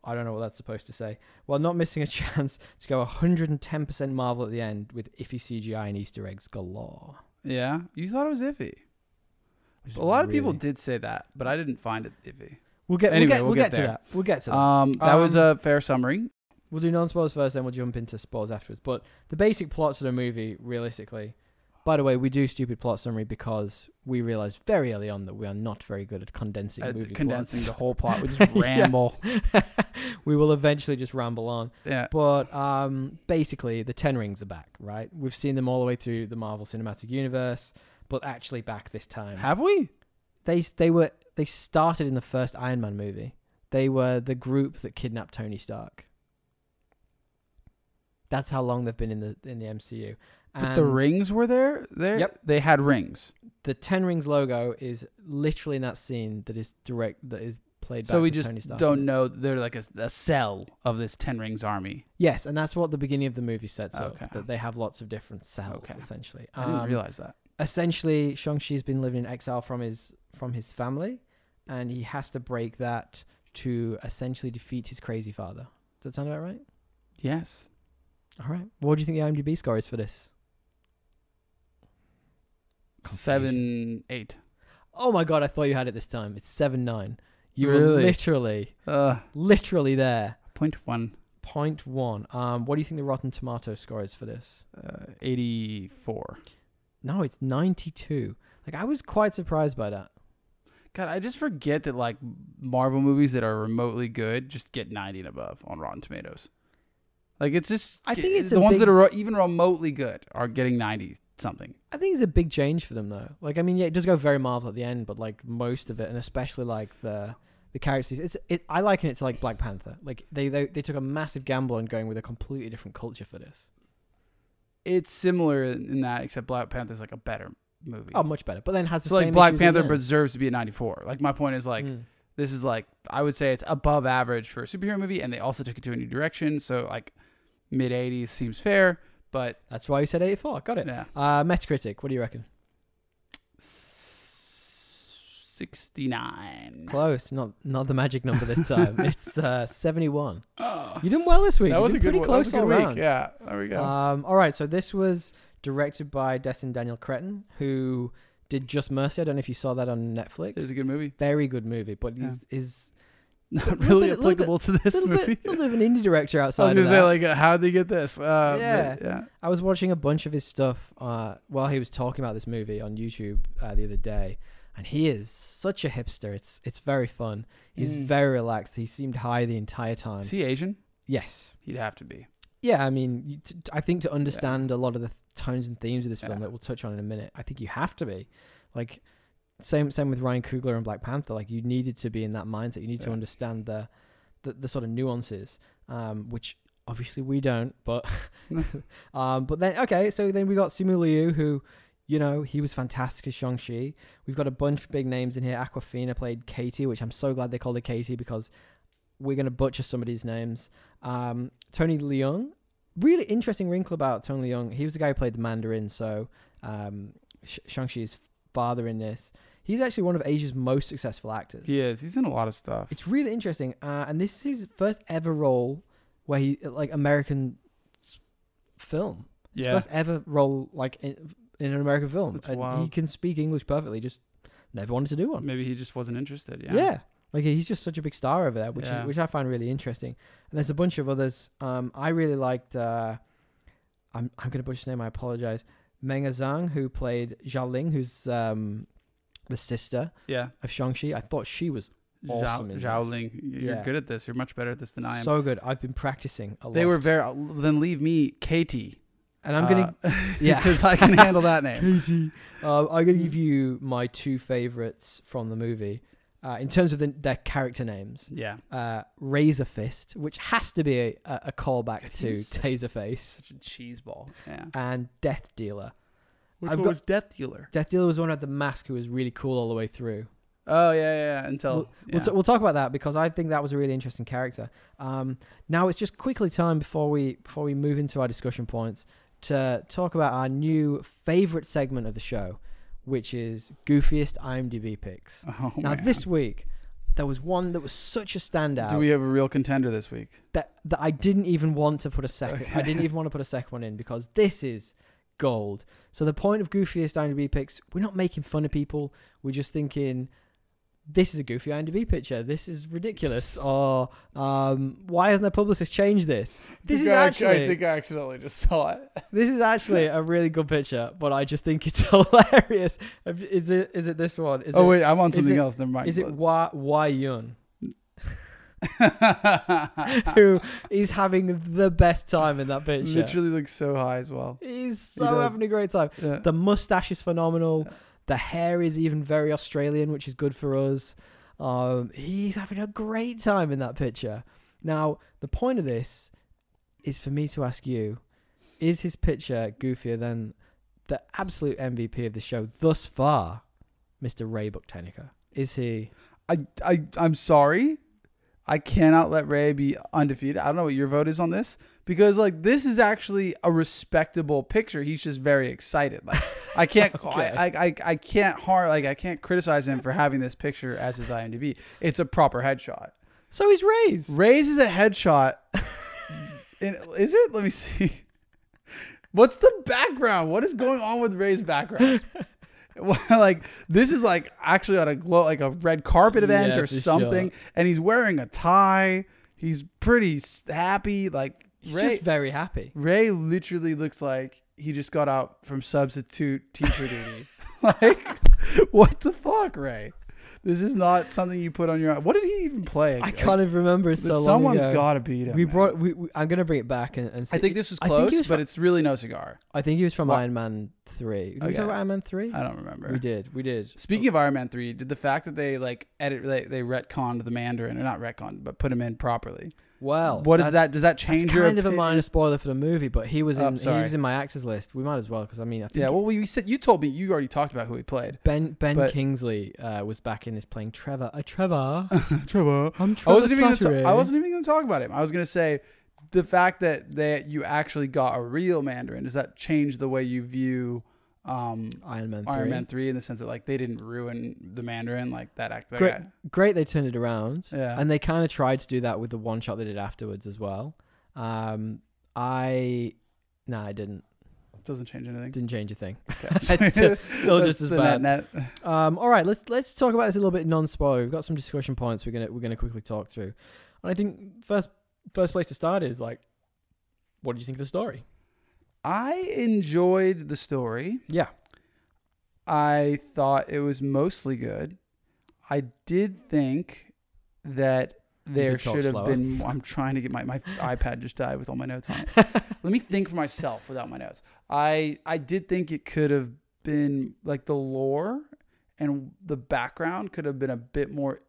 Speaker 1: I don't know what that's supposed to say. While not missing a [LAUGHS] chance to go 110% Marvel at the end with iffy CGI and Easter eggs galore.
Speaker 2: [LAUGHS] yeah, you thought it was iffy.
Speaker 1: Which is
Speaker 2: A lot of people
Speaker 1: really-
Speaker 2: did say that, but I didn't find it iffy.
Speaker 1: We'll get, we'll
Speaker 2: Anyway,
Speaker 1: get, we'll get, to
Speaker 2: there.
Speaker 1: that. We'll get to that.
Speaker 2: Um, that was
Speaker 1: Um,
Speaker 2: a fair summary.
Speaker 1: We'll do non-spoilers first, then we'll jump into spoilers afterwards. But the basic plots of the movie, realistically. By the way, we do stupid plot summary because we realized very early on that we are not very good at condensing
Speaker 2: Uh,
Speaker 1: movie
Speaker 2: condensing the
Speaker 1: plots. [LAUGHS]
Speaker 2: whole plot. We just
Speaker 1: Yeah.
Speaker 2: ramble.
Speaker 1: we will eventually just ramble on.
Speaker 2: yeah.
Speaker 1: But um, basically, the Ten Rings are back, right? We've seen them all the way through the Marvel Cinematic Universe, but actually back this time.
Speaker 2: Have we?
Speaker 1: they they were they started in the first Iron Man movie. They were the group that kidnapped Tony Stark. That's how long they've been in the in the MCU.
Speaker 2: But the
Speaker 1: And
Speaker 2: rings were there. There.
Speaker 1: Yep.
Speaker 2: They had rings.
Speaker 1: the Ten Rings logo is literally in that scene that is direct that is played.
Speaker 2: So
Speaker 1: back
Speaker 2: we
Speaker 1: with Tony
Speaker 2: just
Speaker 1: Stark.
Speaker 2: don't know. They're like a, a cell of this Ten Rings army.
Speaker 1: Yes, and that's what the beginning of the movie sets
Speaker 2: Okay.
Speaker 1: up that they have lots of different cells
Speaker 2: Okay.
Speaker 1: essentially.
Speaker 2: I didn't
Speaker 1: Um,
Speaker 2: realize that.
Speaker 1: essentially Shang Chi's been living in exile from his from his family, and he has to break that to essentially defeat his crazy father. Does that sound about right?
Speaker 2: Yes.
Speaker 1: All right. What do you think the IMDb score is for this?
Speaker 2: Seven, eight.
Speaker 1: Oh my god! I thought you had it this time. It's seven nine. You were
Speaker 2: Really?
Speaker 1: literally,
Speaker 2: Uh,
Speaker 1: literally there.
Speaker 2: point one.
Speaker 1: Point one. Um, what do you think the Rotten Tomato score is for this?
Speaker 2: Uh, Eighty-four.
Speaker 1: No, it's ninety-two. Like I was quite surprised by that.
Speaker 2: God, I just forget that like Marvel movies that are remotely good just get ninety and above on Rotten Tomatoes. Like it's just
Speaker 1: I think it's
Speaker 2: the
Speaker 1: a
Speaker 2: ones
Speaker 1: big-
Speaker 2: that are ro- even remotely good are getting ninety something.
Speaker 1: I think it's a big change for them though. Like I mean, yeah, it does go very Marvel at the end, but like most of it, and especially like the the characters, it's it. I liken it to like Black Panther. Like they they, they took a massive gamble on going with a completely different culture for this.
Speaker 2: It's similar in that, except Black Panther's like a better movie.
Speaker 1: Oh, much better. But then has the
Speaker 2: so
Speaker 1: same
Speaker 2: like Black
Speaker 1: issues
Speaker 2: Panther
Speaker 1: again.
Speaker 2: deserves to be a ninety-four. Like my point is like
Speaker 1: Mm.
Speaker 2: this is like I would say it's above average for a superhero movie, and they also took it to a new direction. So like mid eighties seems fair, but
Speaker 1: that's why you said eighty four. Got it.
Speaker 2: yeah,
Speaker 1: Uh, Metacritic, what do you reckon?
Speaker 2: sixty nine.
Speaker 1: Close. Not not the magic number this
Speaker 2: [LAUGHS]
Speaker 1: time. it's uh, seventy one.
Speaker 2: Oh,
Speaker 1: You did well this week.
Speaker 2: that
Speaker 1: You
Speaker 2: was a
Speaker 1: did
Speaker 2: good
Speaker 1: pretty
Speaker 2: one. That
Speaker 1: Close
Speaker 2: was a good
Speaker 1: all
Speaker 2: week.
Speaker 1: round.
Speaker 2: Yeah, there we go.
Speaker 1: Um, all right, so this was directed by Destin Daniel Cretton, who did Just Mercy. I don't know if you saw that on
Speaker 2: it was
Speaker 1: Netflix.
Speaker 2: a good movie.
Speaker 1: Very good movie, but
Speaker 2: Yeah.
Speaker 1: is is
Speaker 2: [LAUGHS]
Speaker 1: little
Speaker 2: Not really
Speaker 1: bit- little
Speaker 2: applicable to
Speaker 1: a
Speaker 2: [LAUGHS] this
Speaker 1: little
Speaker 2: movie.
Speaker 1: bit, little bit of an indie director
Speaker 2: [LAUGHS] I was
Speaker 1: outside.
Speaker 2: gonna
Speaker 1: of
Speaker 2: say
Speaker 1: that.
Speaker 2: like, uh, how'd they get this? Uh,
Speaker 1: Yeah.
Speaker 2: but, yeah.
Speaker 1: I was watching a bunch of his stuff uh, while he was talking about this movie on YouTube uh, the other day, and he is such a hipster. It's it's very fun. He's
Speaker 2: Mm.
Speaker 1: very relaxed. He seemed high the entire time.
Speaker 2: Is he Asian?
Speaker 1: yes.
Speaker 2: He'd have to be.
Speaker 1: Yeah, I mean, you t- t- I think to understand a lot of the th- tones and themes of this film
Speaker 2: Yeah.
Speaker 1: that we'll touch on in a minute, I think you have to be like same same with Ryan Coogler and Black Panther. Like you needed to be in that mindset. You need to
Speaker 2: Yeah.
Speaker 1: understand the, the the sort of nuances, um, which obviously we don't.
Speaker 2: [LAUGHS]
Speaker 1: But [LAUGHS] um, but then okay, so then we got Simu Liu who. You know, he was fantastic as Shang-Chi. We've got a bunch of big names in here. Aquafina played Katie, which I'm so glad they called her Katie because we're going to butcher some of these names. Um, Tony Leung, really interesting wrinkle about Tony Leung. He was the guy who played the Mandarin, so um, Sh- Shang-Chi's father in this. He's actually one of Asia's most successful actors.
Speaker 2: He is. He's in a lot of stuff.
Speaker 1: It's really interesting. Uh, and this is his first ever role where he, like, American s- film. His
Speaker 2: Yeah.
Speaker 1: first ever role, like, in, in an American film.
Speaker 2: That's
Speaker 1: and he
Speaker 2: wild.
Speaker 1: can speak English perfectly, just never wanted to do one.
Speaker 2: Maybe he just wasn't interested.
Speaker 1: Yeah. Like he's just such a big star over there, which
Speaker 2: Yeah.
Speaker 1: is, which I find really interesting. And there's a bunch of others. Um, I really liked. Uh, I'm I'm gonna butcher his name. I apologize. Meng Zhang, who played Zha Ling, who's um, the sister
Speaker 2: Yeah.
Speaker 1: of Shang Chi. I thought she was Awesome in
Speaker 2: Zhao, Zhao Ling, you're
Speaker 1: Yeah.
Speaker 2: good at this. You're much better at this than I am.
Speaker 1: so good. I've been practicing a lot.
Speaker 2: they were very. Then leave me Katie.
Speaker 1: and I'm gonna [LAUGHS]
Speaker 2: Uh, [LAUGHS]
Speaker 1: yeah.
Speaker 2: because I can
Speaker 1: [LAUGHS]
Speaker 2: handle that name.
Speaker 1: Katie. Um, I'm gonna give you my two favorites from the movie. Uh, in terms of the, their character names,
Speaker 2: Yeah,
Speaker 1: uh, Razor Fist, which has to be a, a, a callback
Speaker 2: God,
Speaker 1: to
Speaker 2: he was so-
Speaker 1: Taserface.
Speaker 2: such a cheese ball. Yeah,
Speaker 1: and Death Dealer.
Speaker 2: which
Speaker 1: I've
Speaker 2: one
Speaker 1: got-
Speaker 2: was Death Dealer?
Speaker 1: Death Dealer was the one who had the mask who was really cool all the way through.
Speaker 2: Oh yeah, yeah. yeah, Until yeah.
Speaker 1: We'll, t- we'll talk about that because I think that was a really interesting character. Um, now it's just quickly time before we before we move into our discussion points to talk about our new favorite segment of the show, which is goofiest IMDb picks.
Speaker 2: oh,
Speaker 1: now
Speaker 2: man.
Speaker 1: this week there was one that was such a standout
Speaker 2: Do we have a real contender this week?
Speaker 1: that that I didn't even want to put a second. I didn't even want to put a second one in because this is gold. So the point of goofiest IMDb picks, we're not making fun of people. We're just thinking this is a goofy IMDb picture. This is ridiculous. Or um, why hasn't the publicist changed this? This is
Speaker 2: I,
Speaker 1: actually
Speaker 2: I think I accidentally just saw it.
Speaker 1: this is actually a really good picture, but I just think it's [LAUGHS] hilarious. Is it is it this one? Is
Speaker 2: oh
Speaker 1: it,
Speaker 2: wait, I'm on
Speaker 1: is
Speaker 2: something
Speaker 1: it-
Speaker 2: else. Never mind.
Speaker 1: is it Why Why Yun?
Speaker 2: it
Speaker 1: who is having the best time in that picture.
Speaker 2: [LAUGHS] literally looks so high as well?
Speaker 1: He's
Speaker 2: He
Speaker 1: so
Speaker 2: does.
Speaker 1: having a great time.
Speaker 2: Yeah.
Speaker 1: The mustache is phenomenal.
Speaker 2: Yeah.
Speaker 1: The hair is even very Australian, which is good for us. Um, he's having a great time in that picture. Now, the point of this is for me to ask you is his picture goofier than the absolute MVP of the show thus far, Mr. Ray Bucktanica? Is he?
Speaker 2: I, I, I'm sorry. I cannot let Ray be undefeated. I don't know what your vote is on this because, like, this is actually a respectable picture. He's just very excited. Like, [LAUGHS] I can't,
Speaker 1: Okay.
Speaker 2: I, I, I, I can't harm, like, I can't criticize him for having this picture as his IMDb. It's a proper headshot.
Speaker 1: So he's Ray's.
Speaker 2: Ray's is a headshot. In, is it? Let me see. What's the background? What is going on with Ray's background? Well, [LAUGHS] like this is like actually on a glow like a red carpet event
Speaker 1: Yeah,
Speaker 2: or
Speaker 1: for sure.
Speaker 2: something, and he's wearing a tie. He's pretty s- happy. Like
Speaker 1: He's
Speaker 2: Ray,
Speaker 1: just very happy.
Speaker 2: Ray literally looks like he just got out from substitute teacher
Speaker 1: [LAUGHS]
Speaker 2: duty. like what the fuck, Ray? This is not something you put on your. What did he even play?
Speaker 1: I can't even remember. It's So long
Speaker 2: Someone's
Speaker 1: ago.
Speaker 2: got to beat him.
Speaker 1: we
Speaker 2: man.
Speaker 1: brought. We, we, I'm gonna bring it back and, and see.
Speaker 2: I think this was
Speaker 1: I think he
Speaker 2: close,
Speaker 1: was
Speaker 2: but
Speaker 1: fr-
Speaker 2: it's really no cigar.
Speaker 1: I think he was from
Speaker 2: Wha-
Speaker 1: Iron Man three. Did we
Speaker 2: Okay.
Speaker 1: talk about Iron Man three?
Speaker 2: I don't remember.
Speaker 1: We did. We did.
Speaker 2: Speaking of Iron Man three, did the fact that they like edit they, they retconned the Mandarin or not retconned but put him in properly?
Speaker 1: well,
Speaker 2: what is
Speaker 1: that's-
Speaker 2: that? Does that
Speaker 1: That's
Speaker 2: change
Speaker 1: kind
Speaker 2: your
Speaker 1: of a
Speaker 2: opinion?
Speaker 1: minor spoiler for the movie, but he was in.
Speaker 2: Oh,
Speaker 1: he
Speaker 2: sorry.
Speaker 1: was in my actors list. We might as well because I mean, I think
Speaker 2: Yeah. Well, you said you told me you already talked about who
Speaker 1: [LAUGHS]
Speaker 2: he played.
Speaker 1: Ben Ben
Speaker 2: but-
Speaker 1: Kingsley uh, was back in this playing Trevor. A Trevor.
Speaker 2: Trevor.
Speaker 1: I'm
Speaker 2: [LAUGHS] I
Speaker 1: Trevor.
Speaker 2: wasn't even. Gonna
Speaker 1: Slattery.
Speaker 2: ta- I wasn't even going to talk about him. I was going to say the fact that that you actually got a real Mandarin does that change the way you view um,
Speaker 1: Iron Man. 3.
Speaker 2: Iron Man three in the sense that like they didn't ruin the Mandarin like that act. that
Speaker 1: Great.
Speaker 2: guy-
Speaker 1: Great, they turned it around.
Speaker 2: Yeah.
Speaker 1: and they kind of tried to do that with the one shot they did afterwards as well. Um, I no, I didn't.
Speaker 2: doesn't change anything.
Speaker 1: Didn't change a thing. [LAUGHS]
Speaker 2: Okay. [LAUGHS]
Speaker 1: It's still- still
Speaker 2: That's
Speaker 1: just as
Speaker 2: the
Speaker 1: bad.
Speaker 2: net- net.
Speaker 1: Um, all right, let's let's talk about this a little bit non-spoiler. We've got some discussion points we're gonna we're gonna quickly talk through, and I think first first place to start is like, what do you think of the story?
Speaker 2: I enjoyed the story.
Speaker 1: Yeah,
Speaker 2: I thought it was mostly good. I did think that there
Speaker 1: could talk
Speaker 2: should have
Speaker 1: slower.
Speaker 2: been. I'm trying to get my my iPad just died with all my notes [LAUGHS] on it. Let me think for myself without my notes. I I did think it could have been like the lore and the background could have been a bit more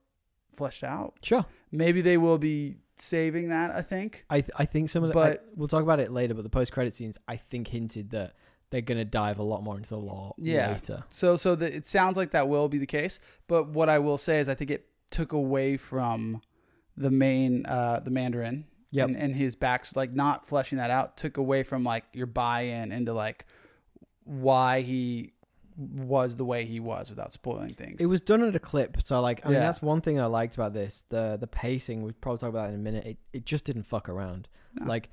Speaker 2: fleshed out.
Speaker 1: sure.
Speaker 2: Maybe they will be saving that. I think.
Speaker 1: I th- I think some of the I-
Speaker 2: But-
Speaker 1: we'll talk about it later, but the post credit scenes I think hinted that they're gonna dive a lot more into the lore
Speaker 2: Yeah.
Speaker 1: later.
Speaker 2: So so the, it sounds like that will be the case, but what I will say is I think it took away from the main uh the Mandarin
Speaker 1: Yep.
Speaker 2: and, and his back like not fleshing that out took away from like your buy-in into like why he was the way he was without spoiling things.
Speaker 1: It was done at a clip, so like I mean
Speaker 2: Yeah.
Speaker 1: that's one thing I liked about this. The the pacing, we'll probably talk about that in a minute. It it just didn't fuck around.
Speaker 2: No.
Speaker 1: Like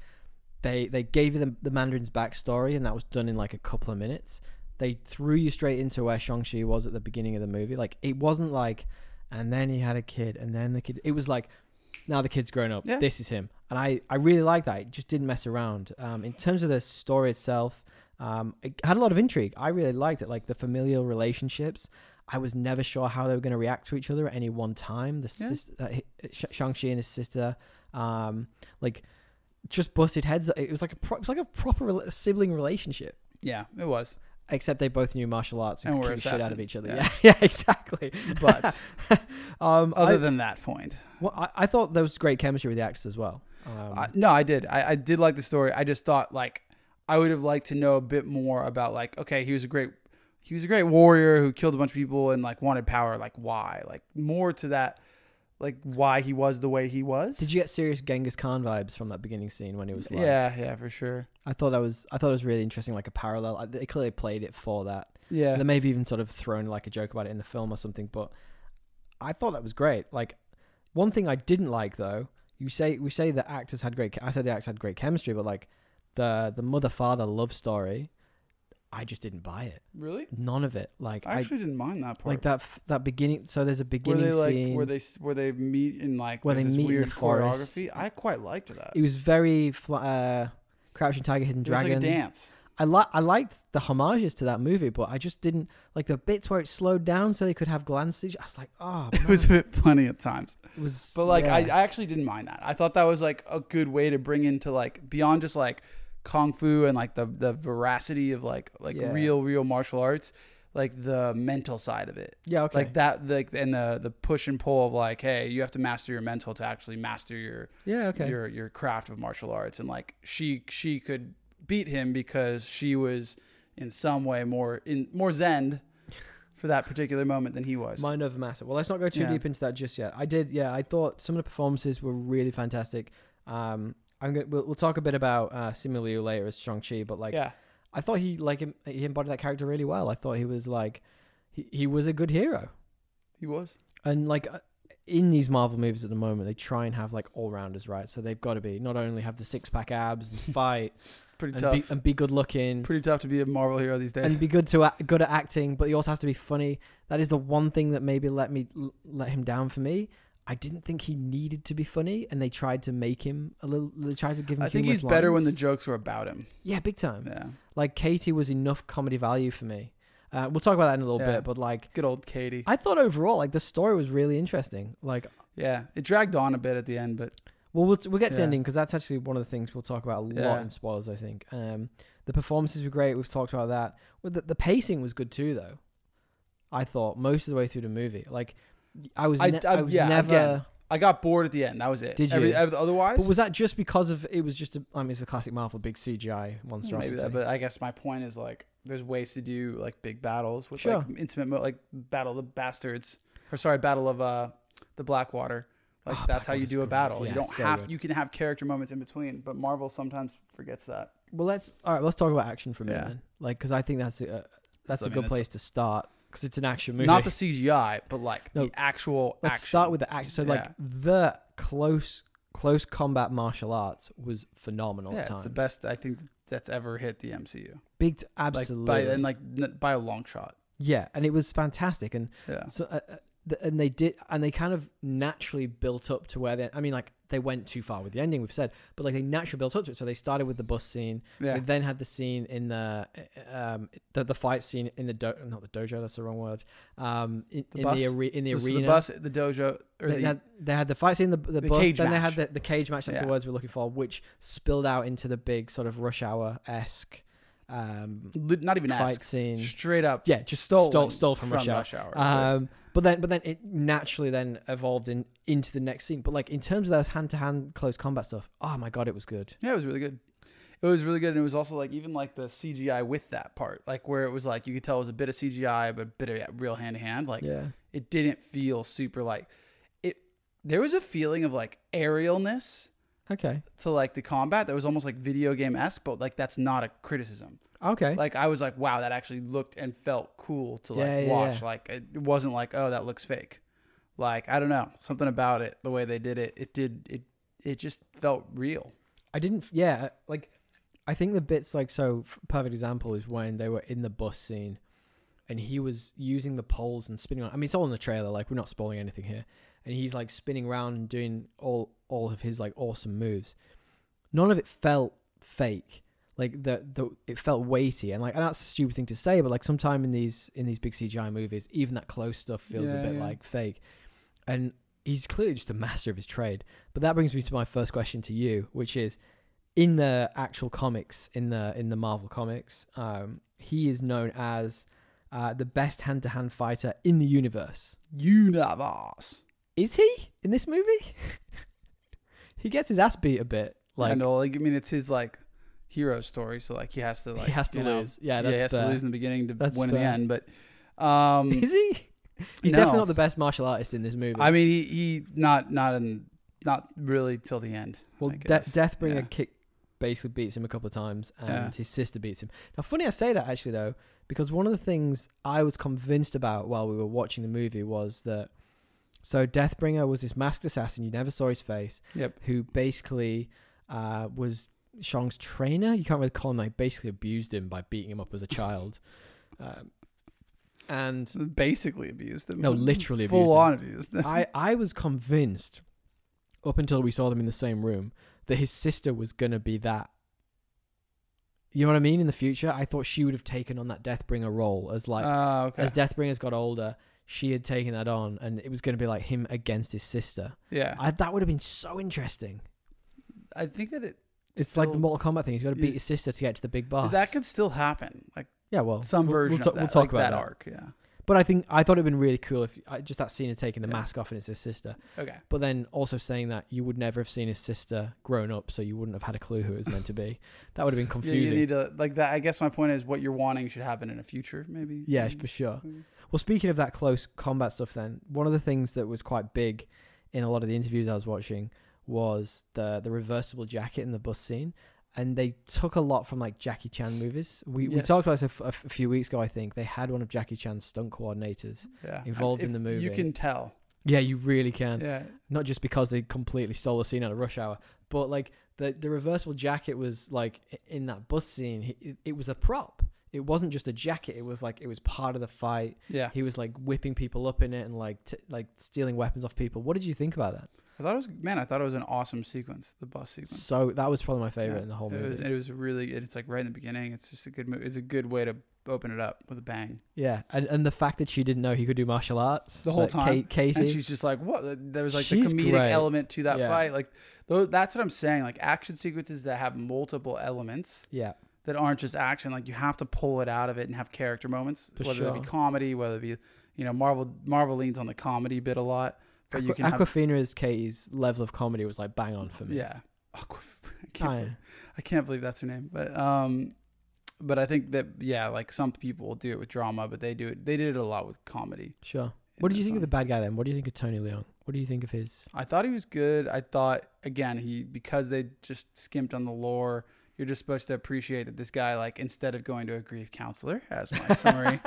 Speaker 1: they they gave you the, the Mandarin's backstory and that was done in like a couple of minutes. They threw you straight into where Shang-Chi was at the beginning of the movie. Like it wasn't like and then he had a kid and then the kid it was like now the kid's grown up.
Speaker 2: Yeah.
Speaker 1: This is him. And I, I really like that. It just didn't mess around. Um, in terms of the story itself, um, it had a lot of intrigue. I really liked it. Like the familial relationships. I was never sure how they were going to react to each other at any one time. The
Speaker 2: Yeah.
Speaker 1: sis- uh, hi- Sh- Shang-Chi and his sister, um, like just busted heads. It was like a pro- it was like a proper rela- sibling relationship.
Speaker 2: yeah, it was.
Speaker 1: [LAUGHS] Except they both knew martial arts and,
Speaker 2: And were
Speaker 1: kicked shit out of
Speaker 2: assassins,
Speaker 1: each other. Yeah,
Speaker 2: yeah.
Speaker 1: [LAUGHS] yeah,
Speaker 2: [LAUGHS]
Speaker 1: exactly.
Speaker 2: But
Speaker 1: um,
Speaker 2: other
Speaker 1: I,
Speaker 2: than that point,
Speaker 1: well, I, I thought there was great chemistry with the actors as well. Um,
Speaker 2: I, no, I did. I, I did like the story. I just thought like I would have liked to know a bit more about like okay, he was a great he was a great warrior who killed a bunch of people and like wanted power. Like why? Like more to that. Like why he was the way he was.
Speaker 1: Did you get serious Genghis Khan vibes from that beginning scene when it was like?
Speaker 2: yeah, yeah, for sure.
Speaker 1: I thought that was I thought it was really interesting, like a parallel. I- They clearly played it for that.
Speaker 2: Yeah,
Speaker 1: They may have even sort of thrown like a joke about it in the film or something. But I thought that was great. Like one thing I didn't like though, you say we say the actors had great. che- I said the actors had great chemistry, but like the the mother father love story. I just didn't buy it.
Speaker 2: Really?
Speaker 1: None of it. Like
Speaker 2: I
Speaker 1: I,
Speaker 2: actually didn't mind that part.
Speaker 1: like that f- that beginning. So there's a
Speaker 2: where
Speaker 1: beginning
Speaker 2: they like
Speaker 1: scene.
Speaker 2: where they s- where they meet in like
Speaker 1: Where
Speaker 2: there's
Speaker 1: they
Speaker 2: this
Speaker 1: meet in the
Speaker 2: weird
Speaker 1: forest.
Speaker 2: choreography. I quite liked that.
Speaker 1: it was very fl- uh, Crouching Tiger, Hidden
Speaker 2: uh, It was
Speaker 1: Dragon.
Speaker 2: like a dance. [LAUGHS]
Speaker 1: I li- I liked the homages to that movie, but I just didn't like the bits where it slowed down so they could have glances. I was like, oh,
Speaker 2: [LAUGHS] It was a bit funny at times,
Speaker 1: it was
Speaker 2: but like I,
Speaker 1: yeah.
Speaker 2: I actually didn't mind that. I thought that was like a good way to bring into like beyond just like kung fu and like the the veracity of like like
Speaker 1: Yeah.
Speaker 2: real real martial arts, like the mental side of it.
Speaker 1: yeah okay
Speaker 2: Like that, like and the the push and pull of like, hey, you have to master your mental to actually master your
Speaker 1: yeah okay
Speaker 2: your your craft of martial arts and like she she could beat him because she was in some way more in more zen for that particular moment than he was
Speaker 1: Mind over matter. Well, let's not go too
Speaker 2: Yeah.
Speaker 1: deep into that just yet. I did, yeah. I thought some of the performances were really fantastic. Um, I'm gonna we'll, we'll talk a bit about uh, Simu Liu later as Shang Chi, but like,
Speaker 2: yeah
Speaker 1: I thought he like em- he embodied that character really well. I thought he was like, he, he was a good hero,
Speaker 2: he was
Speaker 1: and like. uh, In these Marvel movies at the moment, they try and have like all rounders, right? So they've got to be not only have the six pack abs and
Speaker 2: [LAUGHS]
Speaker 1: fight
Speaker 2: pretty
Speaker 1: and,
Speaker 2: tough
Speaker 1: be, and be good looking,
Speaker 2: [LAUGHS] pretty tough to be a marvel hero these days
Speaker 1: and be good to act, good at acting, but you also have to be funny. That is the one thing that maybe let me l- let him down for me. I didn't think he needed to be funny, and they tried to make him a little. They tried to give him.
Speaker 2: i think
Speaker 1: humorous
Speaker 2: he's better when the
Speaker 1: lines.
Speaker 2: jokes were about him
Speaker 1: yeah, big time.
Speaker 2: yeah
Speaker 1: Like Katie was enough comedy value for me. Uh, we'll talk about that in a little
Speaker 2: Yeah.
Speaker 1: bit, but like
Speaker 2: good old katie
Speaker 1: I thought overall, like the story was really interesting. Like,
Speaker 2: yeah it dragged on a bit at the end but
Speaker 1: well, we'll we'll get to the
Speaker 2: Yeah.
Speaker 1: ending because that's actually one of the things we'll talk about a lot
Speaker 2: Yeah.
Speaker 1: in spoilers. I think um, the performances were great. We've talked about that. Well, the, the pacing was good too, though. I thought most of the way through the movie, like I was,
Speaker 2: I-
Speaker 1: ne-
Speaker 2: I-
Speaker 1: I was
Speaker 2: yeah,
Speaker 1: never.
Speaker 2: again. i got bored at the end that was it
Speaker 1: Did you?
Speaker 2: ev- otherwise
Speaker 1: But was that just because of it was just? A, I mean, it's a classic Marvel, big CGI monstrosity.
Speaker 2: Maybe that, but I guess my point is like there's ways to do like big battles with
Speaker 1: Sure.
Speaker 2: like intimate mo- like battle of the bastards or sorry battle of uh the Blackwater. Like
Speaker 1: Ah,
Speaker 2: that's how you
Speaker 1: Blackwater's
Speaker 2: do a
Speaker 1: great.
Speaker 2: battle.
Speaker 1: Yeah,
Speaker 2: you don't
Speaker 1: it's so
Speaker 2: have
Speaker 1: good.
Speaker 2: you can have character moments in between, but Marvel sometimes forgets that.
Speaker 1: well, let's all right. Let's talk about action for a minute,
Speaker 2: Yeah.
Speaker 1: then. like because I think that's a, uh, that's
Speaker 2: I
Speaker 1: a
Speaker 2: mean,
Speaker 1: good
Speaker 2: it's-
Speaker 1: place to start because it's an action movie.
Speaker 2: Not the CGI, but like
Speaker 1: No.
Speaker 2: the actual
Speaker 1: Let's
Speaker 2: action.
Speaker 1: start with the action. So like
Speaker 2: Yeah.
Speaker 1: the close close combat martial arts was phenomenal.
Speaker 2: yeah,
Speaker 1: at
Speaker 2: it's the
Speaker 1: times.
Speaker 2: best I think that's ever hit the MCU.
Speaker 1: Big t-
Speaker 2: Like
Speaker 1: absolutely.
Speaker 2: by and like n- by a long shot.
Speaker 1: yeah, and it was fantastic. And
Speaker 2: Yeah.
Speaker 1: so uh, uh, th- and they did and they kind of naturally built up to where they. I mean, like they went too far with the ending. We've said, but like they naturally built up to it. So they started with the bus scene.
Speaker 2: Yeah.
Speaker 1: They then had the scene in the uh, um the, the fight scene in the do- not the dojo. That's the wrong word. Um, in
Speaker 2: The
Speaker 1: in
Speaker 2: bus?
Speaker 1: the, are- in the
Speaker 2: This is
Speaker 1: arena.
Speaker 2: the bus, the dojo, or
Speaker 1: they,
Speaker 2: the,
Speaker 1: had, they had the fight scene, the, the,
Speaker 2: the
Speaker 1: bus,
Speaker 2: cage
Speaker 1: then
Speaker 2: match.
Speaker 1: they had the, the cage match. That's the
Speaker 2: Yeah.
Speaker 1: words we're looking for, which spilled out into the big sort of rush hour esque um,
Speaker 2: li- not even
Speaker 1: fight
Speaker 2: ask,
Speaker 1: scene.
Speaker 2: straight up
Speaker 1: Yeah, just
Speaker 2: stolen
Speaker 1: stole stole from, rush hour.
Speaker 2: Rush Hour.
Speaker 1: Um, but then, but then it naturally then evolved in into the next scene. But like in terms of those hand to hand close combat stuff, oh my god, it was good.
Speaker 2: Yeah, it was really good. It was really good, and it was also like even like the CGI with that part, like where it was like you could tell it was a bit of CGI, but a bit of real hand to hand. Like
Speaker 1: yeah,
Speaker 2: it didn't feel super like it. There was a feeling of like aerialness
Speaker 1: okay,
Speaker 2: to like the combat that was almost like video game esque, but like that's not a criticism.
Speaker 1: okay,
Speaker 2: Like I was like, wow, that actually looked and felt cool to like
Speaker 1: Yeah, yeah,
Speaker 2: watch.
Speaker 1: yeah.
Speaker 2: Like it wasn't like oh that looks fake. Like I don't know something about it, the way they did it, it did it. It just felt real.
Speaker 1: I didn't. Yeah, uh, like I think the bits like so f- perfect example is when they were in the bus scene, and he was using the poles and spinning. around. I mean, it's all in the trailer. Like we're not spoiling anything here, and he's like spinning around and doing all all of his like awesome moves. None of it felt fake. Like the the it felt weighty and like and that's a stupid thing to say, but like sometime in these in these big CGI movies, even that close stuff feels a
Speaker 2: Yeah,
Speaker 1: bit
Speaker 2: yeah.
Speaker 1: like fake. And he's clearly just a master of his trade. But that brings me to my first question to you, which is in the actual comics, in the in the Marvel comics, um, he is known as uh, the best hand to hand fighter in the universe.
Speaker 2: Universe.
Speaker 1: Is he in this movie? [LAUGHS] he gets his ass beat a bit.
Speaker 2: Like,
Speaker 1: Like
Speaker 2: I know, like I mean, it's his like hero story, so like he has to like
Speaker 1: he has to
Speaker 2: you know,
Speaker 1: lose. Yeah,
Speaker 2: yeah,
Speaker 1: that's
Speaker 2: he has
Speaker 1: fair.
Speaker 2: to lose in the beginning to
Speaker 1: That's
Speaker 2: win
Speaker 1: fair.
Speaker 2: in the end.
Speaker 1: [LAUGHS]
Speaker 2: But um,
Speaker 1: Is he? He's
Speaker 2: no.
Speaker 1: definitely not the best martial artist in this movie.
Speaker 2: I mean, he, he not not in not really till the end.
Speaker 1: well,
Speaker 2: I
Speaker 1: De-
Speaker 2: guess.
Speaker 1: Deathbringer
Speaker 2: Yeah.
Speaker 1: kick basically beats him a couple of times, and
Speaker 2: Yeah.
Speaker 1: his sister beats him. Now, funny I say that actually though, because one of the things I was convinced about while we were watching the movie was that so Deathbringer was this masked assassin you never saw his face,
Speaker 2: Yep.
Speaker 1: who basically uh, was Shang's trainer. You can't really call him. Like basically abused him by beating him up as a child, [LAUGHS] um, and
Speaker 2: Basically abused them.
Speaker 1: No, literally
Speaker 2: Full
Speaker 1: abused
Speaker 2: on abused them.
Speaker 1: I I was convinced up until we saw them in the same room that his sister was gonna be that. You know what I mean? In the future, I thought she would have taken on that Deathbringer role as [LAUGHS] like
Speaker 2: [LAUGHS] Ah, okay.
Speaker 1: as Deathbringers got older, she had taken that on, and it was gonna be like him against his sister.
Speaker 2: yeah.
Speaker 1: I, that would have been so interesting.
Speaker 2: I, think that it.
Speaker 1: It's like the
Speaker 2: still-
Speaker 1: Mortal Kombat thing. He's got to
Speaker 2: Yeah.
Speaker 1: beat his sister to get to the big boss.
Speaker 2: that could still happen. Like
Speaker 1: yeah, well,
Speaker 2: some
Speaker 1: we'll- we'll
Speaker 2: version
Speaker 1: ta-
Speaker 2: of that.
Speaker 1: We'll talk
Speaker 2: like
Speaker 1: about
Speaker 2: that,
Speaker 1: that.
Speaker 2: arc. Yeah.
Speaker 1: But I think I thought it'd been really cool if I, just that scene of taking the
Speaker 2: Yeah.
Speaker 1: mask off and it's his sister.
Speaker 2: Okay.
Speaker 1: But then also saying that you would never have seen his sister grown up, so you wouldn't have had a clue who it was meant to be. That would have been
Speaker 2: [LAUGHS] Yeah, you
Speaker 1: confusing.
Speaker 2: need to like that. I guess my point is what you're wanting should happen in a future, maybe.
Speaker 1: Yeah,
Speaker 2: Mm.
Speaker 1: for sure.
Speaker 2: Mm.
Speaker 1: Well, speaking of that close combat stuff, then one of the things that was quite big in a lot of the interviews I was watching was the the reversible jacket in the bus scene, and they took a lot from like Jackie Chan movies. We we
Speaker 2: Yes.
Speaker 1: talked about this a f- a f- a few weeks ago, I think. They had one of Jackie Chan's stunt coordinators.
Speaker 2: Yeah.
Speaker 1: Involved
Speaker 2: If
Speaker 1: in the
Speaker 2: You
Speaker 1: movie.
Speaker 2: can tell.
Speaker 1: Yeah, you really can.
Speaker 2: Yeah.
Speaker 1: Not just because they completely stole the scene out of Rush Hour, but like the the reversible jacket was like i- in that bus scene. he- It, it was a prop. It wasn't just a jacket. It was like it was part of the fight
Speaker 2: Yeah.
Speaker 1: he was like whipping people up in it and like t- like stealing weapons off people. What did you think about that?
Speaker 2: I thought it was man. I thought it was an awesome sequence. The bus sequence.
Speaker 1: So that was probably my favorite
Speaker 2: Yeah.
Speaker 1: in the whole
Speaker 2: it
Speaker 1: movie.
Speaker 2: Was, it was really. It's like right in the beginning. It's just a good movie. It's a good way to open it up with a bang.
Speaker 1: yeah, and and the fact that she didn't know he could do martial arts
Speaker 2: The whole
Speaker 1: like
Speaker 2: time.
Speaker 1: Kate, Casey.
Speaker 2: And she's just like, what? There was like
Speaker 1: She's
Speaker 2: the comedic
Speaker 1: great.
Speaker 2: element to that
Speaker 1: Yeah.
Speaker 2: fight. Like, tho- that's what I'm saying. Like, action sequences that have multiple elements
Speaker 1: yeah,
Speaker 2: that aren't just action. Like, you have to pull it out of it and have character moments,
Speaker 1: For
Speaker 2: whether it
Speaker 1: sure.
Speaker 2: be comedy, whether it be, you know, Marvel. Marvel leans on the comedy bit a lot, but you
Speaker 1: Aqua-
Speaker 2: can have,
Speaker 1: Aquafina is Katie's level of comedy was like bang on for me.
Speaker 2: yeah. Aqua- I can't,
Speaker 1: Kinda.
Speaker 2: believe, I can't believe that's her name, but um, but I think that yeah, like some people do it with drama, but they do it. They did it a lot with comedy.
Speaker 1: sure. What did you
Speaker 2: this
Speaker 1: think
Speaker 2: one.
Speaker 1: of the bad guy then? What do you think of Tony Leung? What do you think of his?
Speaker 2: I thought he was good. I thought again he because they just skimped on the lore. You're just supposed to appreciate that this guy like instead of going to a grief counselor as
Speaker 1: [LAUGHS]
Speaker 2: my summary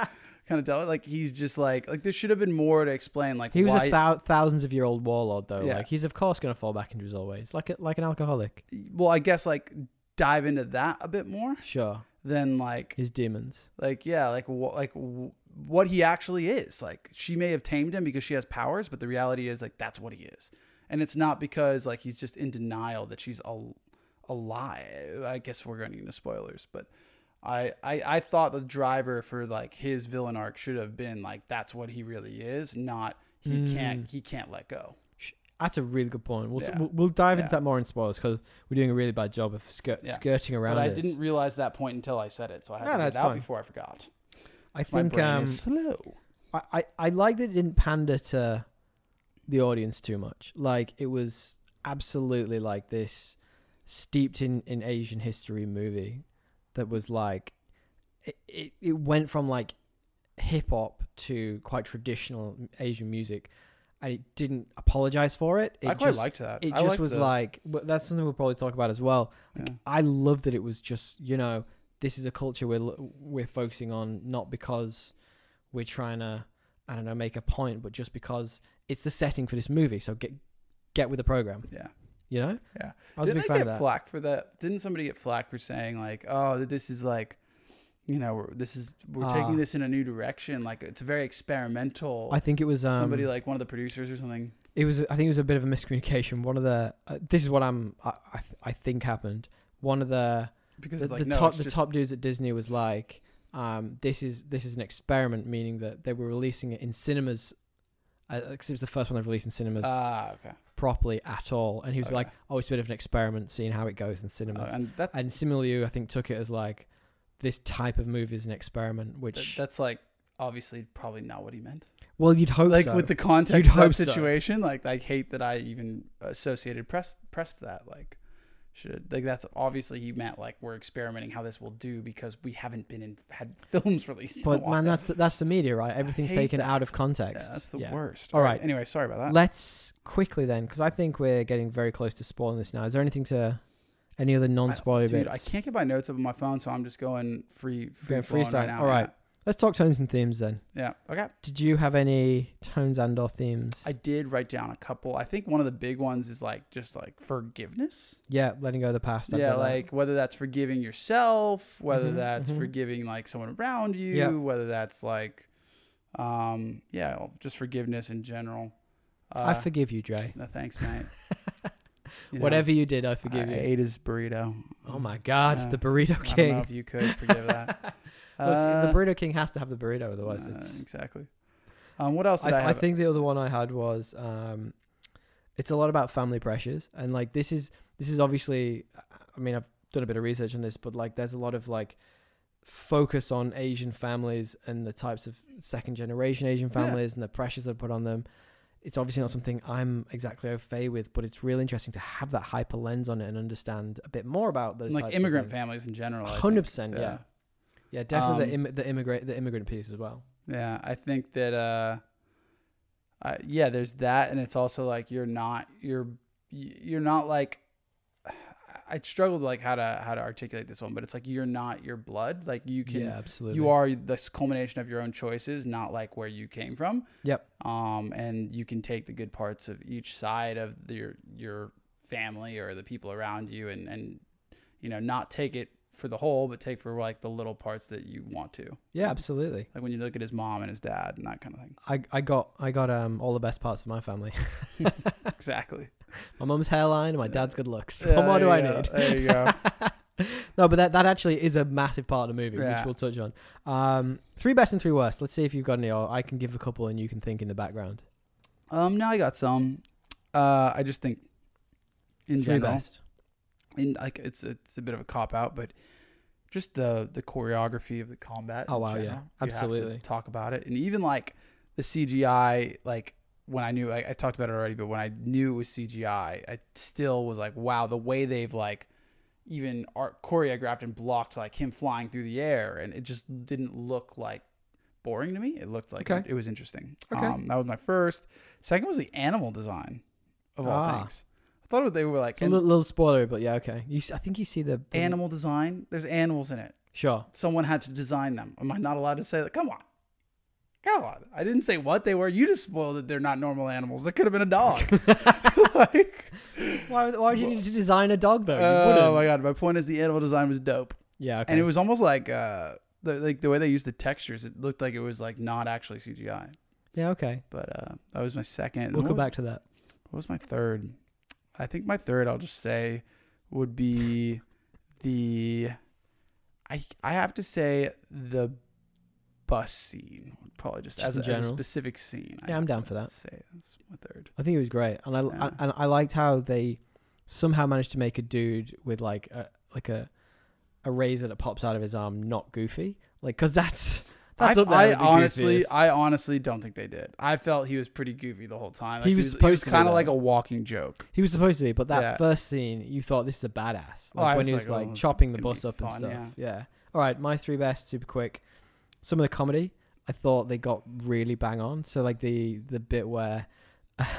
Speaker 2: kind of dealt like he's just like like there should have been more to explain like
Speaker 1: He was
Speaker 2: why
Speaker 1: a thou- thousands of year old warlord though.
Speaker 2: Yeah.
Speaker 1: Like he's of course gonna fall back into his old ways, like a, like an alcoholic.
Speaker 2: well I guess like dive into that a bit more
Speaker 1: Sure,
Speaker 2: than like
Speaker 1: his demons.
Speaker 2: like yeah like wh- like wh- what he actually is like she may have tamed him because she has powers but the reality is like that's what he is and it's not because like he's just in denial that she's a, a lie i guess we're going into spoilers but I, I i thought the driver for like his villain arc should have been like that's what he really is not he
Speaker 1: Hmm.
Speaker 2: can't he can't let go
Speaker 1: Sh- That's a really good point. We'll, t-
Speaker 2: Yeah.
Speaker 1: we'll, we'll dive into
Speaker 2: Yeah.
Speaker 1: that more in spoilers because we're doing a really bad job of skir-
Speaker 2: Yeah.
Speaker 1: skirting around
Speaker 2: but i
Speaker 1: it.
Speaker 2: didn't realize that point until i said it so i had
Speaker 1: No,
Speaker 2: to
Speaker 1: no,
Speaker 2: get it
Speaker 1: it's
Speaker 2: out
Speaker 1: fine.
Speaker 2: before i forgot
Speaker 1: I
Speaker 2: my
Speaker 1: think
Speaker 2: brain
Speaker 1: um,
Speaker 2: is slow
Speaker 1: I, I, I like that it didn't pander to the audience too much. Like it was absolutely like this steeped in, in Asian history movie that was like it, it, it went from like hip hop to quite traditional Asian music and it didn't apologize for it. it
Speaker 2: i quite
Speaker 1: just,
Speaker 2: liked that
Speaker 1: it
Speaker 2: I
Speaker 1: just
Speaker 2: liked
Speaker 1: was
Speaker 2: the-
Speaker 1: like well, that's something we'll probably talk about as well.
Speaker 2: yeah.
Speaker 1: I love that it was just you know this is a culture we're l- we're focusing on not because we're trying to I don't know make a point, but just because it's the setting for this movie. So get get with the program,
Speaker 2: yeah
Speaker 1: you know.
Speaker 2: Yeah.
Speaker 1: I was a
Speaker 2: Didn't
Speaker 1: big
Speaker 2: I
Speaker 1: fan
Speaker 2: get
Speaker 1: of that.
Speaker 2: flack for that? Didn't somebody get flack for saying like, "Oh, that this is like, you know, we're, this is we're
Speaker 1: Ah.
Speaker 2: taking this in a new direction. Like, it's very experimental."
Speaker 1: I think it was um,
Speaker 2: somebody like one of the producers or something.
Speaker 1: it was I think it was a bit of a miscommunication. One of the uh, this is what I'm I I, th- I think happened. One of the
Speaker 2: Because
Speaker 1: the,
Speaker 2: it's like
Speaker 1: the
Speaker 2: no,
Speaker 1: top
Speaker 2: it's
Speaker 1: the
Speaker 2: just-
Speaker 1: top dudes at Disney was like, um, this is this is an experiment, meaning that they were releasing it in cinemas. Because it was the first one they released in cinemas
Speaker 2: Ah, okay.
Speaker 1: properly at all, and he was
Speaker 2: okay.
Speaker 1: like, "Oh, it's a bit of an experiment, seeing how it goes in
Speaker 2: Oh,
Speaker 1: cinemas."
Speaker 2: and that,
Speaker 1: and similarly, I think took it as like, "This type of movie is an experiment,"
Speaker 2: that
Speaker 1: which
Speaker 2: that's like obviously probably not what he meant.
Speaker 1: well, you'd hope
Speaker 2: Like
Speaker 1: so.
Speaker 2: with the context
Speaker 1: You'd
Speaker 2: of that
Speaker 1: hope so.
Speaker 2: situation, like I hate that I even associated press pressed that like. Should, like that's obviously he meant like we're experimenting how this will do because we haven't been in had films [LAUGHS] released. in a
Speaker 1: but
Speaker 2: while.
Speaker 1: man, that's that's the media, right? Everything's
Speaker 2: hate
Speaker 1: taken
Speaker 2: that.
Speaker 1: out of context.
Speaker 2: Yeah, that's the
Speaker 1: Yeah.
Speaker 2: worst.
Speaker 1: All right.
Speaker 2: Anyway, sorry about that.
Speaker 1: Let's quickly then, because I think we're getting very close to spoiling this now. Is there anything to any other non-spoiler
Speaker 2: Dude,
Speaker 1: bits?
Speaker 2: I can't get my notes up on my phone, so I'm just going free, free
Speaker 1: Going freestyle.
Speaker 2: Right now,
Speaker 1: All right.
Speaker 2: yeah.
Speaker 1: Let's talk tones and themes then.
Speaker 2: Yeah. Okay.
Speaker 1: Did you have any tones and or themes?
Speaker 2: I did write down a couple. I think one of the big ones is like just like forgiveness.
Speaker 1: yeah, letting go of the past. I've
Speaker 2: yeah,
Speaker 1: got that.
Speaker 2: like whether that's forgiving yourself, whether
Speaker 1: Mhm,
Speaker 2: that's
Speaker 1: mhm.
Speaker 2: forgiving like someone around you,
Speaker 1: Yeah.
Speaker 2: whether that's like, um, yeah, well, just forgiveness in general. Uh,
Speaker 1: I forgive you, Dre.
Speaker 2: no, thanks,
Speaker 1: [LAUGHS]
Speaker 2: mate. You know,
Speaker 1: Whatever you did, I forgive
Speaker 2: I
Speaker 1: you.
Speaker 2: ate his burrito.
Speaker 1: oh my God,
Speaker 2: Yeah.
Speaker 1: the burrito
Speaker 2: I don't know
Speaker 1: king.
Speaker 2: if you could forgive that.
Speaker 1: [LAUGHS] Look,
Speaker 2: Uh,
Speaker 1: the burrito king has to have the burrito, otherwise
Speaker 2: uh,
Speaker 1: it's.
Speaker 2: exactly. Um, what else did I,
Speaker 1: I, I
Speaker 2: have?
Speaker 1: think the other one I had was um, it's a lot about family pressures, and like this is this is obviously, I mean, I've done a bit of research on this, but like there's a lot of like focus on Asian families and the types of second generation Asian
Speaker 2: Yeah.
Speaker 1: families and the pressures that are put on them. It's obviously not something I'm exactly au fait with, but it's really interesting to have that hyper lens on it and understand a bit more about those
Speaker 2: like
Speaker 1: types
Speaker 2: immigrant
Speaker 1: of things.
Speaker 2: families in general. I think.
Speaker 1: Hundred percent, yeah, yeah, definitely the,
Speaker 2: Um,
Speaker 1: Im- the immigrant the immigrant piece as well.
Speaker 2: Yeah, I think that uh, I, yeah, there's that, and it's also like you're not you're you're not like [SIGHS] I struggled like how to how to articulate this one, but it's like you're not your blood. Like you can
Speaker 1: yeah, absolutely.
Speaker 2: you are the culmination of your own choices, not like where you came from.
Speaker 1: Yep.
Speaker 2: Um, and you can take the good parts of each side of the- your your family or the people around you, and and you know not take it for the whole, but take for like the little parts that you want to.
Speaker 1: yeah, absolutely.
Speaker 2: Like when you look at his mom and his dad and that kind
Speaker 1: [LAUGHS]
Speaker 2: of thing.
Speaker 1: I, I got I got um all the best parts of my family. [LAUGHS]
Speaker 2: Exactly.
Speaker 1: my mum's hairline and my dad's good looks.
Speaker 2: Yeah,
Speaker 1: what more
Speaker 2: there
Speaker 1: do I
Speaker 2: you go. [LAUGHS]
Speaker 1: need?
Speaker 2: There you
Speaker 1: [LAUGHS]
Speaker 2: go.
Speaker 1: no, but that, that actually is a massive part of the movie,
Speaker 2: Yeah.
Speaker 1: which we'll touch on. Um, three best and three worst. Let's see if you've got any. Or I can give a couple, and you can think in the background.
Speaker 2: Um, now I got some. Uh, I just think in
Speaker 1: three
Speaker 2: general,
Speaker 1: best.
Speaker 2: in like it's it's a bit of a cop out, but just the the choreography of the combat.
Speaker 1: Oh,
Speaker 2: in
Speaker 1: wow, yeah.
Speaker 2: general. You have to
Speaker 1: Absolutely.
Speaker 2: talk about it, and even like the CGI, like. When I knew, I, I talked about it already, but when I knew it was CGI, I still was like, "Wow, the way they've like even art choreographed and blocked like him flying through the air and it just didn't look like boring to me it looked like
Speaker 1: Okay.
Speaker 2: it was interesting
Speaker 1: Okay.
Speaker 2: um, that was my first second was the animal design of all
Speaker 1: Ah.
Speaker 2: things i thought they were like
Speaker 1: It's a
Speaker 2: an-
Speaker 1: little, little spoiler, but yeah, okay. You s- I think you see the, the
Speaker 2: animal design there's animals in it [LAUGHS]
Speaker 1: Sure. [LAUGHS]
Speaker 2: someone had to design them am i not allowed to say that come on come on i didn't say what they were you just spoiled that they're not normal animals that could have been
Speaker 1: [LAUGHS]
Speaker 2: a dog [LAUGHS] like
Speaker 1: Why would- why would you need to design a dog though? You
Speaker 2: oh
Speaker 1: wouldn't.
Speaker 2: my god my point is the animal design was dope
Speaker 1: yeah. Okay.
Speaker 2: and it was almost like uh the, like the way they used the textures it looked like it was like not actually cgi
Speaker 1: yeah. Okay.
Speaker 2: but uh that was my second And
Speaker 1: We'll
Speaker 2: what
Speaker 1: come
Speaker 2: was,
Speaker 1: back to that.
Speaker 2: what was my third i think my third i'll just say would be the i i have to say the bus scene probably just,
Speaker 1: Just
Speaker 2: as,
Speaker 1: in
Speaker 2: a, as a
Speaker 1: general?
Speaker 2: specific scene I
Speaker 1: Yeah, I'm
Speaker 2: have
Speaker 1: down
Speaker 2: to
Speaker 1: for that.
Speaker 2: say that's my third
Speaker 1: I think it was great, and I,
Speaker 2: Yeah.
Speaker 1: I and I liked how they somehow managed to make a dude with like a like a a razor that pops out of his arm not goofy, like because that's that's
Speaker 2: I,
Speaker 1: up there
Speaker 2: I
Speaker 1: with the
Speaker 2: honestly,
Speaker 1: goofiest.
Speaker 2: I honestly don't think they did. I felt he was pretty goofy the whole time. Like,
Speaker 1: He was
Speaker 2: he
Speaker 1: supposed
Speaker 2: was
Speaker 1: to be
Speaker 2: kind
Speaker 1: that.
Speaker 2: of like a walking joke.
Speaker 1: he was supposed to be, but that
Speaker 2: Yeah.
Speaker 1: first scene you thought this is a badass,
Speaker 2: Oh,
Speaker 1: like when
Speaker 2: I was
Speaker 1: he was
Speaker 2: like, oh,
Speaker 1: like
Speaker 2: it's
Speaker 1: chopping the
Speaker 2: gonna be
Speaker 1: bus up and
Speaker 2: fun,
Speaker 1: stuff.
Speaker 2: yeah.
Speaker 1: Yeah. All right, my three best, super quick. Some of the comedy I thought they got really bang on. So like the the bit where.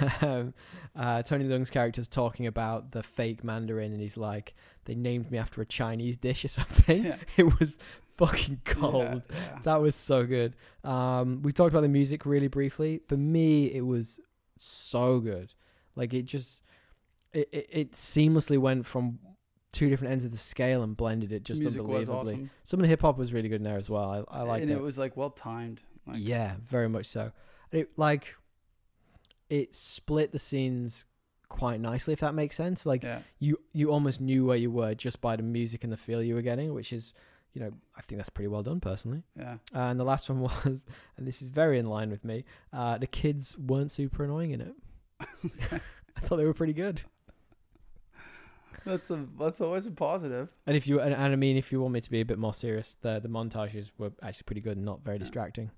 Speaker 1: [LAUGHS] um, uh, Tony Leung's character's talking about the fake Mandarin, and he's like, "They named me after a Chinese dish or something."
Speaker 2: [LAUGHS] Yeah.
Speaker 1: It was fucking [LAUGHS]
Speaker 2: Yeah,
Speaker 1: cold.
Speaker 2: yeah.
Speaker 1: That was so good. Um, we talked about the music really briefly. For me, it was so good. Like it just, it, it, it seamlessly went from two different ends of the scale and blended it just
Speaker 2: music was
Speaker 1: unbelievably.
Speaker 2: awesome.
Speaker 1: Some of the hip hop was really good in there as well. I, I liked
Speaker 2: and
Speaker 1: it.
Speaker 2: it. was like well timed. Like,
Speaker 1: yeah, very much so. And it like, it split the scenes quite nicely, if that makes sense. Like
Speaker 2: yeah,
Speaker 1: you you almost knew where you were just by the music and the feel you were getting, which is, you know, I think that's pretty well done personally.
Speaker 2: yeah.
Speaker 1: Uh, and the last one [LAUGHS] was, and this is very in line with me, uh, the kids weren't super annoying in it. [LAUGHS] I thought they were pretty good.
Speaker 2: That's a that's always a positive.
Speaker 1: And if you and, and I mean, if you want me to be a bit more serious, the the montages were actually pretty good and not very
Speaker 2: Yeah.
Speaker 1: distracting.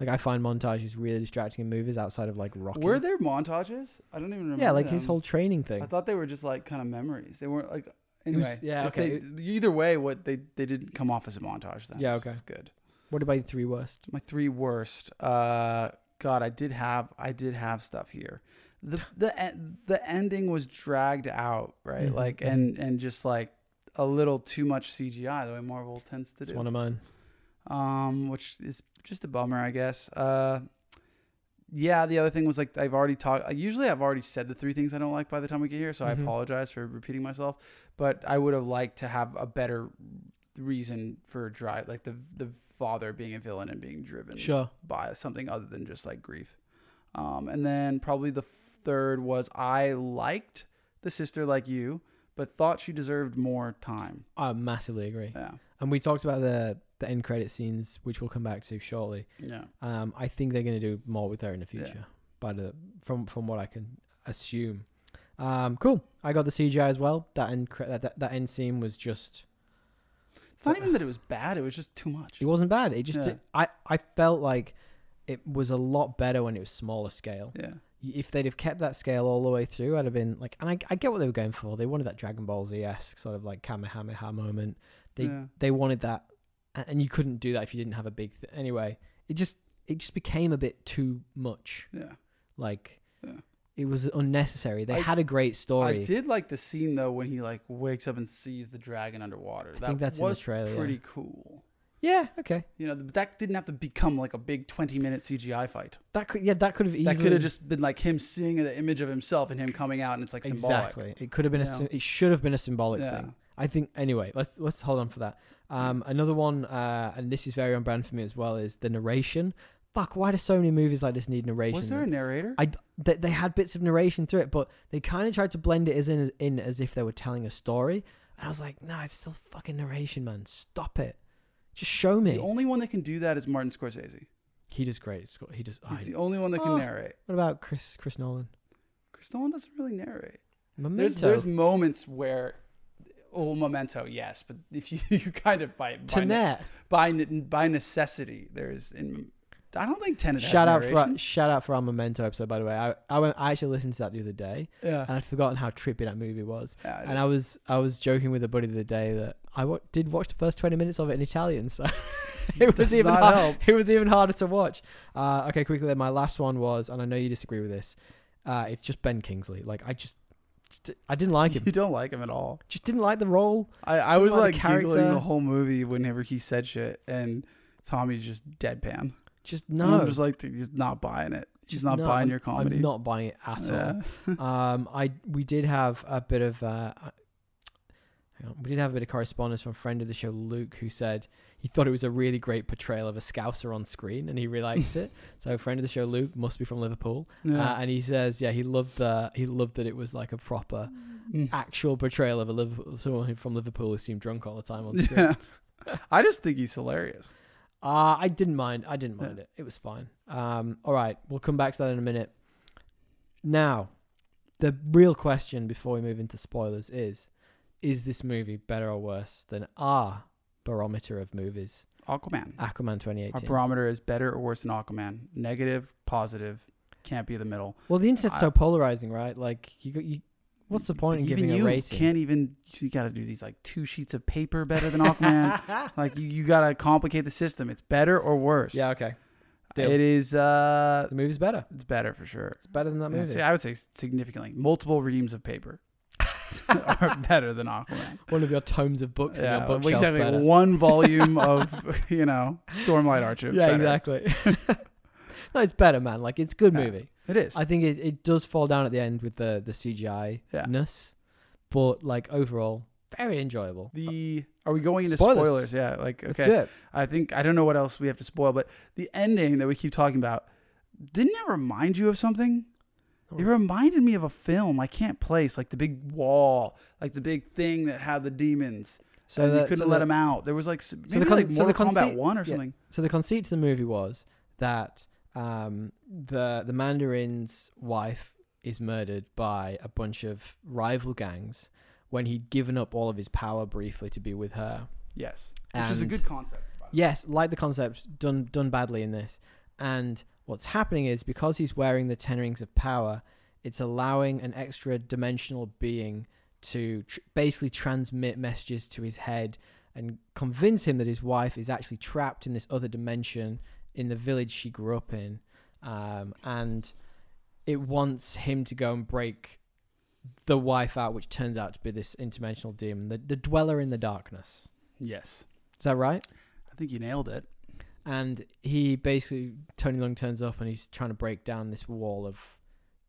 Speaker 1: Like I find montages really distracting in movies outside of like Rocky.
Speaker 2: Were there montages? I don't even remember.
Speaker 1: yeah, like his
Speaker 2: them.
Speaker 1: whole training thing.
Speaker 2: I thought they were just like kind of memories. They weren't like
Speaker 1: was-
Speaker 2: anyway.
Speaker 1: yeah,
Speaker 2: if
Speaker 1: okay.
Speaker 2: They, either way, what they they didn't come off as a montage. Then
Speaker 1: Yeah,
Speaker 2: so
Speaker 1: okay.
Speaker 2: It's good.
Speaker 1: what about your three worst?
Speaker 2: My three worst. Uh, God, I did have I did have stuff here.
Speaker 1: [SIGHS]
Speaker 2: The the en- the ending was dragged out, right?
Speaker 1: Mhm,
Speaker 2: Like
Speaker 1: mhm.
Speaker 2: and and just like a little too much CGI the way Marvel tends to
Speaker 1: It's
Speaker 2: do.
Speaker 1: one of mine.
Speaker 2: um, which is just a bummer, I guess. Uh, yeah, the other thing was like I've already talked. Usually, I've already said the three things I don't like by the time we get here, so
Speaker 1: Mhm.
Speaker 2: I apologize for repeating myself. But I would have liked to have a better reason for drive, like the the father being a villain and being driven
Speaker 1: Sure.
Speaker 2: by something other than just like grief. Um, and then probably the third was I liked the sister like you, but thought she deserved more time.
Speaker 1: I massively agree.
Speaker 2: Yeah,
Speaker 1: And we talked about the the end credit scenes, which we'll come back to shortly.
Speaker 2: yeah.
Speaker 1: Um, I think they're going to do more with her in the
Speaker 2: Yeah.
Speaker 1: future, by the from from what I can assume. Um, cool. I got the CGI as well. That end cre- that, that that end scene was just
Speaker 2: It's not even that it was bad; it was just too much.
Speaker 1: It wasn't bad. It just
Speaker 2: Yeah.
Speaker 1: I I felt like it was a lot better when it was smaller scale.
Speaker 2: Yeah,
Speaker 1: If they'd have kept that scale all the way through, I'd have been like, and I, I get what they were going for. They wanted that Dragon Ball Z esque sort of like Kamehameha moment. They
Speaker 2: yeah.
Speaker 1: they wanted that, a- and you couldn't do that if you didn't have a big. Th- anyway, it just it just became a bit too much.
Speaker 2: yeah.
Speaker 1: Like
Speaker 2: Yeah.
Speaker 1: it was unnecessary. They
Speaker 2: I-
Speaker 1: had a great story.
Speaker 2: I did like the scene though when he like wakes up and sees the dragon underwater.
Speaker 1: I
Speaker 2: that
Speaker 1: think that's in the
Speaker 2: was
Speaker 1: trailer, yeah.
Speaker 2: pretty cool.
Speaker 1: Yeah. Okay.
Speaker 2: You know, th- that didn't have to become like a big twenty-minute CGI fight.
Speaker 1: That could yeah that could have easily
Speaker 2: That could have just been like him seeing the image of himself and him coming out, and it's like symbolic.
Speaker 1: Exactly. It could have been a.
Speaker 2: Yeah.
Speaker 1: sym- It should have been a symbolic
Speaker 2: Yeah.
Speaker 1: thing. I think. Anyway, let's let's hold on for that. Um, another one, uh, and this is very on brand for me as well, is the narration. Fuck, why do so many movies like this need narration?
Speaker 2: Was there a narrator?
Speaker 1: I they, they had bits of narration through it, but they kind of tried to blend it as in, in as if they were telling a story. And I was like, nah, it's still fucking narration, man. Stop it. Just show me.
Speaker 2: the only one that can do that is Martin Scorsese.
Speaker 1: he does great. It's got- He does.
Speaker 2: He's
Speaker 1: I-
Speaker 2: the only one that can
Speaker 1: Oh.
Speaker 2: narrate.
Speaker 1: what about Chris Chris Nolan?
Speaker 2: Chris Nolan doesn't really narrate.
Speaker 1: Memento.
Speaker 2: There's, there's moments where, oh, Memento, yes, but if you, [LAUGHS] you kind of by by, ne-
Speaker 1: Tenet.
Speaker 2: by ne- by necessity, there's in. I don't think Tenet. has
Speaker 1: Shout out for [LAUGHS]
Speaker 2: narration.
Speaker 1: our, shout out for our Memento episode, by the way. I I, went, I actually listened to that the other day,
Speaker 2: Yeah.
Speaker 1: and I'd forgotten how trippy that movie was.
Speaker 2: Yeah, it
Speaker 1: and I
Speaker 2: [LAUGHS] is.
Speaker 1: was I was joking with a buddy the other day that I wa- did watch the first twenty minutes of it in Italian, [LAUGHS] so it was
Speaker 2: Does
Speaker 1: even [LAUGHS]
Speaker 2: not
Speaker 1: har-
Speaker 2: help.
Speaker 1: it was even harder to watch. Uh, okay, quickly, then my last one was, and I know you disagree with this. Uh, it's just Ben Kingsley. Like I just I didn't like
Speaker 2: [LAUGHS]
Speaker 1: him.
Speaker 2: You don't like him at all.
Speaker 1: just didn't like the role.
Speaker 2: I, I was
Speaker 1: like
Speaker 2: like
Speaker 1: the
Speaker 2: giggling
Speaker 1: character.
Speaker 2: the whole movie whenever he said shit, and Tommy's just deadpan.
Speaker 1: Just
Speaker 2: And
Speaker 1: no.
Speaker 2: I'm just like he's not buying it. He's
Speaker 1: Just
Speaker 2: not
Speaker 1: no,
Speaker 2: buying
Speaker 1: I'm-
Speaker 2: your comedy.
Speaker 1: I'm not buying it at all.
Speaker 2: Yeah.
Speaker 1: um, I we did have a bit of uh, hang on, we did have a bit of correspondence from a friend of the show, Luke, who said he thought it was a really great portrayal of a Scouser on screen,
Speaker 2: [LAUGHS]
Speaker 1: and he really liked it. So, a friend of the show, Luke, must be from Liverpool,
Speaker 2: Yeah.
Speaker 1: uh, and he says, yeah, he loved the he loved that it was like a proper
Speaker 2: [LAUGHS] Mm.
Speaker 1: actual portrayal of a Liverpool someone from Liverpool who seemed drunk all the time
Speaker 2: [LAUGHS]
Speaker 1: on screen.
Speaker 2: yeah. I just think he's hilarious.
Speaker 1: Uh, I didn't mind. I didn't
Speaker 2: Yeah.
Speaker 1: mind it. It was fine. Um, all right, we'll come back to that in a minute. Now, the real question before we move into spoilers is: Is this movie better or worse than our barometer of movies,
Speaker 2: Aquaman.
Speaker 1: Aquaman
Speaker 2: Our
Speaker 1: 2018?
Speaker 2: barometer is better or worse than Aquaman. Negative, positive, can't be the middle.
Speaker 1: well, the internet's
Speaker 2: I-
Speaker 1: so polarizing, right? Like, you, got- you what's the point in
Speaker 2: Even
Speaker 1: giving
Speaker 2: you
Speaker 1: a rating?
Speaker 2: Can't even. You got to do these like two sheets of paper better
Speaker 1: [LAUGHS]
Speaker 2: than Aquaman. like you, you got to complicate the system. It's better or worse.
Speaker 1: yeah, okay. Deal.
Speaker 2: It is. Uh,
Speaker 1: The movie's better.
Speaker 2: it's better for sure.
Speaker 1: It's better than that
Speaker 2: Yeah,
Speaker 1: movie.
Speaker 2: see,
Speaker 1: [LAUGHS]
Speaker 2: I [LAUGHS] would say significantly. Multiple reams of paper are better than Aquaman.
Speaker 1: One of your tomes of books in your
Speaker 2: Yeah,
Speaker 1: bookshelf.
Speaker 2: exactly.
Speaker 1: better. [LAUGHS]
Speaker 2: One volume of you know Stormlight Archer.
Speaker 1: Yeah,
Speaker 2: better.
Speaker 1: exactly. [LAUGHS] no, it's better, man. Like, it's a good
Speaker 2: Yeah.
Speaker 1: movie.
Speaker 2: It is.
Speaker 1: I think it, it does fall down at the end with the the CGI ness, but like overall, very enjoyable.
Speaker 2: the are we going into
Speaker 1: Spoilers.
Speaker 2: spoilers? Yeah, like
Speaker 1: Let's
Speaker 2: okay.
Speaker 1: do it.
Speaker 2: I think I don't know what else we have to spoil, but the ending that we keep talking about didn't that remind you of something? It
Speaker 1: Oh.
Speaker 2: reminded me of a film I can't place, like the big wall, like the big thing that had the demons,
Speaker 1: So
Speaker 2: and
Speaker 1: the-
Speaker 2: you couldn't
Speaker 1: so
Speaker 2: let
Speaker 1: the-
Speaker 2: them out. There was like s- maybe
Speaker 1: con-
Speaker 2: like
Speaker 1: so
Speaker 2: Mortal
Speaker 1: the conceit-
Speaker 2: Kombat one or
Speaker 1: yeah.
Speaker 2: something.
Speaker 1: So the conceit to the movie was that um, the the Mandarin's wife is murdered by a bunch of rival gangs when he'd given up all of his power briefly to be with her.
Speaker 2: Yes, which is a
Speaker 1: And-
Speaker 2: good concept. by the way.
Speaker 1: Yes, like the concept, done done badly in this. And what's happening is because he's wearing the ten rings of power, it's allowing an extra dimensional being to tr- basically transmit messages to his head and convince him that his wife is actually trapped in this other dimension in the village she grew up in, um, and it wants him to go and break the wife out, which turns out to be this interdimensional demon, the, the dweller in the darkness.
Speaker 2: Yes,
Speaker 1: Is that right?
Speaker 2: I think you nailed it.
Speaker 1: and he basically Tony Lung turns up and he's trying to break down this wall of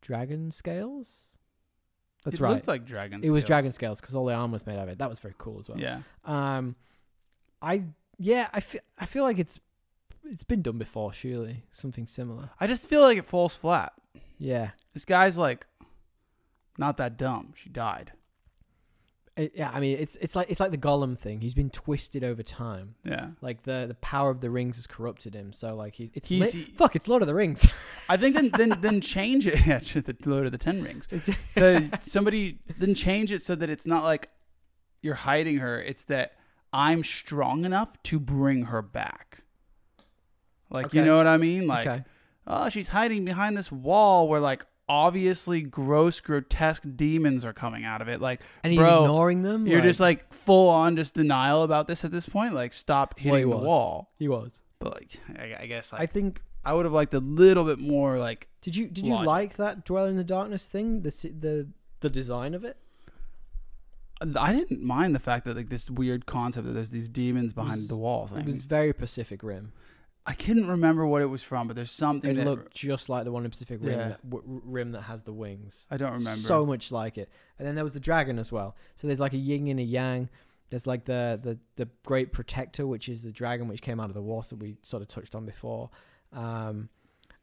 Speaker 1: dragon scales. That's
Speaker 2: it
Speaker 1: right.
Speaker 2: looked like dragon.
Speaker 1: it was
Speaker 2: scales.
Speaker 1: dragon scales because all the armor was made out of it. That was very cool as well.
Speaker 2: Yeah.
Speaker 1: Um, I yeah, I feel I feel like it's it's been done before. Surely something similar.
Speaker 2: I just feel like it falls flat.
Speaker 1: Yeah,
Speaker 2: This guy's like, not that dumb. She died.
Speaker 1: I- yeah. I mean, it's it's like it's like the Gollum thing. He's been twisted over time.
Speaker 2: Yeah.
Speaker 1: Like the the power of the rings has corrupted him. So like he, it's
Speaker 2: He's-
Speaker 1: li-
Speaker 2: he-
Speaker 1: fuck. It's Lord of the Rings.
Speaker 2: I think then then, then change it. [LAUGHS] Yeah, to the Lord of the Ten Rings.
Speaker 1: [LAUGHS] It's-
Speaker 2: So somebody then change it so that it's not like you're hiding her. It's that I'm strong enough to bring her back. Like you
Speaker 1: Okay.
Speaker 2: know what I mean?
Speaker 1: [LAUGHS]
Speaker 2: Like
Speaker 1: okay.
Speaker 2: oh, she's hiding behind this wall where like obviously gross, grotesque demons are coming out of it. Like
Speaker 1: And he's
Speaker 2: bro,
Speaker 1: ignoring them.
Speaker 2: you're just like full on just denial about this at this point. Like stop
Speaker 1: Well, he
Speaker 2: hitting the
Speaker 1: was.
Speaker 2: wall.
Speaker 1: he was.
Speaker 2: But like I, I guess
Speaker 1: I
Speaker 2: like,
Speaker 1: think.
Speaker 2: I would have liked a little bit more like
Speaker 1: Did you did you
Speaker 2: Logic.
Speaker 1: like that dwell in the darkness thing? The si- the the design of it.
Speaker 2: I didn't mind the fact that like this weird concept that there's these demons behind
Speaker 1: was-
Speaker 2: the wall
Speaker 1: It
Speaker 2: thing.
Speaker 1: was very Pacific Rim.
Speaker 2: I couldn't remember what it was from, but there's something
Speaker 1: It
Speaker 2: that
Speaker 1: looked just like the one in Pacific Rim,
Speaker 2: Yeah.
Speaker 1: that, w- Rim that has the wings.
Speaker 2: I don't remember.
Speaker 1: So much like it. And then there was the dragon as well. So there's like a yin and a yang. There's like the the the great protector, which is the dragon which came out of the water we sort of touched on before. Um,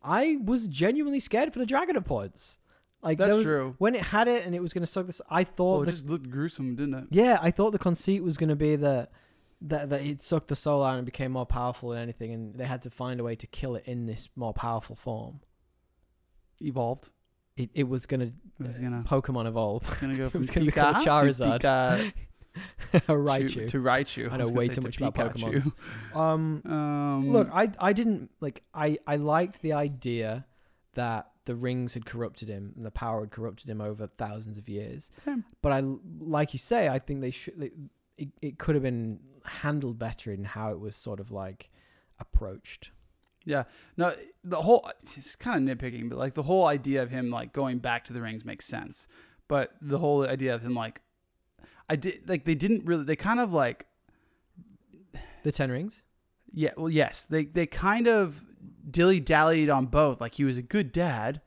Speaker 1: I was genuinely scared for the dragon at points. Like
Speaker 2: that's
Speaker 1: there was-
Speaker 2: true.
Speaker 1: When it had it and it was going to suck this, I thought
Speaker 2: Well, it
Speaker 1: the
Speaker 2: just looked gruesome, didn't it?
Speaker 1: Yeah, I thought the conceit was going to be that that that it sucked the soul out and became more powerful than anything, and they had to find a way to kill it in this more powerful form.
Speaker 2: Evolved.
Speaker 1: It it was going
Speaker 2: It was
Speaker 1: Uh, to [LAUGHS]
Speaker 2: gonna,
Speaker 1: Pokemon evolve,
Speaker 2: gonna go
Speaker 1: it
Speaker 2: from
Speaker 1: was gonna be
Speaker 2: Pika
Speaker 1: called Charizard.
Speaker 2: to
Speaker 1: [LAUGHS]
Speaker 2: Pika
Speaker 1: Raichu.
Speaker 2: to, to Raichu.
Speaker 1: I know
Speaker 2: was gonna
Speaker 1: way
Speaker 2: say
Speaker 1: too
Speaker 2: to
Speaker 1: much about
Speaker 2: Pikachu.
Speaker 1: Um,
Speaker 2: [LAUGHS] Um,
Speaker 1: look, I I didn't like I I liked the idea that the rings had corrupted him and the power had corrupted him over thousands of years.
Speaker 2: Sam,
Speaker 1: but I like you say, I think they should. They, it it could have been handled better in how it was sort of like approached.
Speaker 2: No, the whole it's kind of nitpicking, but like the whole idea of him like going back to the rings makes sense. But the whole idea of him like I did like they didn't really they kind of like
Speaker 1: The Ten Rings.
Speaker 2: yeah, well yes, they they kind of dilly-dallied on both. Like he was a good dad,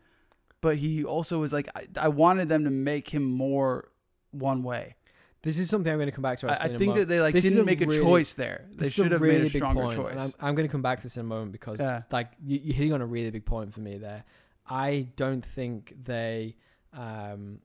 Speaker 2: but he also was like I, I wanted them to make him more one way.
Speaker 1: This is something I'm going to come back to.
Speaker 2: I,
Speaker 1: Actually,
Speaker 2: I
Speaker 1: in
Speaker 2: think
Speaker 1: a
Speaker 2: that they like
Speaker 1: This is
Speaker 2: didn't
Speaker 1: a
Speaker 2: make a
Speaker 1: really-
Speaker 2: choice there. They should have made a stronger choice.
Speaker 1: I'm, I'm going to come back to this in a moment because
Speaker 2: yeah.
Speaker 1: like you, you're hitting on a really big point for me there. I don't think they, um,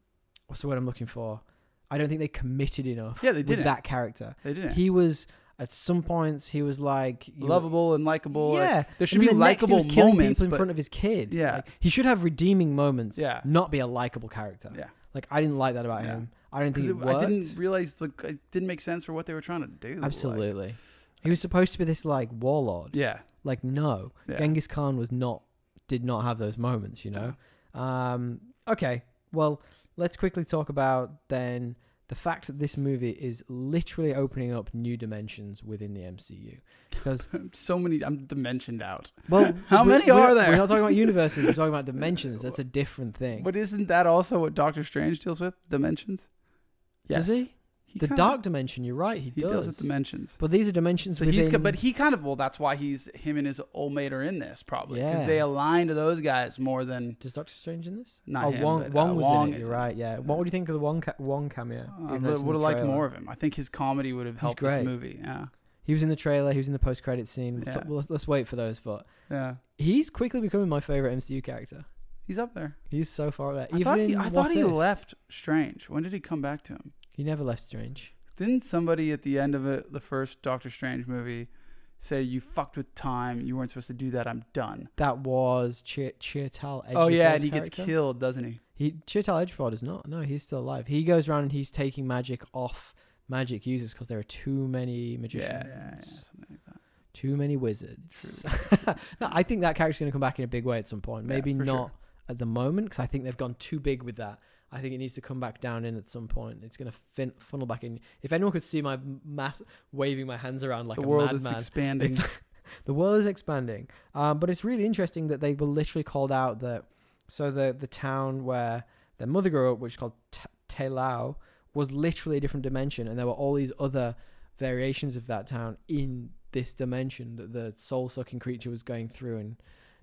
Speaker 1: what's the word I'm looking for? I don't think they committed enough.
Speaker 2: Yeah, they
Speaker 1: with
Speaker 2: didn't.
Speaker 1: that character.
Speaker 2: They didn't.
Speaker 1: He was at some points he was like you know,
Speaker 2: lovable and likable. like-
Speaker 1: Yeah,
Speaker 2: there should
Speaker 1: And
Speaker 2: be
Speaker 1: then next he
Speaker 2: likable
Speaker 1: was killing
Speaker 2: moments,
Speaker 1: people in
Speaker 2: but
Speaker 1: front of his kid.
Speaker 2: Yeah.
Speaker 1: Like, he should have redeeming moments.
Speaker 2: yeah.
Speaker 1: Not be a likable character.
Speaker 2: Yeah.
Speaker 1: Like I didn't like that about
Speaker 2: Yeah.
Speaker 1: him. I don't think
Speaker 2: Because
Speaker 1: it,
Speaker 2: I
Speaker 1: worked.
Speaker 2: didn't realize like it didn't make sense for what they were trying to do. like-
Speaker 1: Absolutely. he was supposed to be this like warlord.
Speaker 2: yeah.
Speaker 1: Like no,
Speaker 2: Yeah.
Speaker 1: Genghis Khan was not did not have those moments. You know. Um. Okay. Well, let's quickly talk about then the fact that this movie is literally opening up new dimensions within the MCU because
Speaker 2: So many. I'm dimensioned out.
Speaker 1: well
Speaker 2: [LAUGHS] How
Speaker 1: we-
Speaker 2: many
Speaker 1: we're
Speaker 2: are
Speaker 1: not-
Speaker 2: there?
Speaker 1: we're not talking
Speaker 2: [LAUGHS]
Speaker 1: about universes we're talking about dimensions that's a different thing
Speaker 2: But isn't that also what Doctor Strange deals with? Dimensions.
Speaker 1: Does he?
Speaker 2: He
Speaker 1: the
Speaker 2: kinda-
Speaker 1: dark dimension. You're right. He,
Speaker 2: He
Speaker 1: does.
Speaker 2: deals with dimensions.
Speaker 1: but these are dimensions
Speaker 2: So
Speaker 1: within.
Speaker 2: he's, co- but he kind of well. That's why he's him and his old mate are in this probably because
Speaker 1: Yeah.
Speaker 2: they align to those guys more than
Speaker 1: does Doctor Strange in this?
Speaker 2: Not
Speaker 1: oh,
Speaker 2: him,
Speaker 1: Wong,
Speaker 2: but, uh,
Speaker 1: Wong was
Speaker 2: Wong
Speaker 1: in it.
Speaker 2: is
Speaker 1: You're
Speaker 2: in it.
Speaker 1: right. Yeah. What would you think of the Wong ca- Wong cameo?
Speaker 2: I
Speaker 1: Even
Speaker 2: would
Speaker 1: though it's in the
Speaker 2: have uh, liked
Speaker 1: trailer.
Speaker 2: more of him. I think his comedy would have helped
Speaker 1: great.
Speaker 2: this movie. Yeah,
Speaker 1: He was in the trailer. He was in the post credit scene. We'll
Speaker 2: Yeah.
Speaker 1: talk- well, let's wait for those. But
Speaker 2: yeah.
Speaker 1: he's quickly becoming my favorite MCU character.
Speaker 2: He's up there.
Speaker 1: He's so far there.
Speaker 2: I
Speaker 1: Even
Speaker 2: thought he,
Speaker 1: in
Speaker 2: I
Speaker 1: What
Speaker 2: thought he
Speaker 1: If,
Speaker 2: left Strange. When did he come back to him?
Speaker 1: he never left Strange.
Speaker 2: Didn't somebody at the end of it, the first Doctor Strange movie say you fucked with time? You weren't supposed to do that. I'm done.
Speaker 1: That was Chi- Chiwetel Ejiofor's
Speaker 2: oh yeah, and he
Speaker 1: character.
Speaker 2: gets killed, doesn't he?
Speaker 1: He Chiwetel Ejiofor is not. No, he's still alive. He goes around and he's taking magic off magic users because there are too many magicians.
Speaker 2: Yeah, yeah, yeah, something like that.
Speaker 1: Too many wizards. [LAUGHS] no, I think that character's going to come back in a big way at some point.
Speaker 2: Yeah,
Speaker 1: Maybe
Speaker 2: for
Speaker 1: not
Speaker 2: sure.
Speaker 1: at the moment because I think they've gone too big with that. I think it needs to come back down in at some point. It's going to fin- funnel back in. If anyone could see my mass waving my hands around like
Speaker 2: the
Speaker 1: a
Speaker 2: world is
Speaker 1: madman,
Speaker 2: expanding.
Speaker 1: it's- the world is expanding. Um, but it's really interesting that they were literally called out that. So the the town where their mother grew up, which is called T- Telao, was literally a different dimension, and there were all these other variations of that town in this dimension that the soul sucking creature was going through and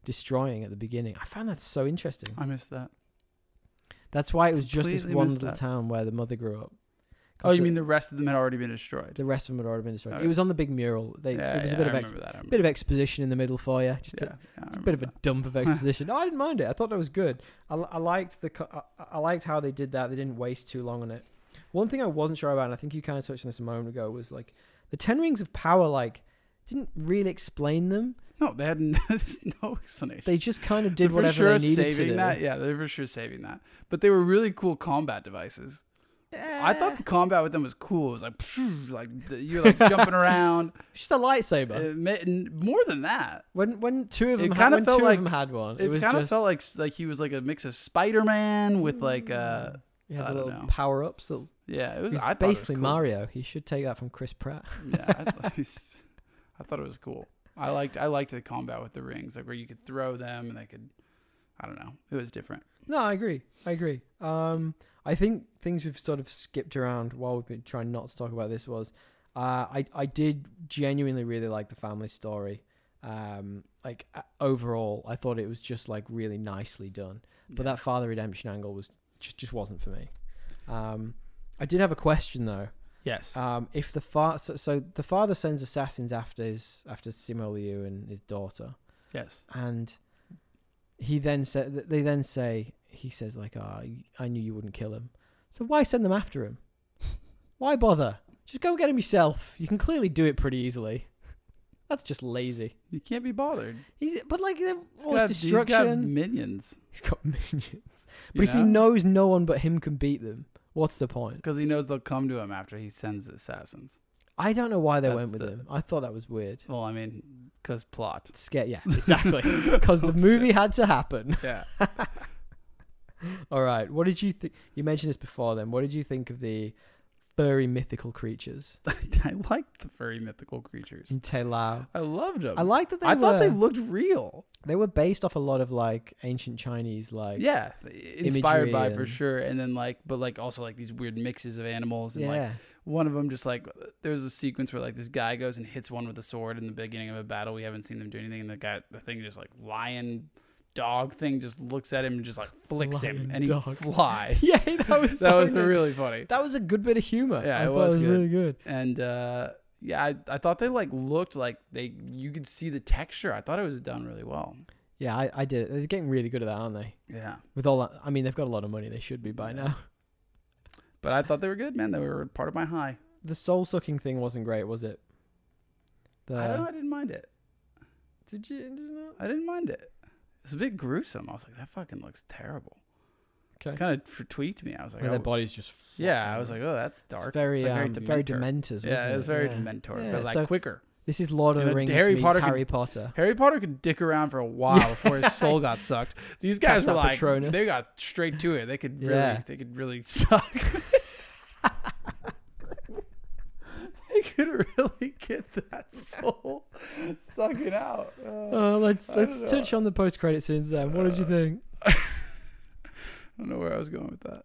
Speaker 1: destroying at the beginning. I found that so interesting.
Speaker 2: I
Speaker 1: [LAUGHS]
Speaker 2: missed that.
Speaker 1: That's why it was just this
Speaker 2: Completely
Speaker 1: one
Speaker 2: missed
Speaker 1: little
Speaker 2: that.
Speaker 1: town where the mother grew up. 'Cause
Speaker 2: Oh, you
Speaker 1: the,
Speaker 2: mean the rest of them had already been destroyed?
Speaker 1: the rest of them had already been destroyed.
Speaker 2: Okay.
Speaker 1: It was on the big mural. They,
Speaker 2: yeah,
Speaker 1: it was
Speaker 2: yeah,
Speaker 1: a bit
Speaker 2: I
Speaker 1: of ex-
Speaker 2: remember that. I remember,
Speaker 1: bit of exposition in the middle for you, just a-
Speaker 2: yeah, yeah, I
Speaker 1: It's a
Speaker 2: remember
Speaker 1: bit of a
Speaker 2: that.
Speaker 1: dump
Speaker 2: [LAUGHS]
Speaker 1: of exposition. no, I didn't mind it. I thought that was good. I, I liked the co- I, I liked how they did that. They didn't waste too long on it. One thing I wasn't sure about, and I think you kind of touched on this a moment ago, was like the Ten Rings of Power. Like didn't really explain them.
Speaker 2: No, they had [LAUGHS] n- there's no explanation.
Speaker 1: They just kind
Speaker 2: [LAUGHS]
Speaker 1: of
Speaker 2: They're
Speaker 1: did whatever
Speaker 2: for sure
Speaker 1: they needed to
Speaker 2: saving
Speaker 1: do.
Speaker 2: that. Yeah, they're for sure saving that. But they were really cool combat devices. I thought the
Speaker 1: Eh,
Speaker 2: combat with them was cool. It was like, pshoo, like the- you're like
Speaker 1: [LAUGHS]
Speaker 2: jumping around.
Speaker 1: it's just a lightsaber.
Speaker 2: It ma- n- more than that,
Speaker 1: when when two of
Speaker 2: it
Speaker 1: them had,
Speaker 2: kinda
Speaker 1: when two
Speaker 2: felt
Speaker 1: of
Speaker 2: like-
Speaker 1: them had one,
Speaker 2: it,
Speaker 1: it, was
Speaker 2: kind of
Speaker 1: just-
Speaker 2: felt like s- like he was like a mix of Spider Man with like uh
Speaker 1: you had
Speaker 2: I
Speaker 1: the
Speaker 2: don't
Speaker 1: little
Speaker 2: know.
Speaker 1: power ups. That
Speaker 2: yeah. It was
Speaker 1: he's
Speaker 2: I thought it
Speaker 1: Mm.
Speaker 2: was
Speaker 1: basically
Speaker 2: cool.
Speaker 1: Mario. He should take that from Chris Pratt.
Speaker 2: yeah, I,
Speaker 1: [LAUGHS]
Speaker 2: thought- I thought it was cool. I liked I liked the combat with the rings, like where you could throw them and they could. I don't know. It was different.
Speaker 1: No, I agree. I agree. Um, I think things we've sort of skipped around while we've been trying not to talk about this was, uh, I I did genuinely really like the family story. Um, like uh, overall, I thought it was just like really nicely done. But that father redemption angle was just just wasn't for me. Um, I did have a question though.
Speaker 2: yes,
Speaker 1: Um, if the fa- so, so the father sends assassins after his after Simu Liu and his daughter
Speaker 2: yes,
Speaker 1: and he then said they then say he says like ah i knew you wouldn't kill him so why send them after him [LAUGHS] why bother just go and get him yourself you can clearly do it pretty easily [LAUGHS] that's just lazy
Speaker 2: you can't be bothered.
Speaker 1: he's but like then
Speaker 2: He's
Speaker 1: all this
Speaker 2: got- He's got
Speaker 1: destruction
Speaker 2: minions.
Speaker 1: he's got minions but if he knows no one but him can beat them what's the point
Speaker 2: because he knows they'll come to him after he sends the assassins.
Speaker 1: i don't know why they
Speaker 2: That's
Speaker 1: went with
Speaker 2: the-
Speaker 1: him i thought that was weird
Speaker 2: Well, I mean, because plot.
Speaker 1: scare
Speaker 2: [LAUGHS]
Speaker 1: yeah exactly because the movie had to happen [LAUGHS]
Speaker 2: Yeah.
Speaker 1: All right. What did you think? You mentioned this before. Then, what did you think of the furry mythical creatures
Speaker 2: [LAUGHS] I liked the furry mythical creatures.
Speaker 1: in Te Lao?
Speaker 2: I loved them.
Speaker 1: Mm. I like that they
Speaker 2: I
Speaker 1: were.
Speaker 2: thought they looked real.
Speaker 1: they were based off a lot of like ancient Chinese, like
Speaker 2: yeah, inspired by for
Speaker 1: and-
Speaker 2: sure. And then like, but like also like these weird mixes of animals and
Speaker 1: yeah,
Speaker 2: like one of them just like there's a sequence where like this guy goes and hits one with a sword in the beginning of a battle. We haven't seen them do anything, and the guy, the thing, just like lion dog thing, just looks at him and just like flicks him,
Speaker 1: Lion
Speaker 2: and he
Speaker 1: dog.
Speaker 2: flies.
Speaker 1: [LAUGHS] [LAUGHS] yeah. That was
Speaker 2: [LAUGHS] that
Speaker 1: so
Speaker 2: was
Speaker 1: good.
Speaker 2: really funny.
Speaker 1: That was a good bit of humor.
Speaker 2: Yeah,
Speaker 1: I
Speaker 2: it
Speaker 1: thought
Speaker 2: was
Speaker 1: it was
Speaker 2: good.
Speaker 1: really good.
Speaker 2: And uh, yeah, I, I thought they like looked like they you could see the texture. I thought it was done really well.
Speaker 1: Yeah, I, I did. it. They're getting really good at that, aren't they?
Speaker 2: Yeah,
Speaker 1: With all that, I mean, they've got a lot of money. They should be by
Speaker 2: Yeah.
Speaker 1: now. [LAUGHS]
Speaker 2: but I thought they were good, man. They were part of my high.
Speaker 1: The soul sucking thing wasn't great, was it? The,
Speaker 2: I don't know. I didn't mind it.
Speaker 1: Did you? Did you not?
Speaker 2: I didn't mind it. It's a bit gruesome. I was like, that fucking looks terrible.
Speaker 1: Okay.
Speaker 2: Kind of tweaked me. I was like,
Speaker 1: Where
Speaker 2: oh,
Speaker 1: their bodies just.
Speaker 2: Yeah,
Speaker 1: flopping
Speaker 2: I was
Speaker 1: around.
Speaker 2: like, oh, that's
Speaker 1: It's
Speaker 2: dark.
Speaker 1: very,
Speaker 2: It's like
Speaker 1: um, very
Speaker 2: Dementor.
Speaker 1: Dementors.
Speaker 2: Yeah,
Speaker 1: wasn't
Speaker 2: it was very
Speaker 1: Yeah.
Speaker 2: Dementor,
Speaker 1: Yeah,
Speaker 2: but like
Speaker 1: so
Speaker 2: quicker.
Speaker 1: this is Lord of
Speaker 2: you
Speaker 1: the
Speaker 2: know,
Speaker 1: Rings
Speaker 2: Harry
Speaker 1: meets
Speaker 2: Potter could-
Speaker 1: Harry Potter.
Speaker 2: Harry Potter could dick around for a while
Speaker 1: [LAUGHS]
Speaker 2: before his soul got sucked. These guys
Speaker 1: Passed
Speaker 2: were
Speaker 1: out
Speaker 2: like,
Speaker 1: Patronus.
Speaker 2: they got straight to it. They could really,
Speaker 1: Yeah.
Speaker 2: they could really suck. [LAUGHS] they could really get that soul sucking out. Uh,
Speaker 1: [LAUGHS] Uh, let's
Speaker 2: I don't
Speaker 1: let's
Speaker 2: know.
Speaker 1: touch on the post credit scenes. Then, what did you
Speaker 2: Uh,
Speaker 1: think?
Speaker 2: I don't know where I was going with that.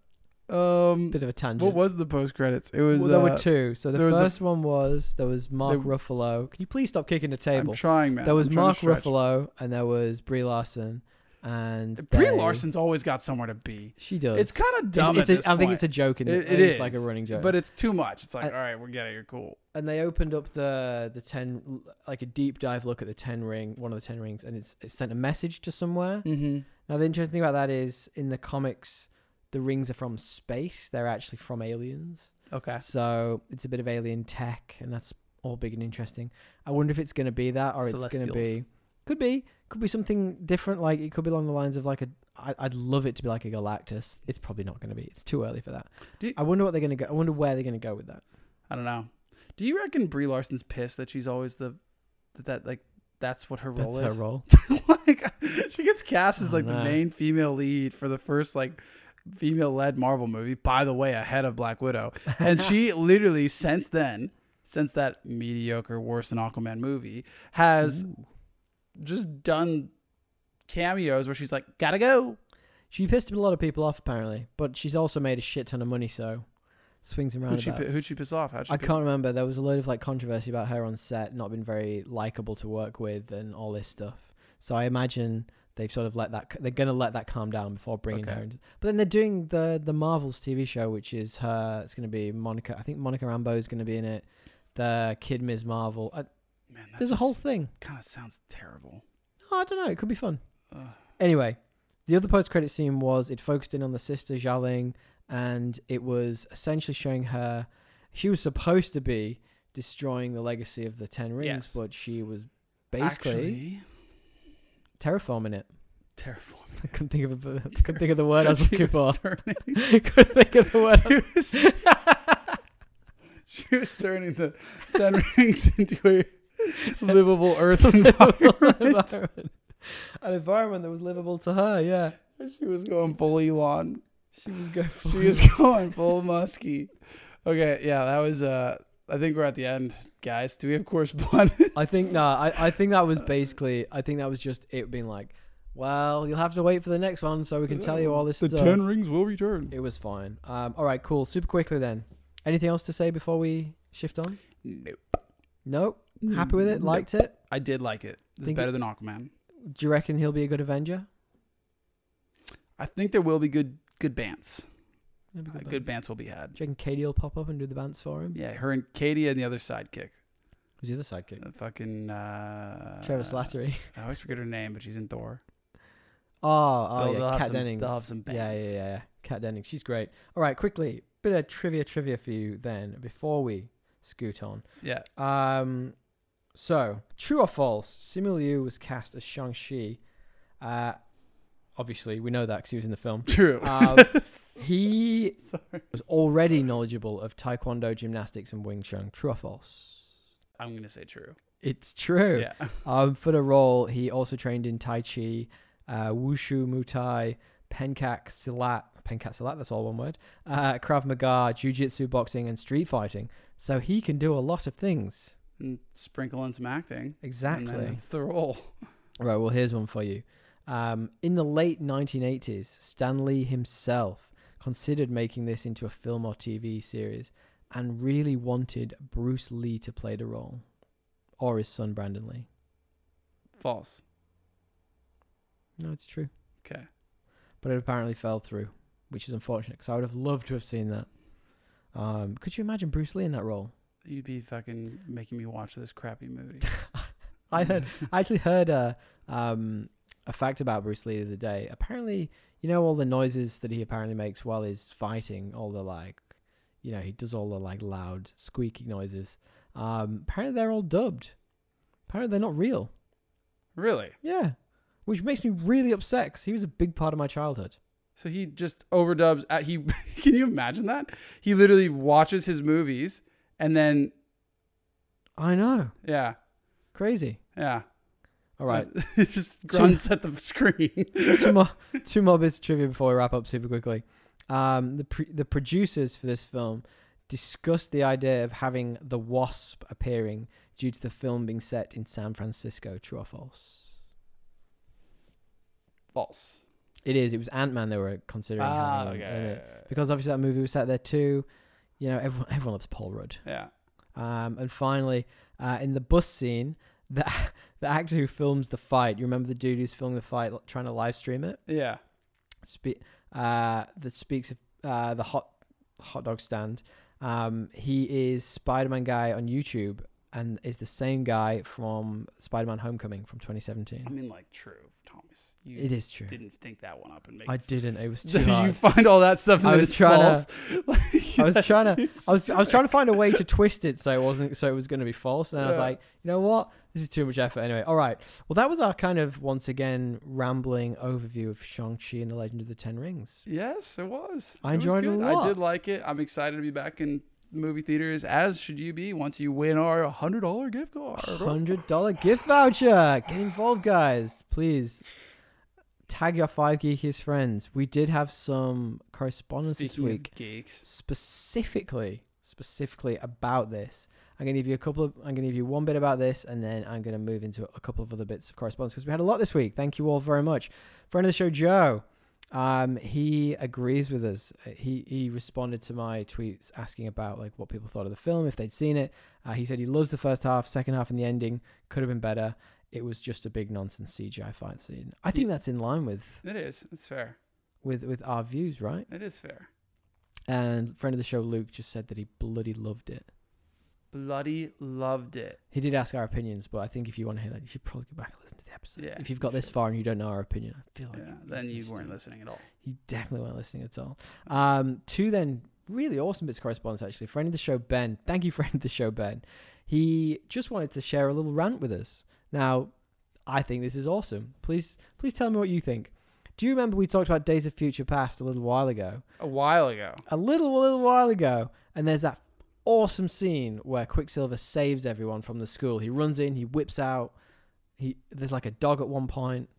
Speaker 2: Um,
Speaker 1: Bit of a tangent.
Speaker 2: what was the post credits? It was.
Speaker 1: well, there
Speaker 2: uh,
Speaker 1: were two. So the
Speaker 2: there was the-
Speaker 1: first one was there was Mark
Speaker 2: There-
Speaker 1: Ruffalo. Can you please stop kicking the
Speaker 2: I'm
Speaker 1: table?
Speaker 2: trying, man.
Speaker 1: there was
Speaker 2: I'm trying to
Speaker 1: Mark
Speaker 2: stretch.
Speaker 1: Ruffalo and there was Brie Larson, and
Speaker 2: Brie
Speaker 1: they-
Speaker 2: Larson's always got somewhere to be.
Speaker 1: She does.
Speaker 2: It's kind of dumb.
Speaker 1: It's,
Speaker 2: at
Speaker 1: a-
Speaker 2: this
Speaker 1: I think
Speaker 2: point.
Speaker 1: it's a joke. In the,
Speaker 2: It- it
Speaker 1: it's like a
Speaker 2: is,
Speaker 1: running joke.
Speaker 2: but it's too much. It's like,
Speaker 1: I-
Speaker 2: all right, we're getting you're cool.
Speaker 1: and they opened up the the ten like a deep dive look at the ten ring, one of the ten rings, and it's it sent a message to somewhere.
Speaker 2: Mm-hmm.
Speaker 1: Now, the interesting thing about that is in the comics, the rings are from space. They're actually from aliens.
Speaker 2: Okay.
Speaker 1: So it's a bit of alien tech, and that's all big and interesting. I wonder if it's going to be that, or it's going to
Speaker 2: Celestials.
Speaker 1: be. Could be. Could be something different. Like, it could be along the lines of like a. I, I'd love it to be like a Galactus. It's probably not going to be. It's too early for that.
Speaker 2: Do you-
Speaker 1: I wonder what they're going to go. I wonder where they're going to go with that.
Speaker 2: I don't know. Do you reckon Brie Larson's pissed that she's always the that, that like that's what her role
Speaker 1: That's her
Speaker 2: is? [LAUGHS]
Speaker 1: role.
Speaker 2: like she gets cast as
Speaker 1: Oh,
Speaker 2: like the
Speaker 1: no.
Speaker 2: main female lead for the first like female led Marvel movie. By the way, ahead of Black Widow, and she literally since then, since that mediocre, worse than Aquaman movie, has
Speaker 1: Ooh.
Speaker 2: just done cameos where she's like, gotta go.
Speaker 1: She pissed a lot of people off, apparently, but she's also made a shit ton of money, so. swings and
Speaker 2: Who'd
Speaker 1: roundabouts.
Speaker 2: she, pi- who'd she piss off? How'd she
Speaker 1: I
Speaker 2: pi-
Speaker 1: can't remember. There was a load of like controversy about her on set, not being very likable to work with, and all this stuff. So I imagine they've sort of let that. They're gonna let that calm down before bringing
Speaker 2: Okay.
Speaker 1: her. Into, but then they're doing the the Marvels TV show, which is her. It's gonna be Monica. I think Monica Rambeau is gonna be in it. The kid Ms. Marvel. I,
Speaker 2: Man, that
Speaker 1: there's a whole
Speaker 2: just
Speaker 1: thing.
Speaker 2: kind of sounds terrible.
Speaker 1: Oh, I don't know. It could be fun.
Speaker 2: Ugh.
Speaker 1: Anyway, the other post credit scene was it focused in on the sister Xiaoling, and it was essentially showing her she was supposed to be destroying the legacy of the Ten Rings,
Speaker 2: Yes.
Speaker 1: but she was basically
Speaker 2: Actually,
Speaker 1: terraforming it. [LAUGHS]
Speaker 2: terrible.
Speaker 1: I couldn't think of a, couldn't think of the [LAUGHS] word I was
Speaker 2: [LAUGHS] She
Speaker 1: looking for.
Speaker 2: was turning- [LAUGHS]
Speaker 1: couldn't think of the [LAUGHS] word. I-
Speaker 2: she was turning the
Speaker 1: [LAUGHS]
Speaker 2: Ten Rings into a livable Earth environment.
Speaker 1: environment. [LAUGHS] An environment that was livable to her. Yeah,
Speaker 2: [LAUGHS] she was going full Elon.
Speaker 1: she was going.
Speaker 2: She
Speaker 1: for
Speaker 2: was going full musky. Okay, yeah, that was. uh I think we're at the end, guys. Do we have [LAUGHS] correspondence?
Speaker 1: I think no, I, I think that was basically I think that was just it being like, well, you'll have to wait for the next one so we can tell you all this uh,
Speaker 2: The
Speaker 1: stuff.
Speaker 2: Ten Rings will return.
Speaker 1: It was fine. Um, all right, cool. Super quickly then. Anything else to say before we shift on?
Speaker 2: Nope.
Speaker 1: Nope. Happy with it?
Speaker 2: Nope.
Speaker 1: Liked it?
Speaker 2: I did like it. It's
Speaker 1: Think
Speaker 2: better
Speaker 1: it-
Speaker 2: than Aquaman.
Speaker 1: Do you reckon he'll be a good Avenger?
Speaker 2: I think there will be good good bants.
Speaker 1: He'll be a
Speaker 2: Uh,
Speaker 1: Bant.
Speaker 2: Good bants will be had.
Speaker 1: Do you reckon Katie will pop up and do the bands for him?
Speaker 2: Yeah, her and Katie and the other sidekick.
Speaker 1: Who's the other sidekick?
Speaker 2: The fucking uh
Speaker 1: Trevor Slattery. [LAUGHS]
Speaker 2: I always forget her name, but she's in Thor.
Speaker 1: Oh, oh
Speaker 2: They'll- they'll
Speaker 1: yeah,
Speaker 2: have
Speaker 1: Kat
Speaker 2: some-
Speaker 1: Dennings.
Speaker 2: they'll have some
Speaker 1: Yeah, yeah,
Speaker 2: bands.
Speaker 1: yeah, yeah. Kat Dennings. She's great. All right, quickly, bit of trivia, trivia for you then before we scoot on.
Speaker 2: Yeah. [LAUGHS]
Speaker 1: Um, so true or false? Simu Liu was cast as Shang Chi. Uh, obviously, we know that because he was in the film.
Speaker 2: True.
Speaker 1: Um, he
Speaker 2: [LAUGHS] Sorry.
Speaker 1: was already knowledgeable of Taekwondo, gymnastics, and Wing Chun. True or false?
Speaker 2: I'm gonna say true.
Speaker 1: It's true.
Speaker 2: Yeah.
Speaker 1: Um, for the role, he also trained in Tai Chi, uh, Wushu, Muay Thai, Kak Silat. Kat Silat, that's all one word. Uh, Krav Maga, Jiu Jitsu, boxing, and street fighting. So he can do a lot of things.
Speaker 2: And Mm, sprinkle in some acting.
Speaker 1: Exactly.
Speaker 2: And then that's the role.
Speaker 1: All Right, well, here's one for you. Um, in the late 1980s, Stan Lee himself considered making this into a film or TV series and really wanted Bruce Lee to play the role or his son Brandon Lee.
Speaker 2: False.
Speaker 1: No, it's true.
Speaker 2: Okay.
Speaker 1: But it apparently fell through, which is unfortunate because I would have loved to have seen that. Um, could you imagine Bruce Lee in that role?
Speaker 2: You'd be fucking making me watch this crappy movie.
Speaker 1: [LAUGHS] I heard, I actually heard a um, a fact about Bruce Lee the other day. Apparently, you know all the noises that he apparently makes while he's fighting, all the like, you know, he does all the like loud squeaky noises. Um, apparently, they're all dubbed. Apparently, they're not real.
Speaker 2: Really?
Speaker 1: Yeah, which makes me really upset because he was a big part of my childhood.
Speaker 2: So he just overdubs. At, he [LAUGHS] can you imagine that? He literally watches his movies and then
Speaker 1: I know,
Speaker 2: yeah,
Speaker 1: crazy.
Speaker 2: yeah. [LAUGHS]
Speaker 1: All right,
Speaker 2: it just grunts at the screen. [LAUGHS]
Speaker 1: two more [LAUGHS] two more bits of trivia before we wrap up super quickly. Um, the pr- the producers for this film discussed the idea of having the Wasp appearing due to the film being set in San Francisco. True or false?
Speaker 2: False.
Speaker 1: It is. It was Ant Man they were considering
Speaker 2: Ah,
Speaker 1: having in- in
Speaker 2: okay.
Speaker 1: it because obviously that movie was set there too. You know, everyone everyone loves Paul Rudd.
Speaker 2: Yeah.
Speaker 1: Um, and finally, uh, in the bus scene, [LAUGHS] the the actor who films the fight. You remember the dude who's filming the fight, like, trying to live stream it.
Speaker 2: Yeah.
Speaker 1: spe- uh, that speaks of uh, the hot hot dog stand. Um, he is Spider Man guy on YouTube and is the same guy from Spider Man Homecoming from
Speaker 2: I
Speaker 1: 2017.
Speaker 2: mean, like, true, Thomas. You
Speaker 1: It is true.
Speaker 2: didn't think that one up and make.
Speaker 1: I didn't. It was too
Speaker 2: [LAUGHS] you
Speaker 1: hard.
Speaker 2: find all that stuff and
Speaker 1: I
Speaker 2: then
Speaker 1: was
Speaker 2: it's
Speaker 1: trying
Speaker 2: false. [LAUGHS]
Speaker 1: to-
Speaker 2: Like,
Speaker 1: I was
Speaker 2: that's
Speaker 1: trying to-
Speaker 2: too
Speaker 1: [LAUGHS] I was I was
Speaker 2: stupid.
Speaker 1: trying to find a way to twist it so it wasn't so it was going to be false. And I was
Speaker 2: Yeah.
Speaker 1: like, you know what? This is too much effort. Anyway, all right. Well, that was our kind of once again rambling overview of Shang Chi and the Legend of the Ten Rings.
Speaker 2: Yes, it was.
Speaker 1: I
Speaker 2: It was
Speaker 1: enjoyed it a
Speaker 2: good.
Speaker 1: lot.
Speaker 2: I did like it. I'm excited to be back in movie theaters, as should you be once you win our hundred dollar gift card.
Speaker 1: hundred dollar gift voucher. Get involved, guys. Please tag your five geekiest friends. We did have some correspondence
Speaker 2: Speaking
Speaker 1: this week,
Speaker 2: of geeks,
Speaker 1: specifically, specifically about this. I'm gonna give you a couple of. I'm gonna give you one bit about this, and then I'm gonna move into a couple of other bits of correspondence because we had a lot this week. Thank you all very much. Friend of the show, Joe. Um, he agrees with us. Uh, He he responded to my tweets asking about like what people thought of the film, if they'd seen it. Uh, he said he loves the first half, second half, and the ending could have been better. It was just a big nonsense CGI fight scene. I think
Speaker 2: Ye-
Speaker 1: that's in line with
Speaker 2: It is. It's fair.
Speaker 1: with with our views, right?
Speaker 2: It is fair.
Speaker 1: And friend of the show Luke just said that he bloody loved it.
Speaker 2: Bloody loved it.
Speaker 1: He did ask our opinions, but I think if you want to hear that, you should probably go back and listen to the episode.
Speaker 2: Yeah,
Speaker 1: if you've
Speaker 2: you
Speaker 1: got this
Speaker 2: should.
Speaker 1: far and you don't know our opinion, I feel like
Speaker 2: Yeah,
Speaker 1: you
Speaker 2: then you
Speaker 1: missed
Speaker 2: weren't
Speaker 1: it.
Speaker 2: listening at all.
Speaker 1: You definitely weren't listening at all. Um, two then really awesome bits of correspondence actually. Friend of the show Ben, thank you, [LAUGHS] friend of the show Ben. He just wanted to share a little rant with us. Now, I think this is awesome. Please, please tell me what you think. Do you remember we talked about Days of Future Past a little while ago?
Speaker 2: A while ago.
Speaker 1: a little a little while ago, and there's that awesome scene where Quicksilver saves everyone from the school. He runs in, he whips out. He there's like a dog at one point.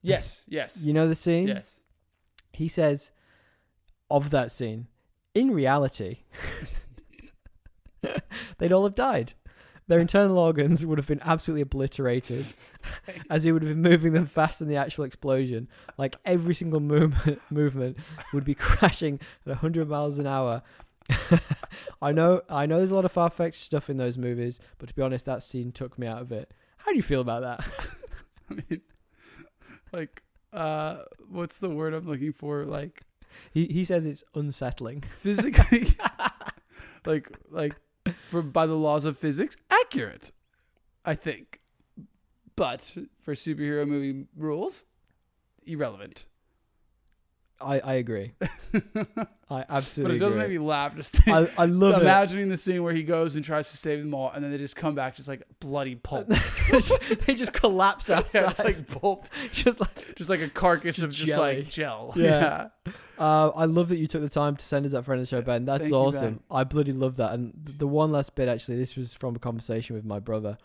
Speaker 2: Yes. Yes.
Speaker 1: You know the scene.
Speaker 2: Yes. [LAUGHS]
Speaker 1: He says of that scene, in reality, [LAUGHS] they'd all have died. Their internal organs would have been absolutely
Speaker 2: [LAUGHS]
Speaker 1: obliterated, as he would have been moving them faster than the actual explosion. Like every single movement, [LAUGHS] movement would be [LAUGHS] crashing at 100 miles an hour. [LAUGHS] I know, I know. There's a lot of far-fetched stuff in those movies, but to be honest, that scene took me out of it. How do you feel about that?
Speaker 2: I mean, [LAUGHS] like, uh, what's the word I'm looking for? Like,
Speaker 1: He he says it's unsettling.
Speaker 2: physically, [LAUGHS] like, like, for by the laws of physics, accurate. I think, but for superhero movie rules, irrelevant. [LAUGHS]
Speaker 1: I I agree. I
Speaker 2: But
Speaker 1: absolutely.
Speaker 2: it does
Speaker 1: agree.
Speaker 2: make me laugh just think-
Speaker 1: I, [LAUGHS] I love it.
Speaker 2: imagining the scene where he goes and tries to save them all, and then they just come back just like
Speaker 1: [LAUGHS]
Speaker 2: bloody pulp.
Speaker 1: they just collapse outside. [LAUGHS]
Speaker 2: [LAUGHS] yeah, it's like pulp,
Speaker 1: just like
Speaker 2: just like a carcass of just
Speaker 1: jelly.
Speaker 2: like gel.
Speaker 1: Yeah. uh, I love that you took the time to send us that friend of the show, Ben. That's
Speaker 2: Thank you,
Speaker 1: awesome.
Speaker 2: Ben.
Speaker 1: I bloody love that. And th- the one last bit, actually, this was from a conversation with my brother.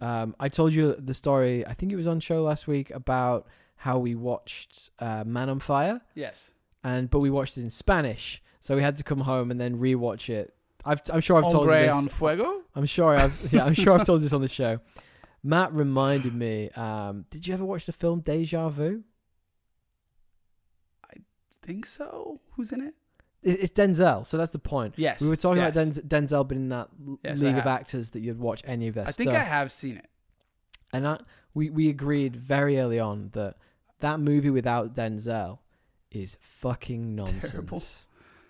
Speaker 1: Um, I told you the story. I think it was on show last week about how we watched uh, Man on Fire,
Speaker 2: Yes.
Speaker 1: and but we watched it in Spanish, so we had to come home and then rewatch it. I've, I'm sure I've told you
Speaker 2: Hombre
Speaker 1: this.
Speaker 2: on fuego.
Speaker 1: I'm sure I've [LAUGHS] yeah, I'm sure I've told this on the show. Matt reminded me. Um, did you ever watch the film Deja Vu?
Speaker 2: Think so. Who's in it?
Speaker 1: It- It's Denzel, so that's the point.
Speaker 2: Yes.
Speaker 1: We were talking
Speaker 2: yes.
Speaker 1: about Denz- Denzel being in that l-
Speaker 2: Yes, I
Speaker 1: league of
Speaker 2: have.
Speaker 1: actors that you'd watch any of their
Speaker 2: I
Speaker 1: stuff.
Speaker 2: think I have seen it.
Speaker 1: and I, we we agreed very early on that that movie without Denzel is fucking nonsense.
Speaker 2: [LAUGHS] Terrible.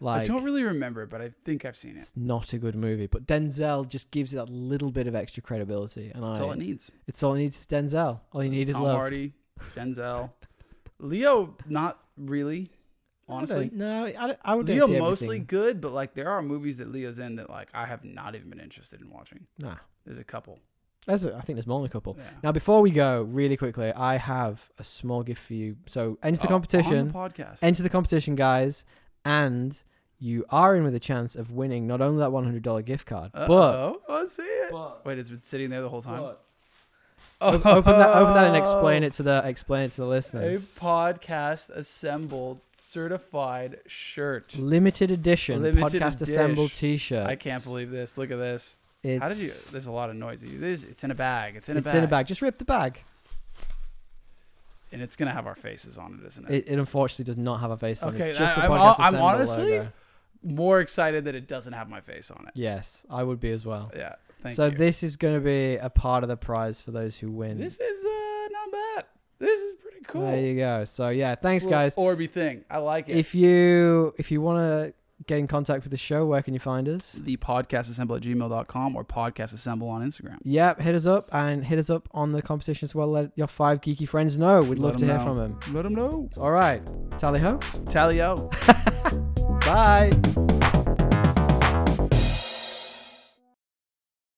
Speaker 1: Like
Speaker 2: I don't really remember, but I think I've seen it.
Speaker 1: it's not a good movie, but Denzel just gives it that little bit of extra credibility, and
Speaker 2: That's
Speaker 1: I
Speaker 2: all it needs.
Speaker 1: it's all it needs is Denzel. All you need is
Speaker 2: Tom
Speaker 1: love.
Speaker 2: Hardy, Denzel, [LAUGHS] Leo. Not really, honestly.
Speaker 1: no, I, don't- I would
Speaker 2: Leo mostly good, but like there are movies that Leo's in that like I have not even been interested in watching.
Speaker 1: Nah,
Speaker 2: There's a couple.
Speaker 1: that's a, I think there's more than a couple.
Speaker 2: Yeah.
Speaker 1: Now, before we go, really quickly, I have a small gift for you. So enter the
Speaker 2: Oh, on
Speaker 1: competition,
Speaker 2: the podcast.
Speaker 1: enter the competition, guys, and you are in with a chance of winning not only that one hundred dollar gift card, but,
Speaker 2: Uh-oh, let's see it.
Speaker 1: but-
Speaker 2: Wait, it's been sitting there the whole time.
Speaker 1: but- open that, open that, and explain
Speaker 2: Oh.
Speaker 1: it to the explain it to the
Speaker 2: A
Speaker 1: listeners.
Speaker 2: podcast assembled certified shirt.
Speaker 1: Limited edition
Speaker 2: Limited
Speaker 1: podcast assembled
Speaker 2: dish.
Speaker 1: T-shirt.
Speaker 2: I can't believe this. Look at this.
Speaker 1: it's,
Speaker 2: How did you? There's a lot of noise. You- There's, it's in a bag. It's in a
Speaker 1: it's
Speaker 2: bag.
Speaker 1: in a bag. Just rip the bag.
Speaker 2: And it's gonna have our faces on it, isn't it?
Speaker 1: It, it unfortunately does not have a face on it.
Speaker 2: Okay,
Speaker 1: It's just
Speaker 2: I-
Speaker 1: the
Speaker 2: I'm-
Speaker 1: podcast
Speaker 2: I'm
Speaker 1: assembled
Speaker 2: honestly-
Speaker 1: logo.
Speaker 2: More excited that it doesn't have my face on it.
Speaker 1: Yes, I would be as well.
Speaker 2: Yeah. Thank
Speaker 1: so
Speaker 2: you.
Speaker 1: this is going to be a part of the prize for those who win.
Speaker 2: This is uh, not bad. This is pretty cool.
Speaker 1: There you go. So yeah, thanks
Speaker 2: It's a little
Speaker 1: guys.
Speaker 2: Orby thing. I like it.
Speaker 1: If you if you want to get in contact with the show, where can you find us?
Speaker 2: the podcast assemble at gmail.com or podcast assemble on Instagram.
Speaker 1: Yep, hit us up and hit us up on the competition as well. Let your five geeky friends know. We'd
Speaker 2: Let
Speaker 1: love to
Speaker 2: 'em
Speaker 1: hear
Speaker 2: know.
Speaker 1: from them.
Speaker 2: Let them know.
Speaker 1: All right, tally ho.
Speaker 2: Tally out.
Speaker 1: Bye.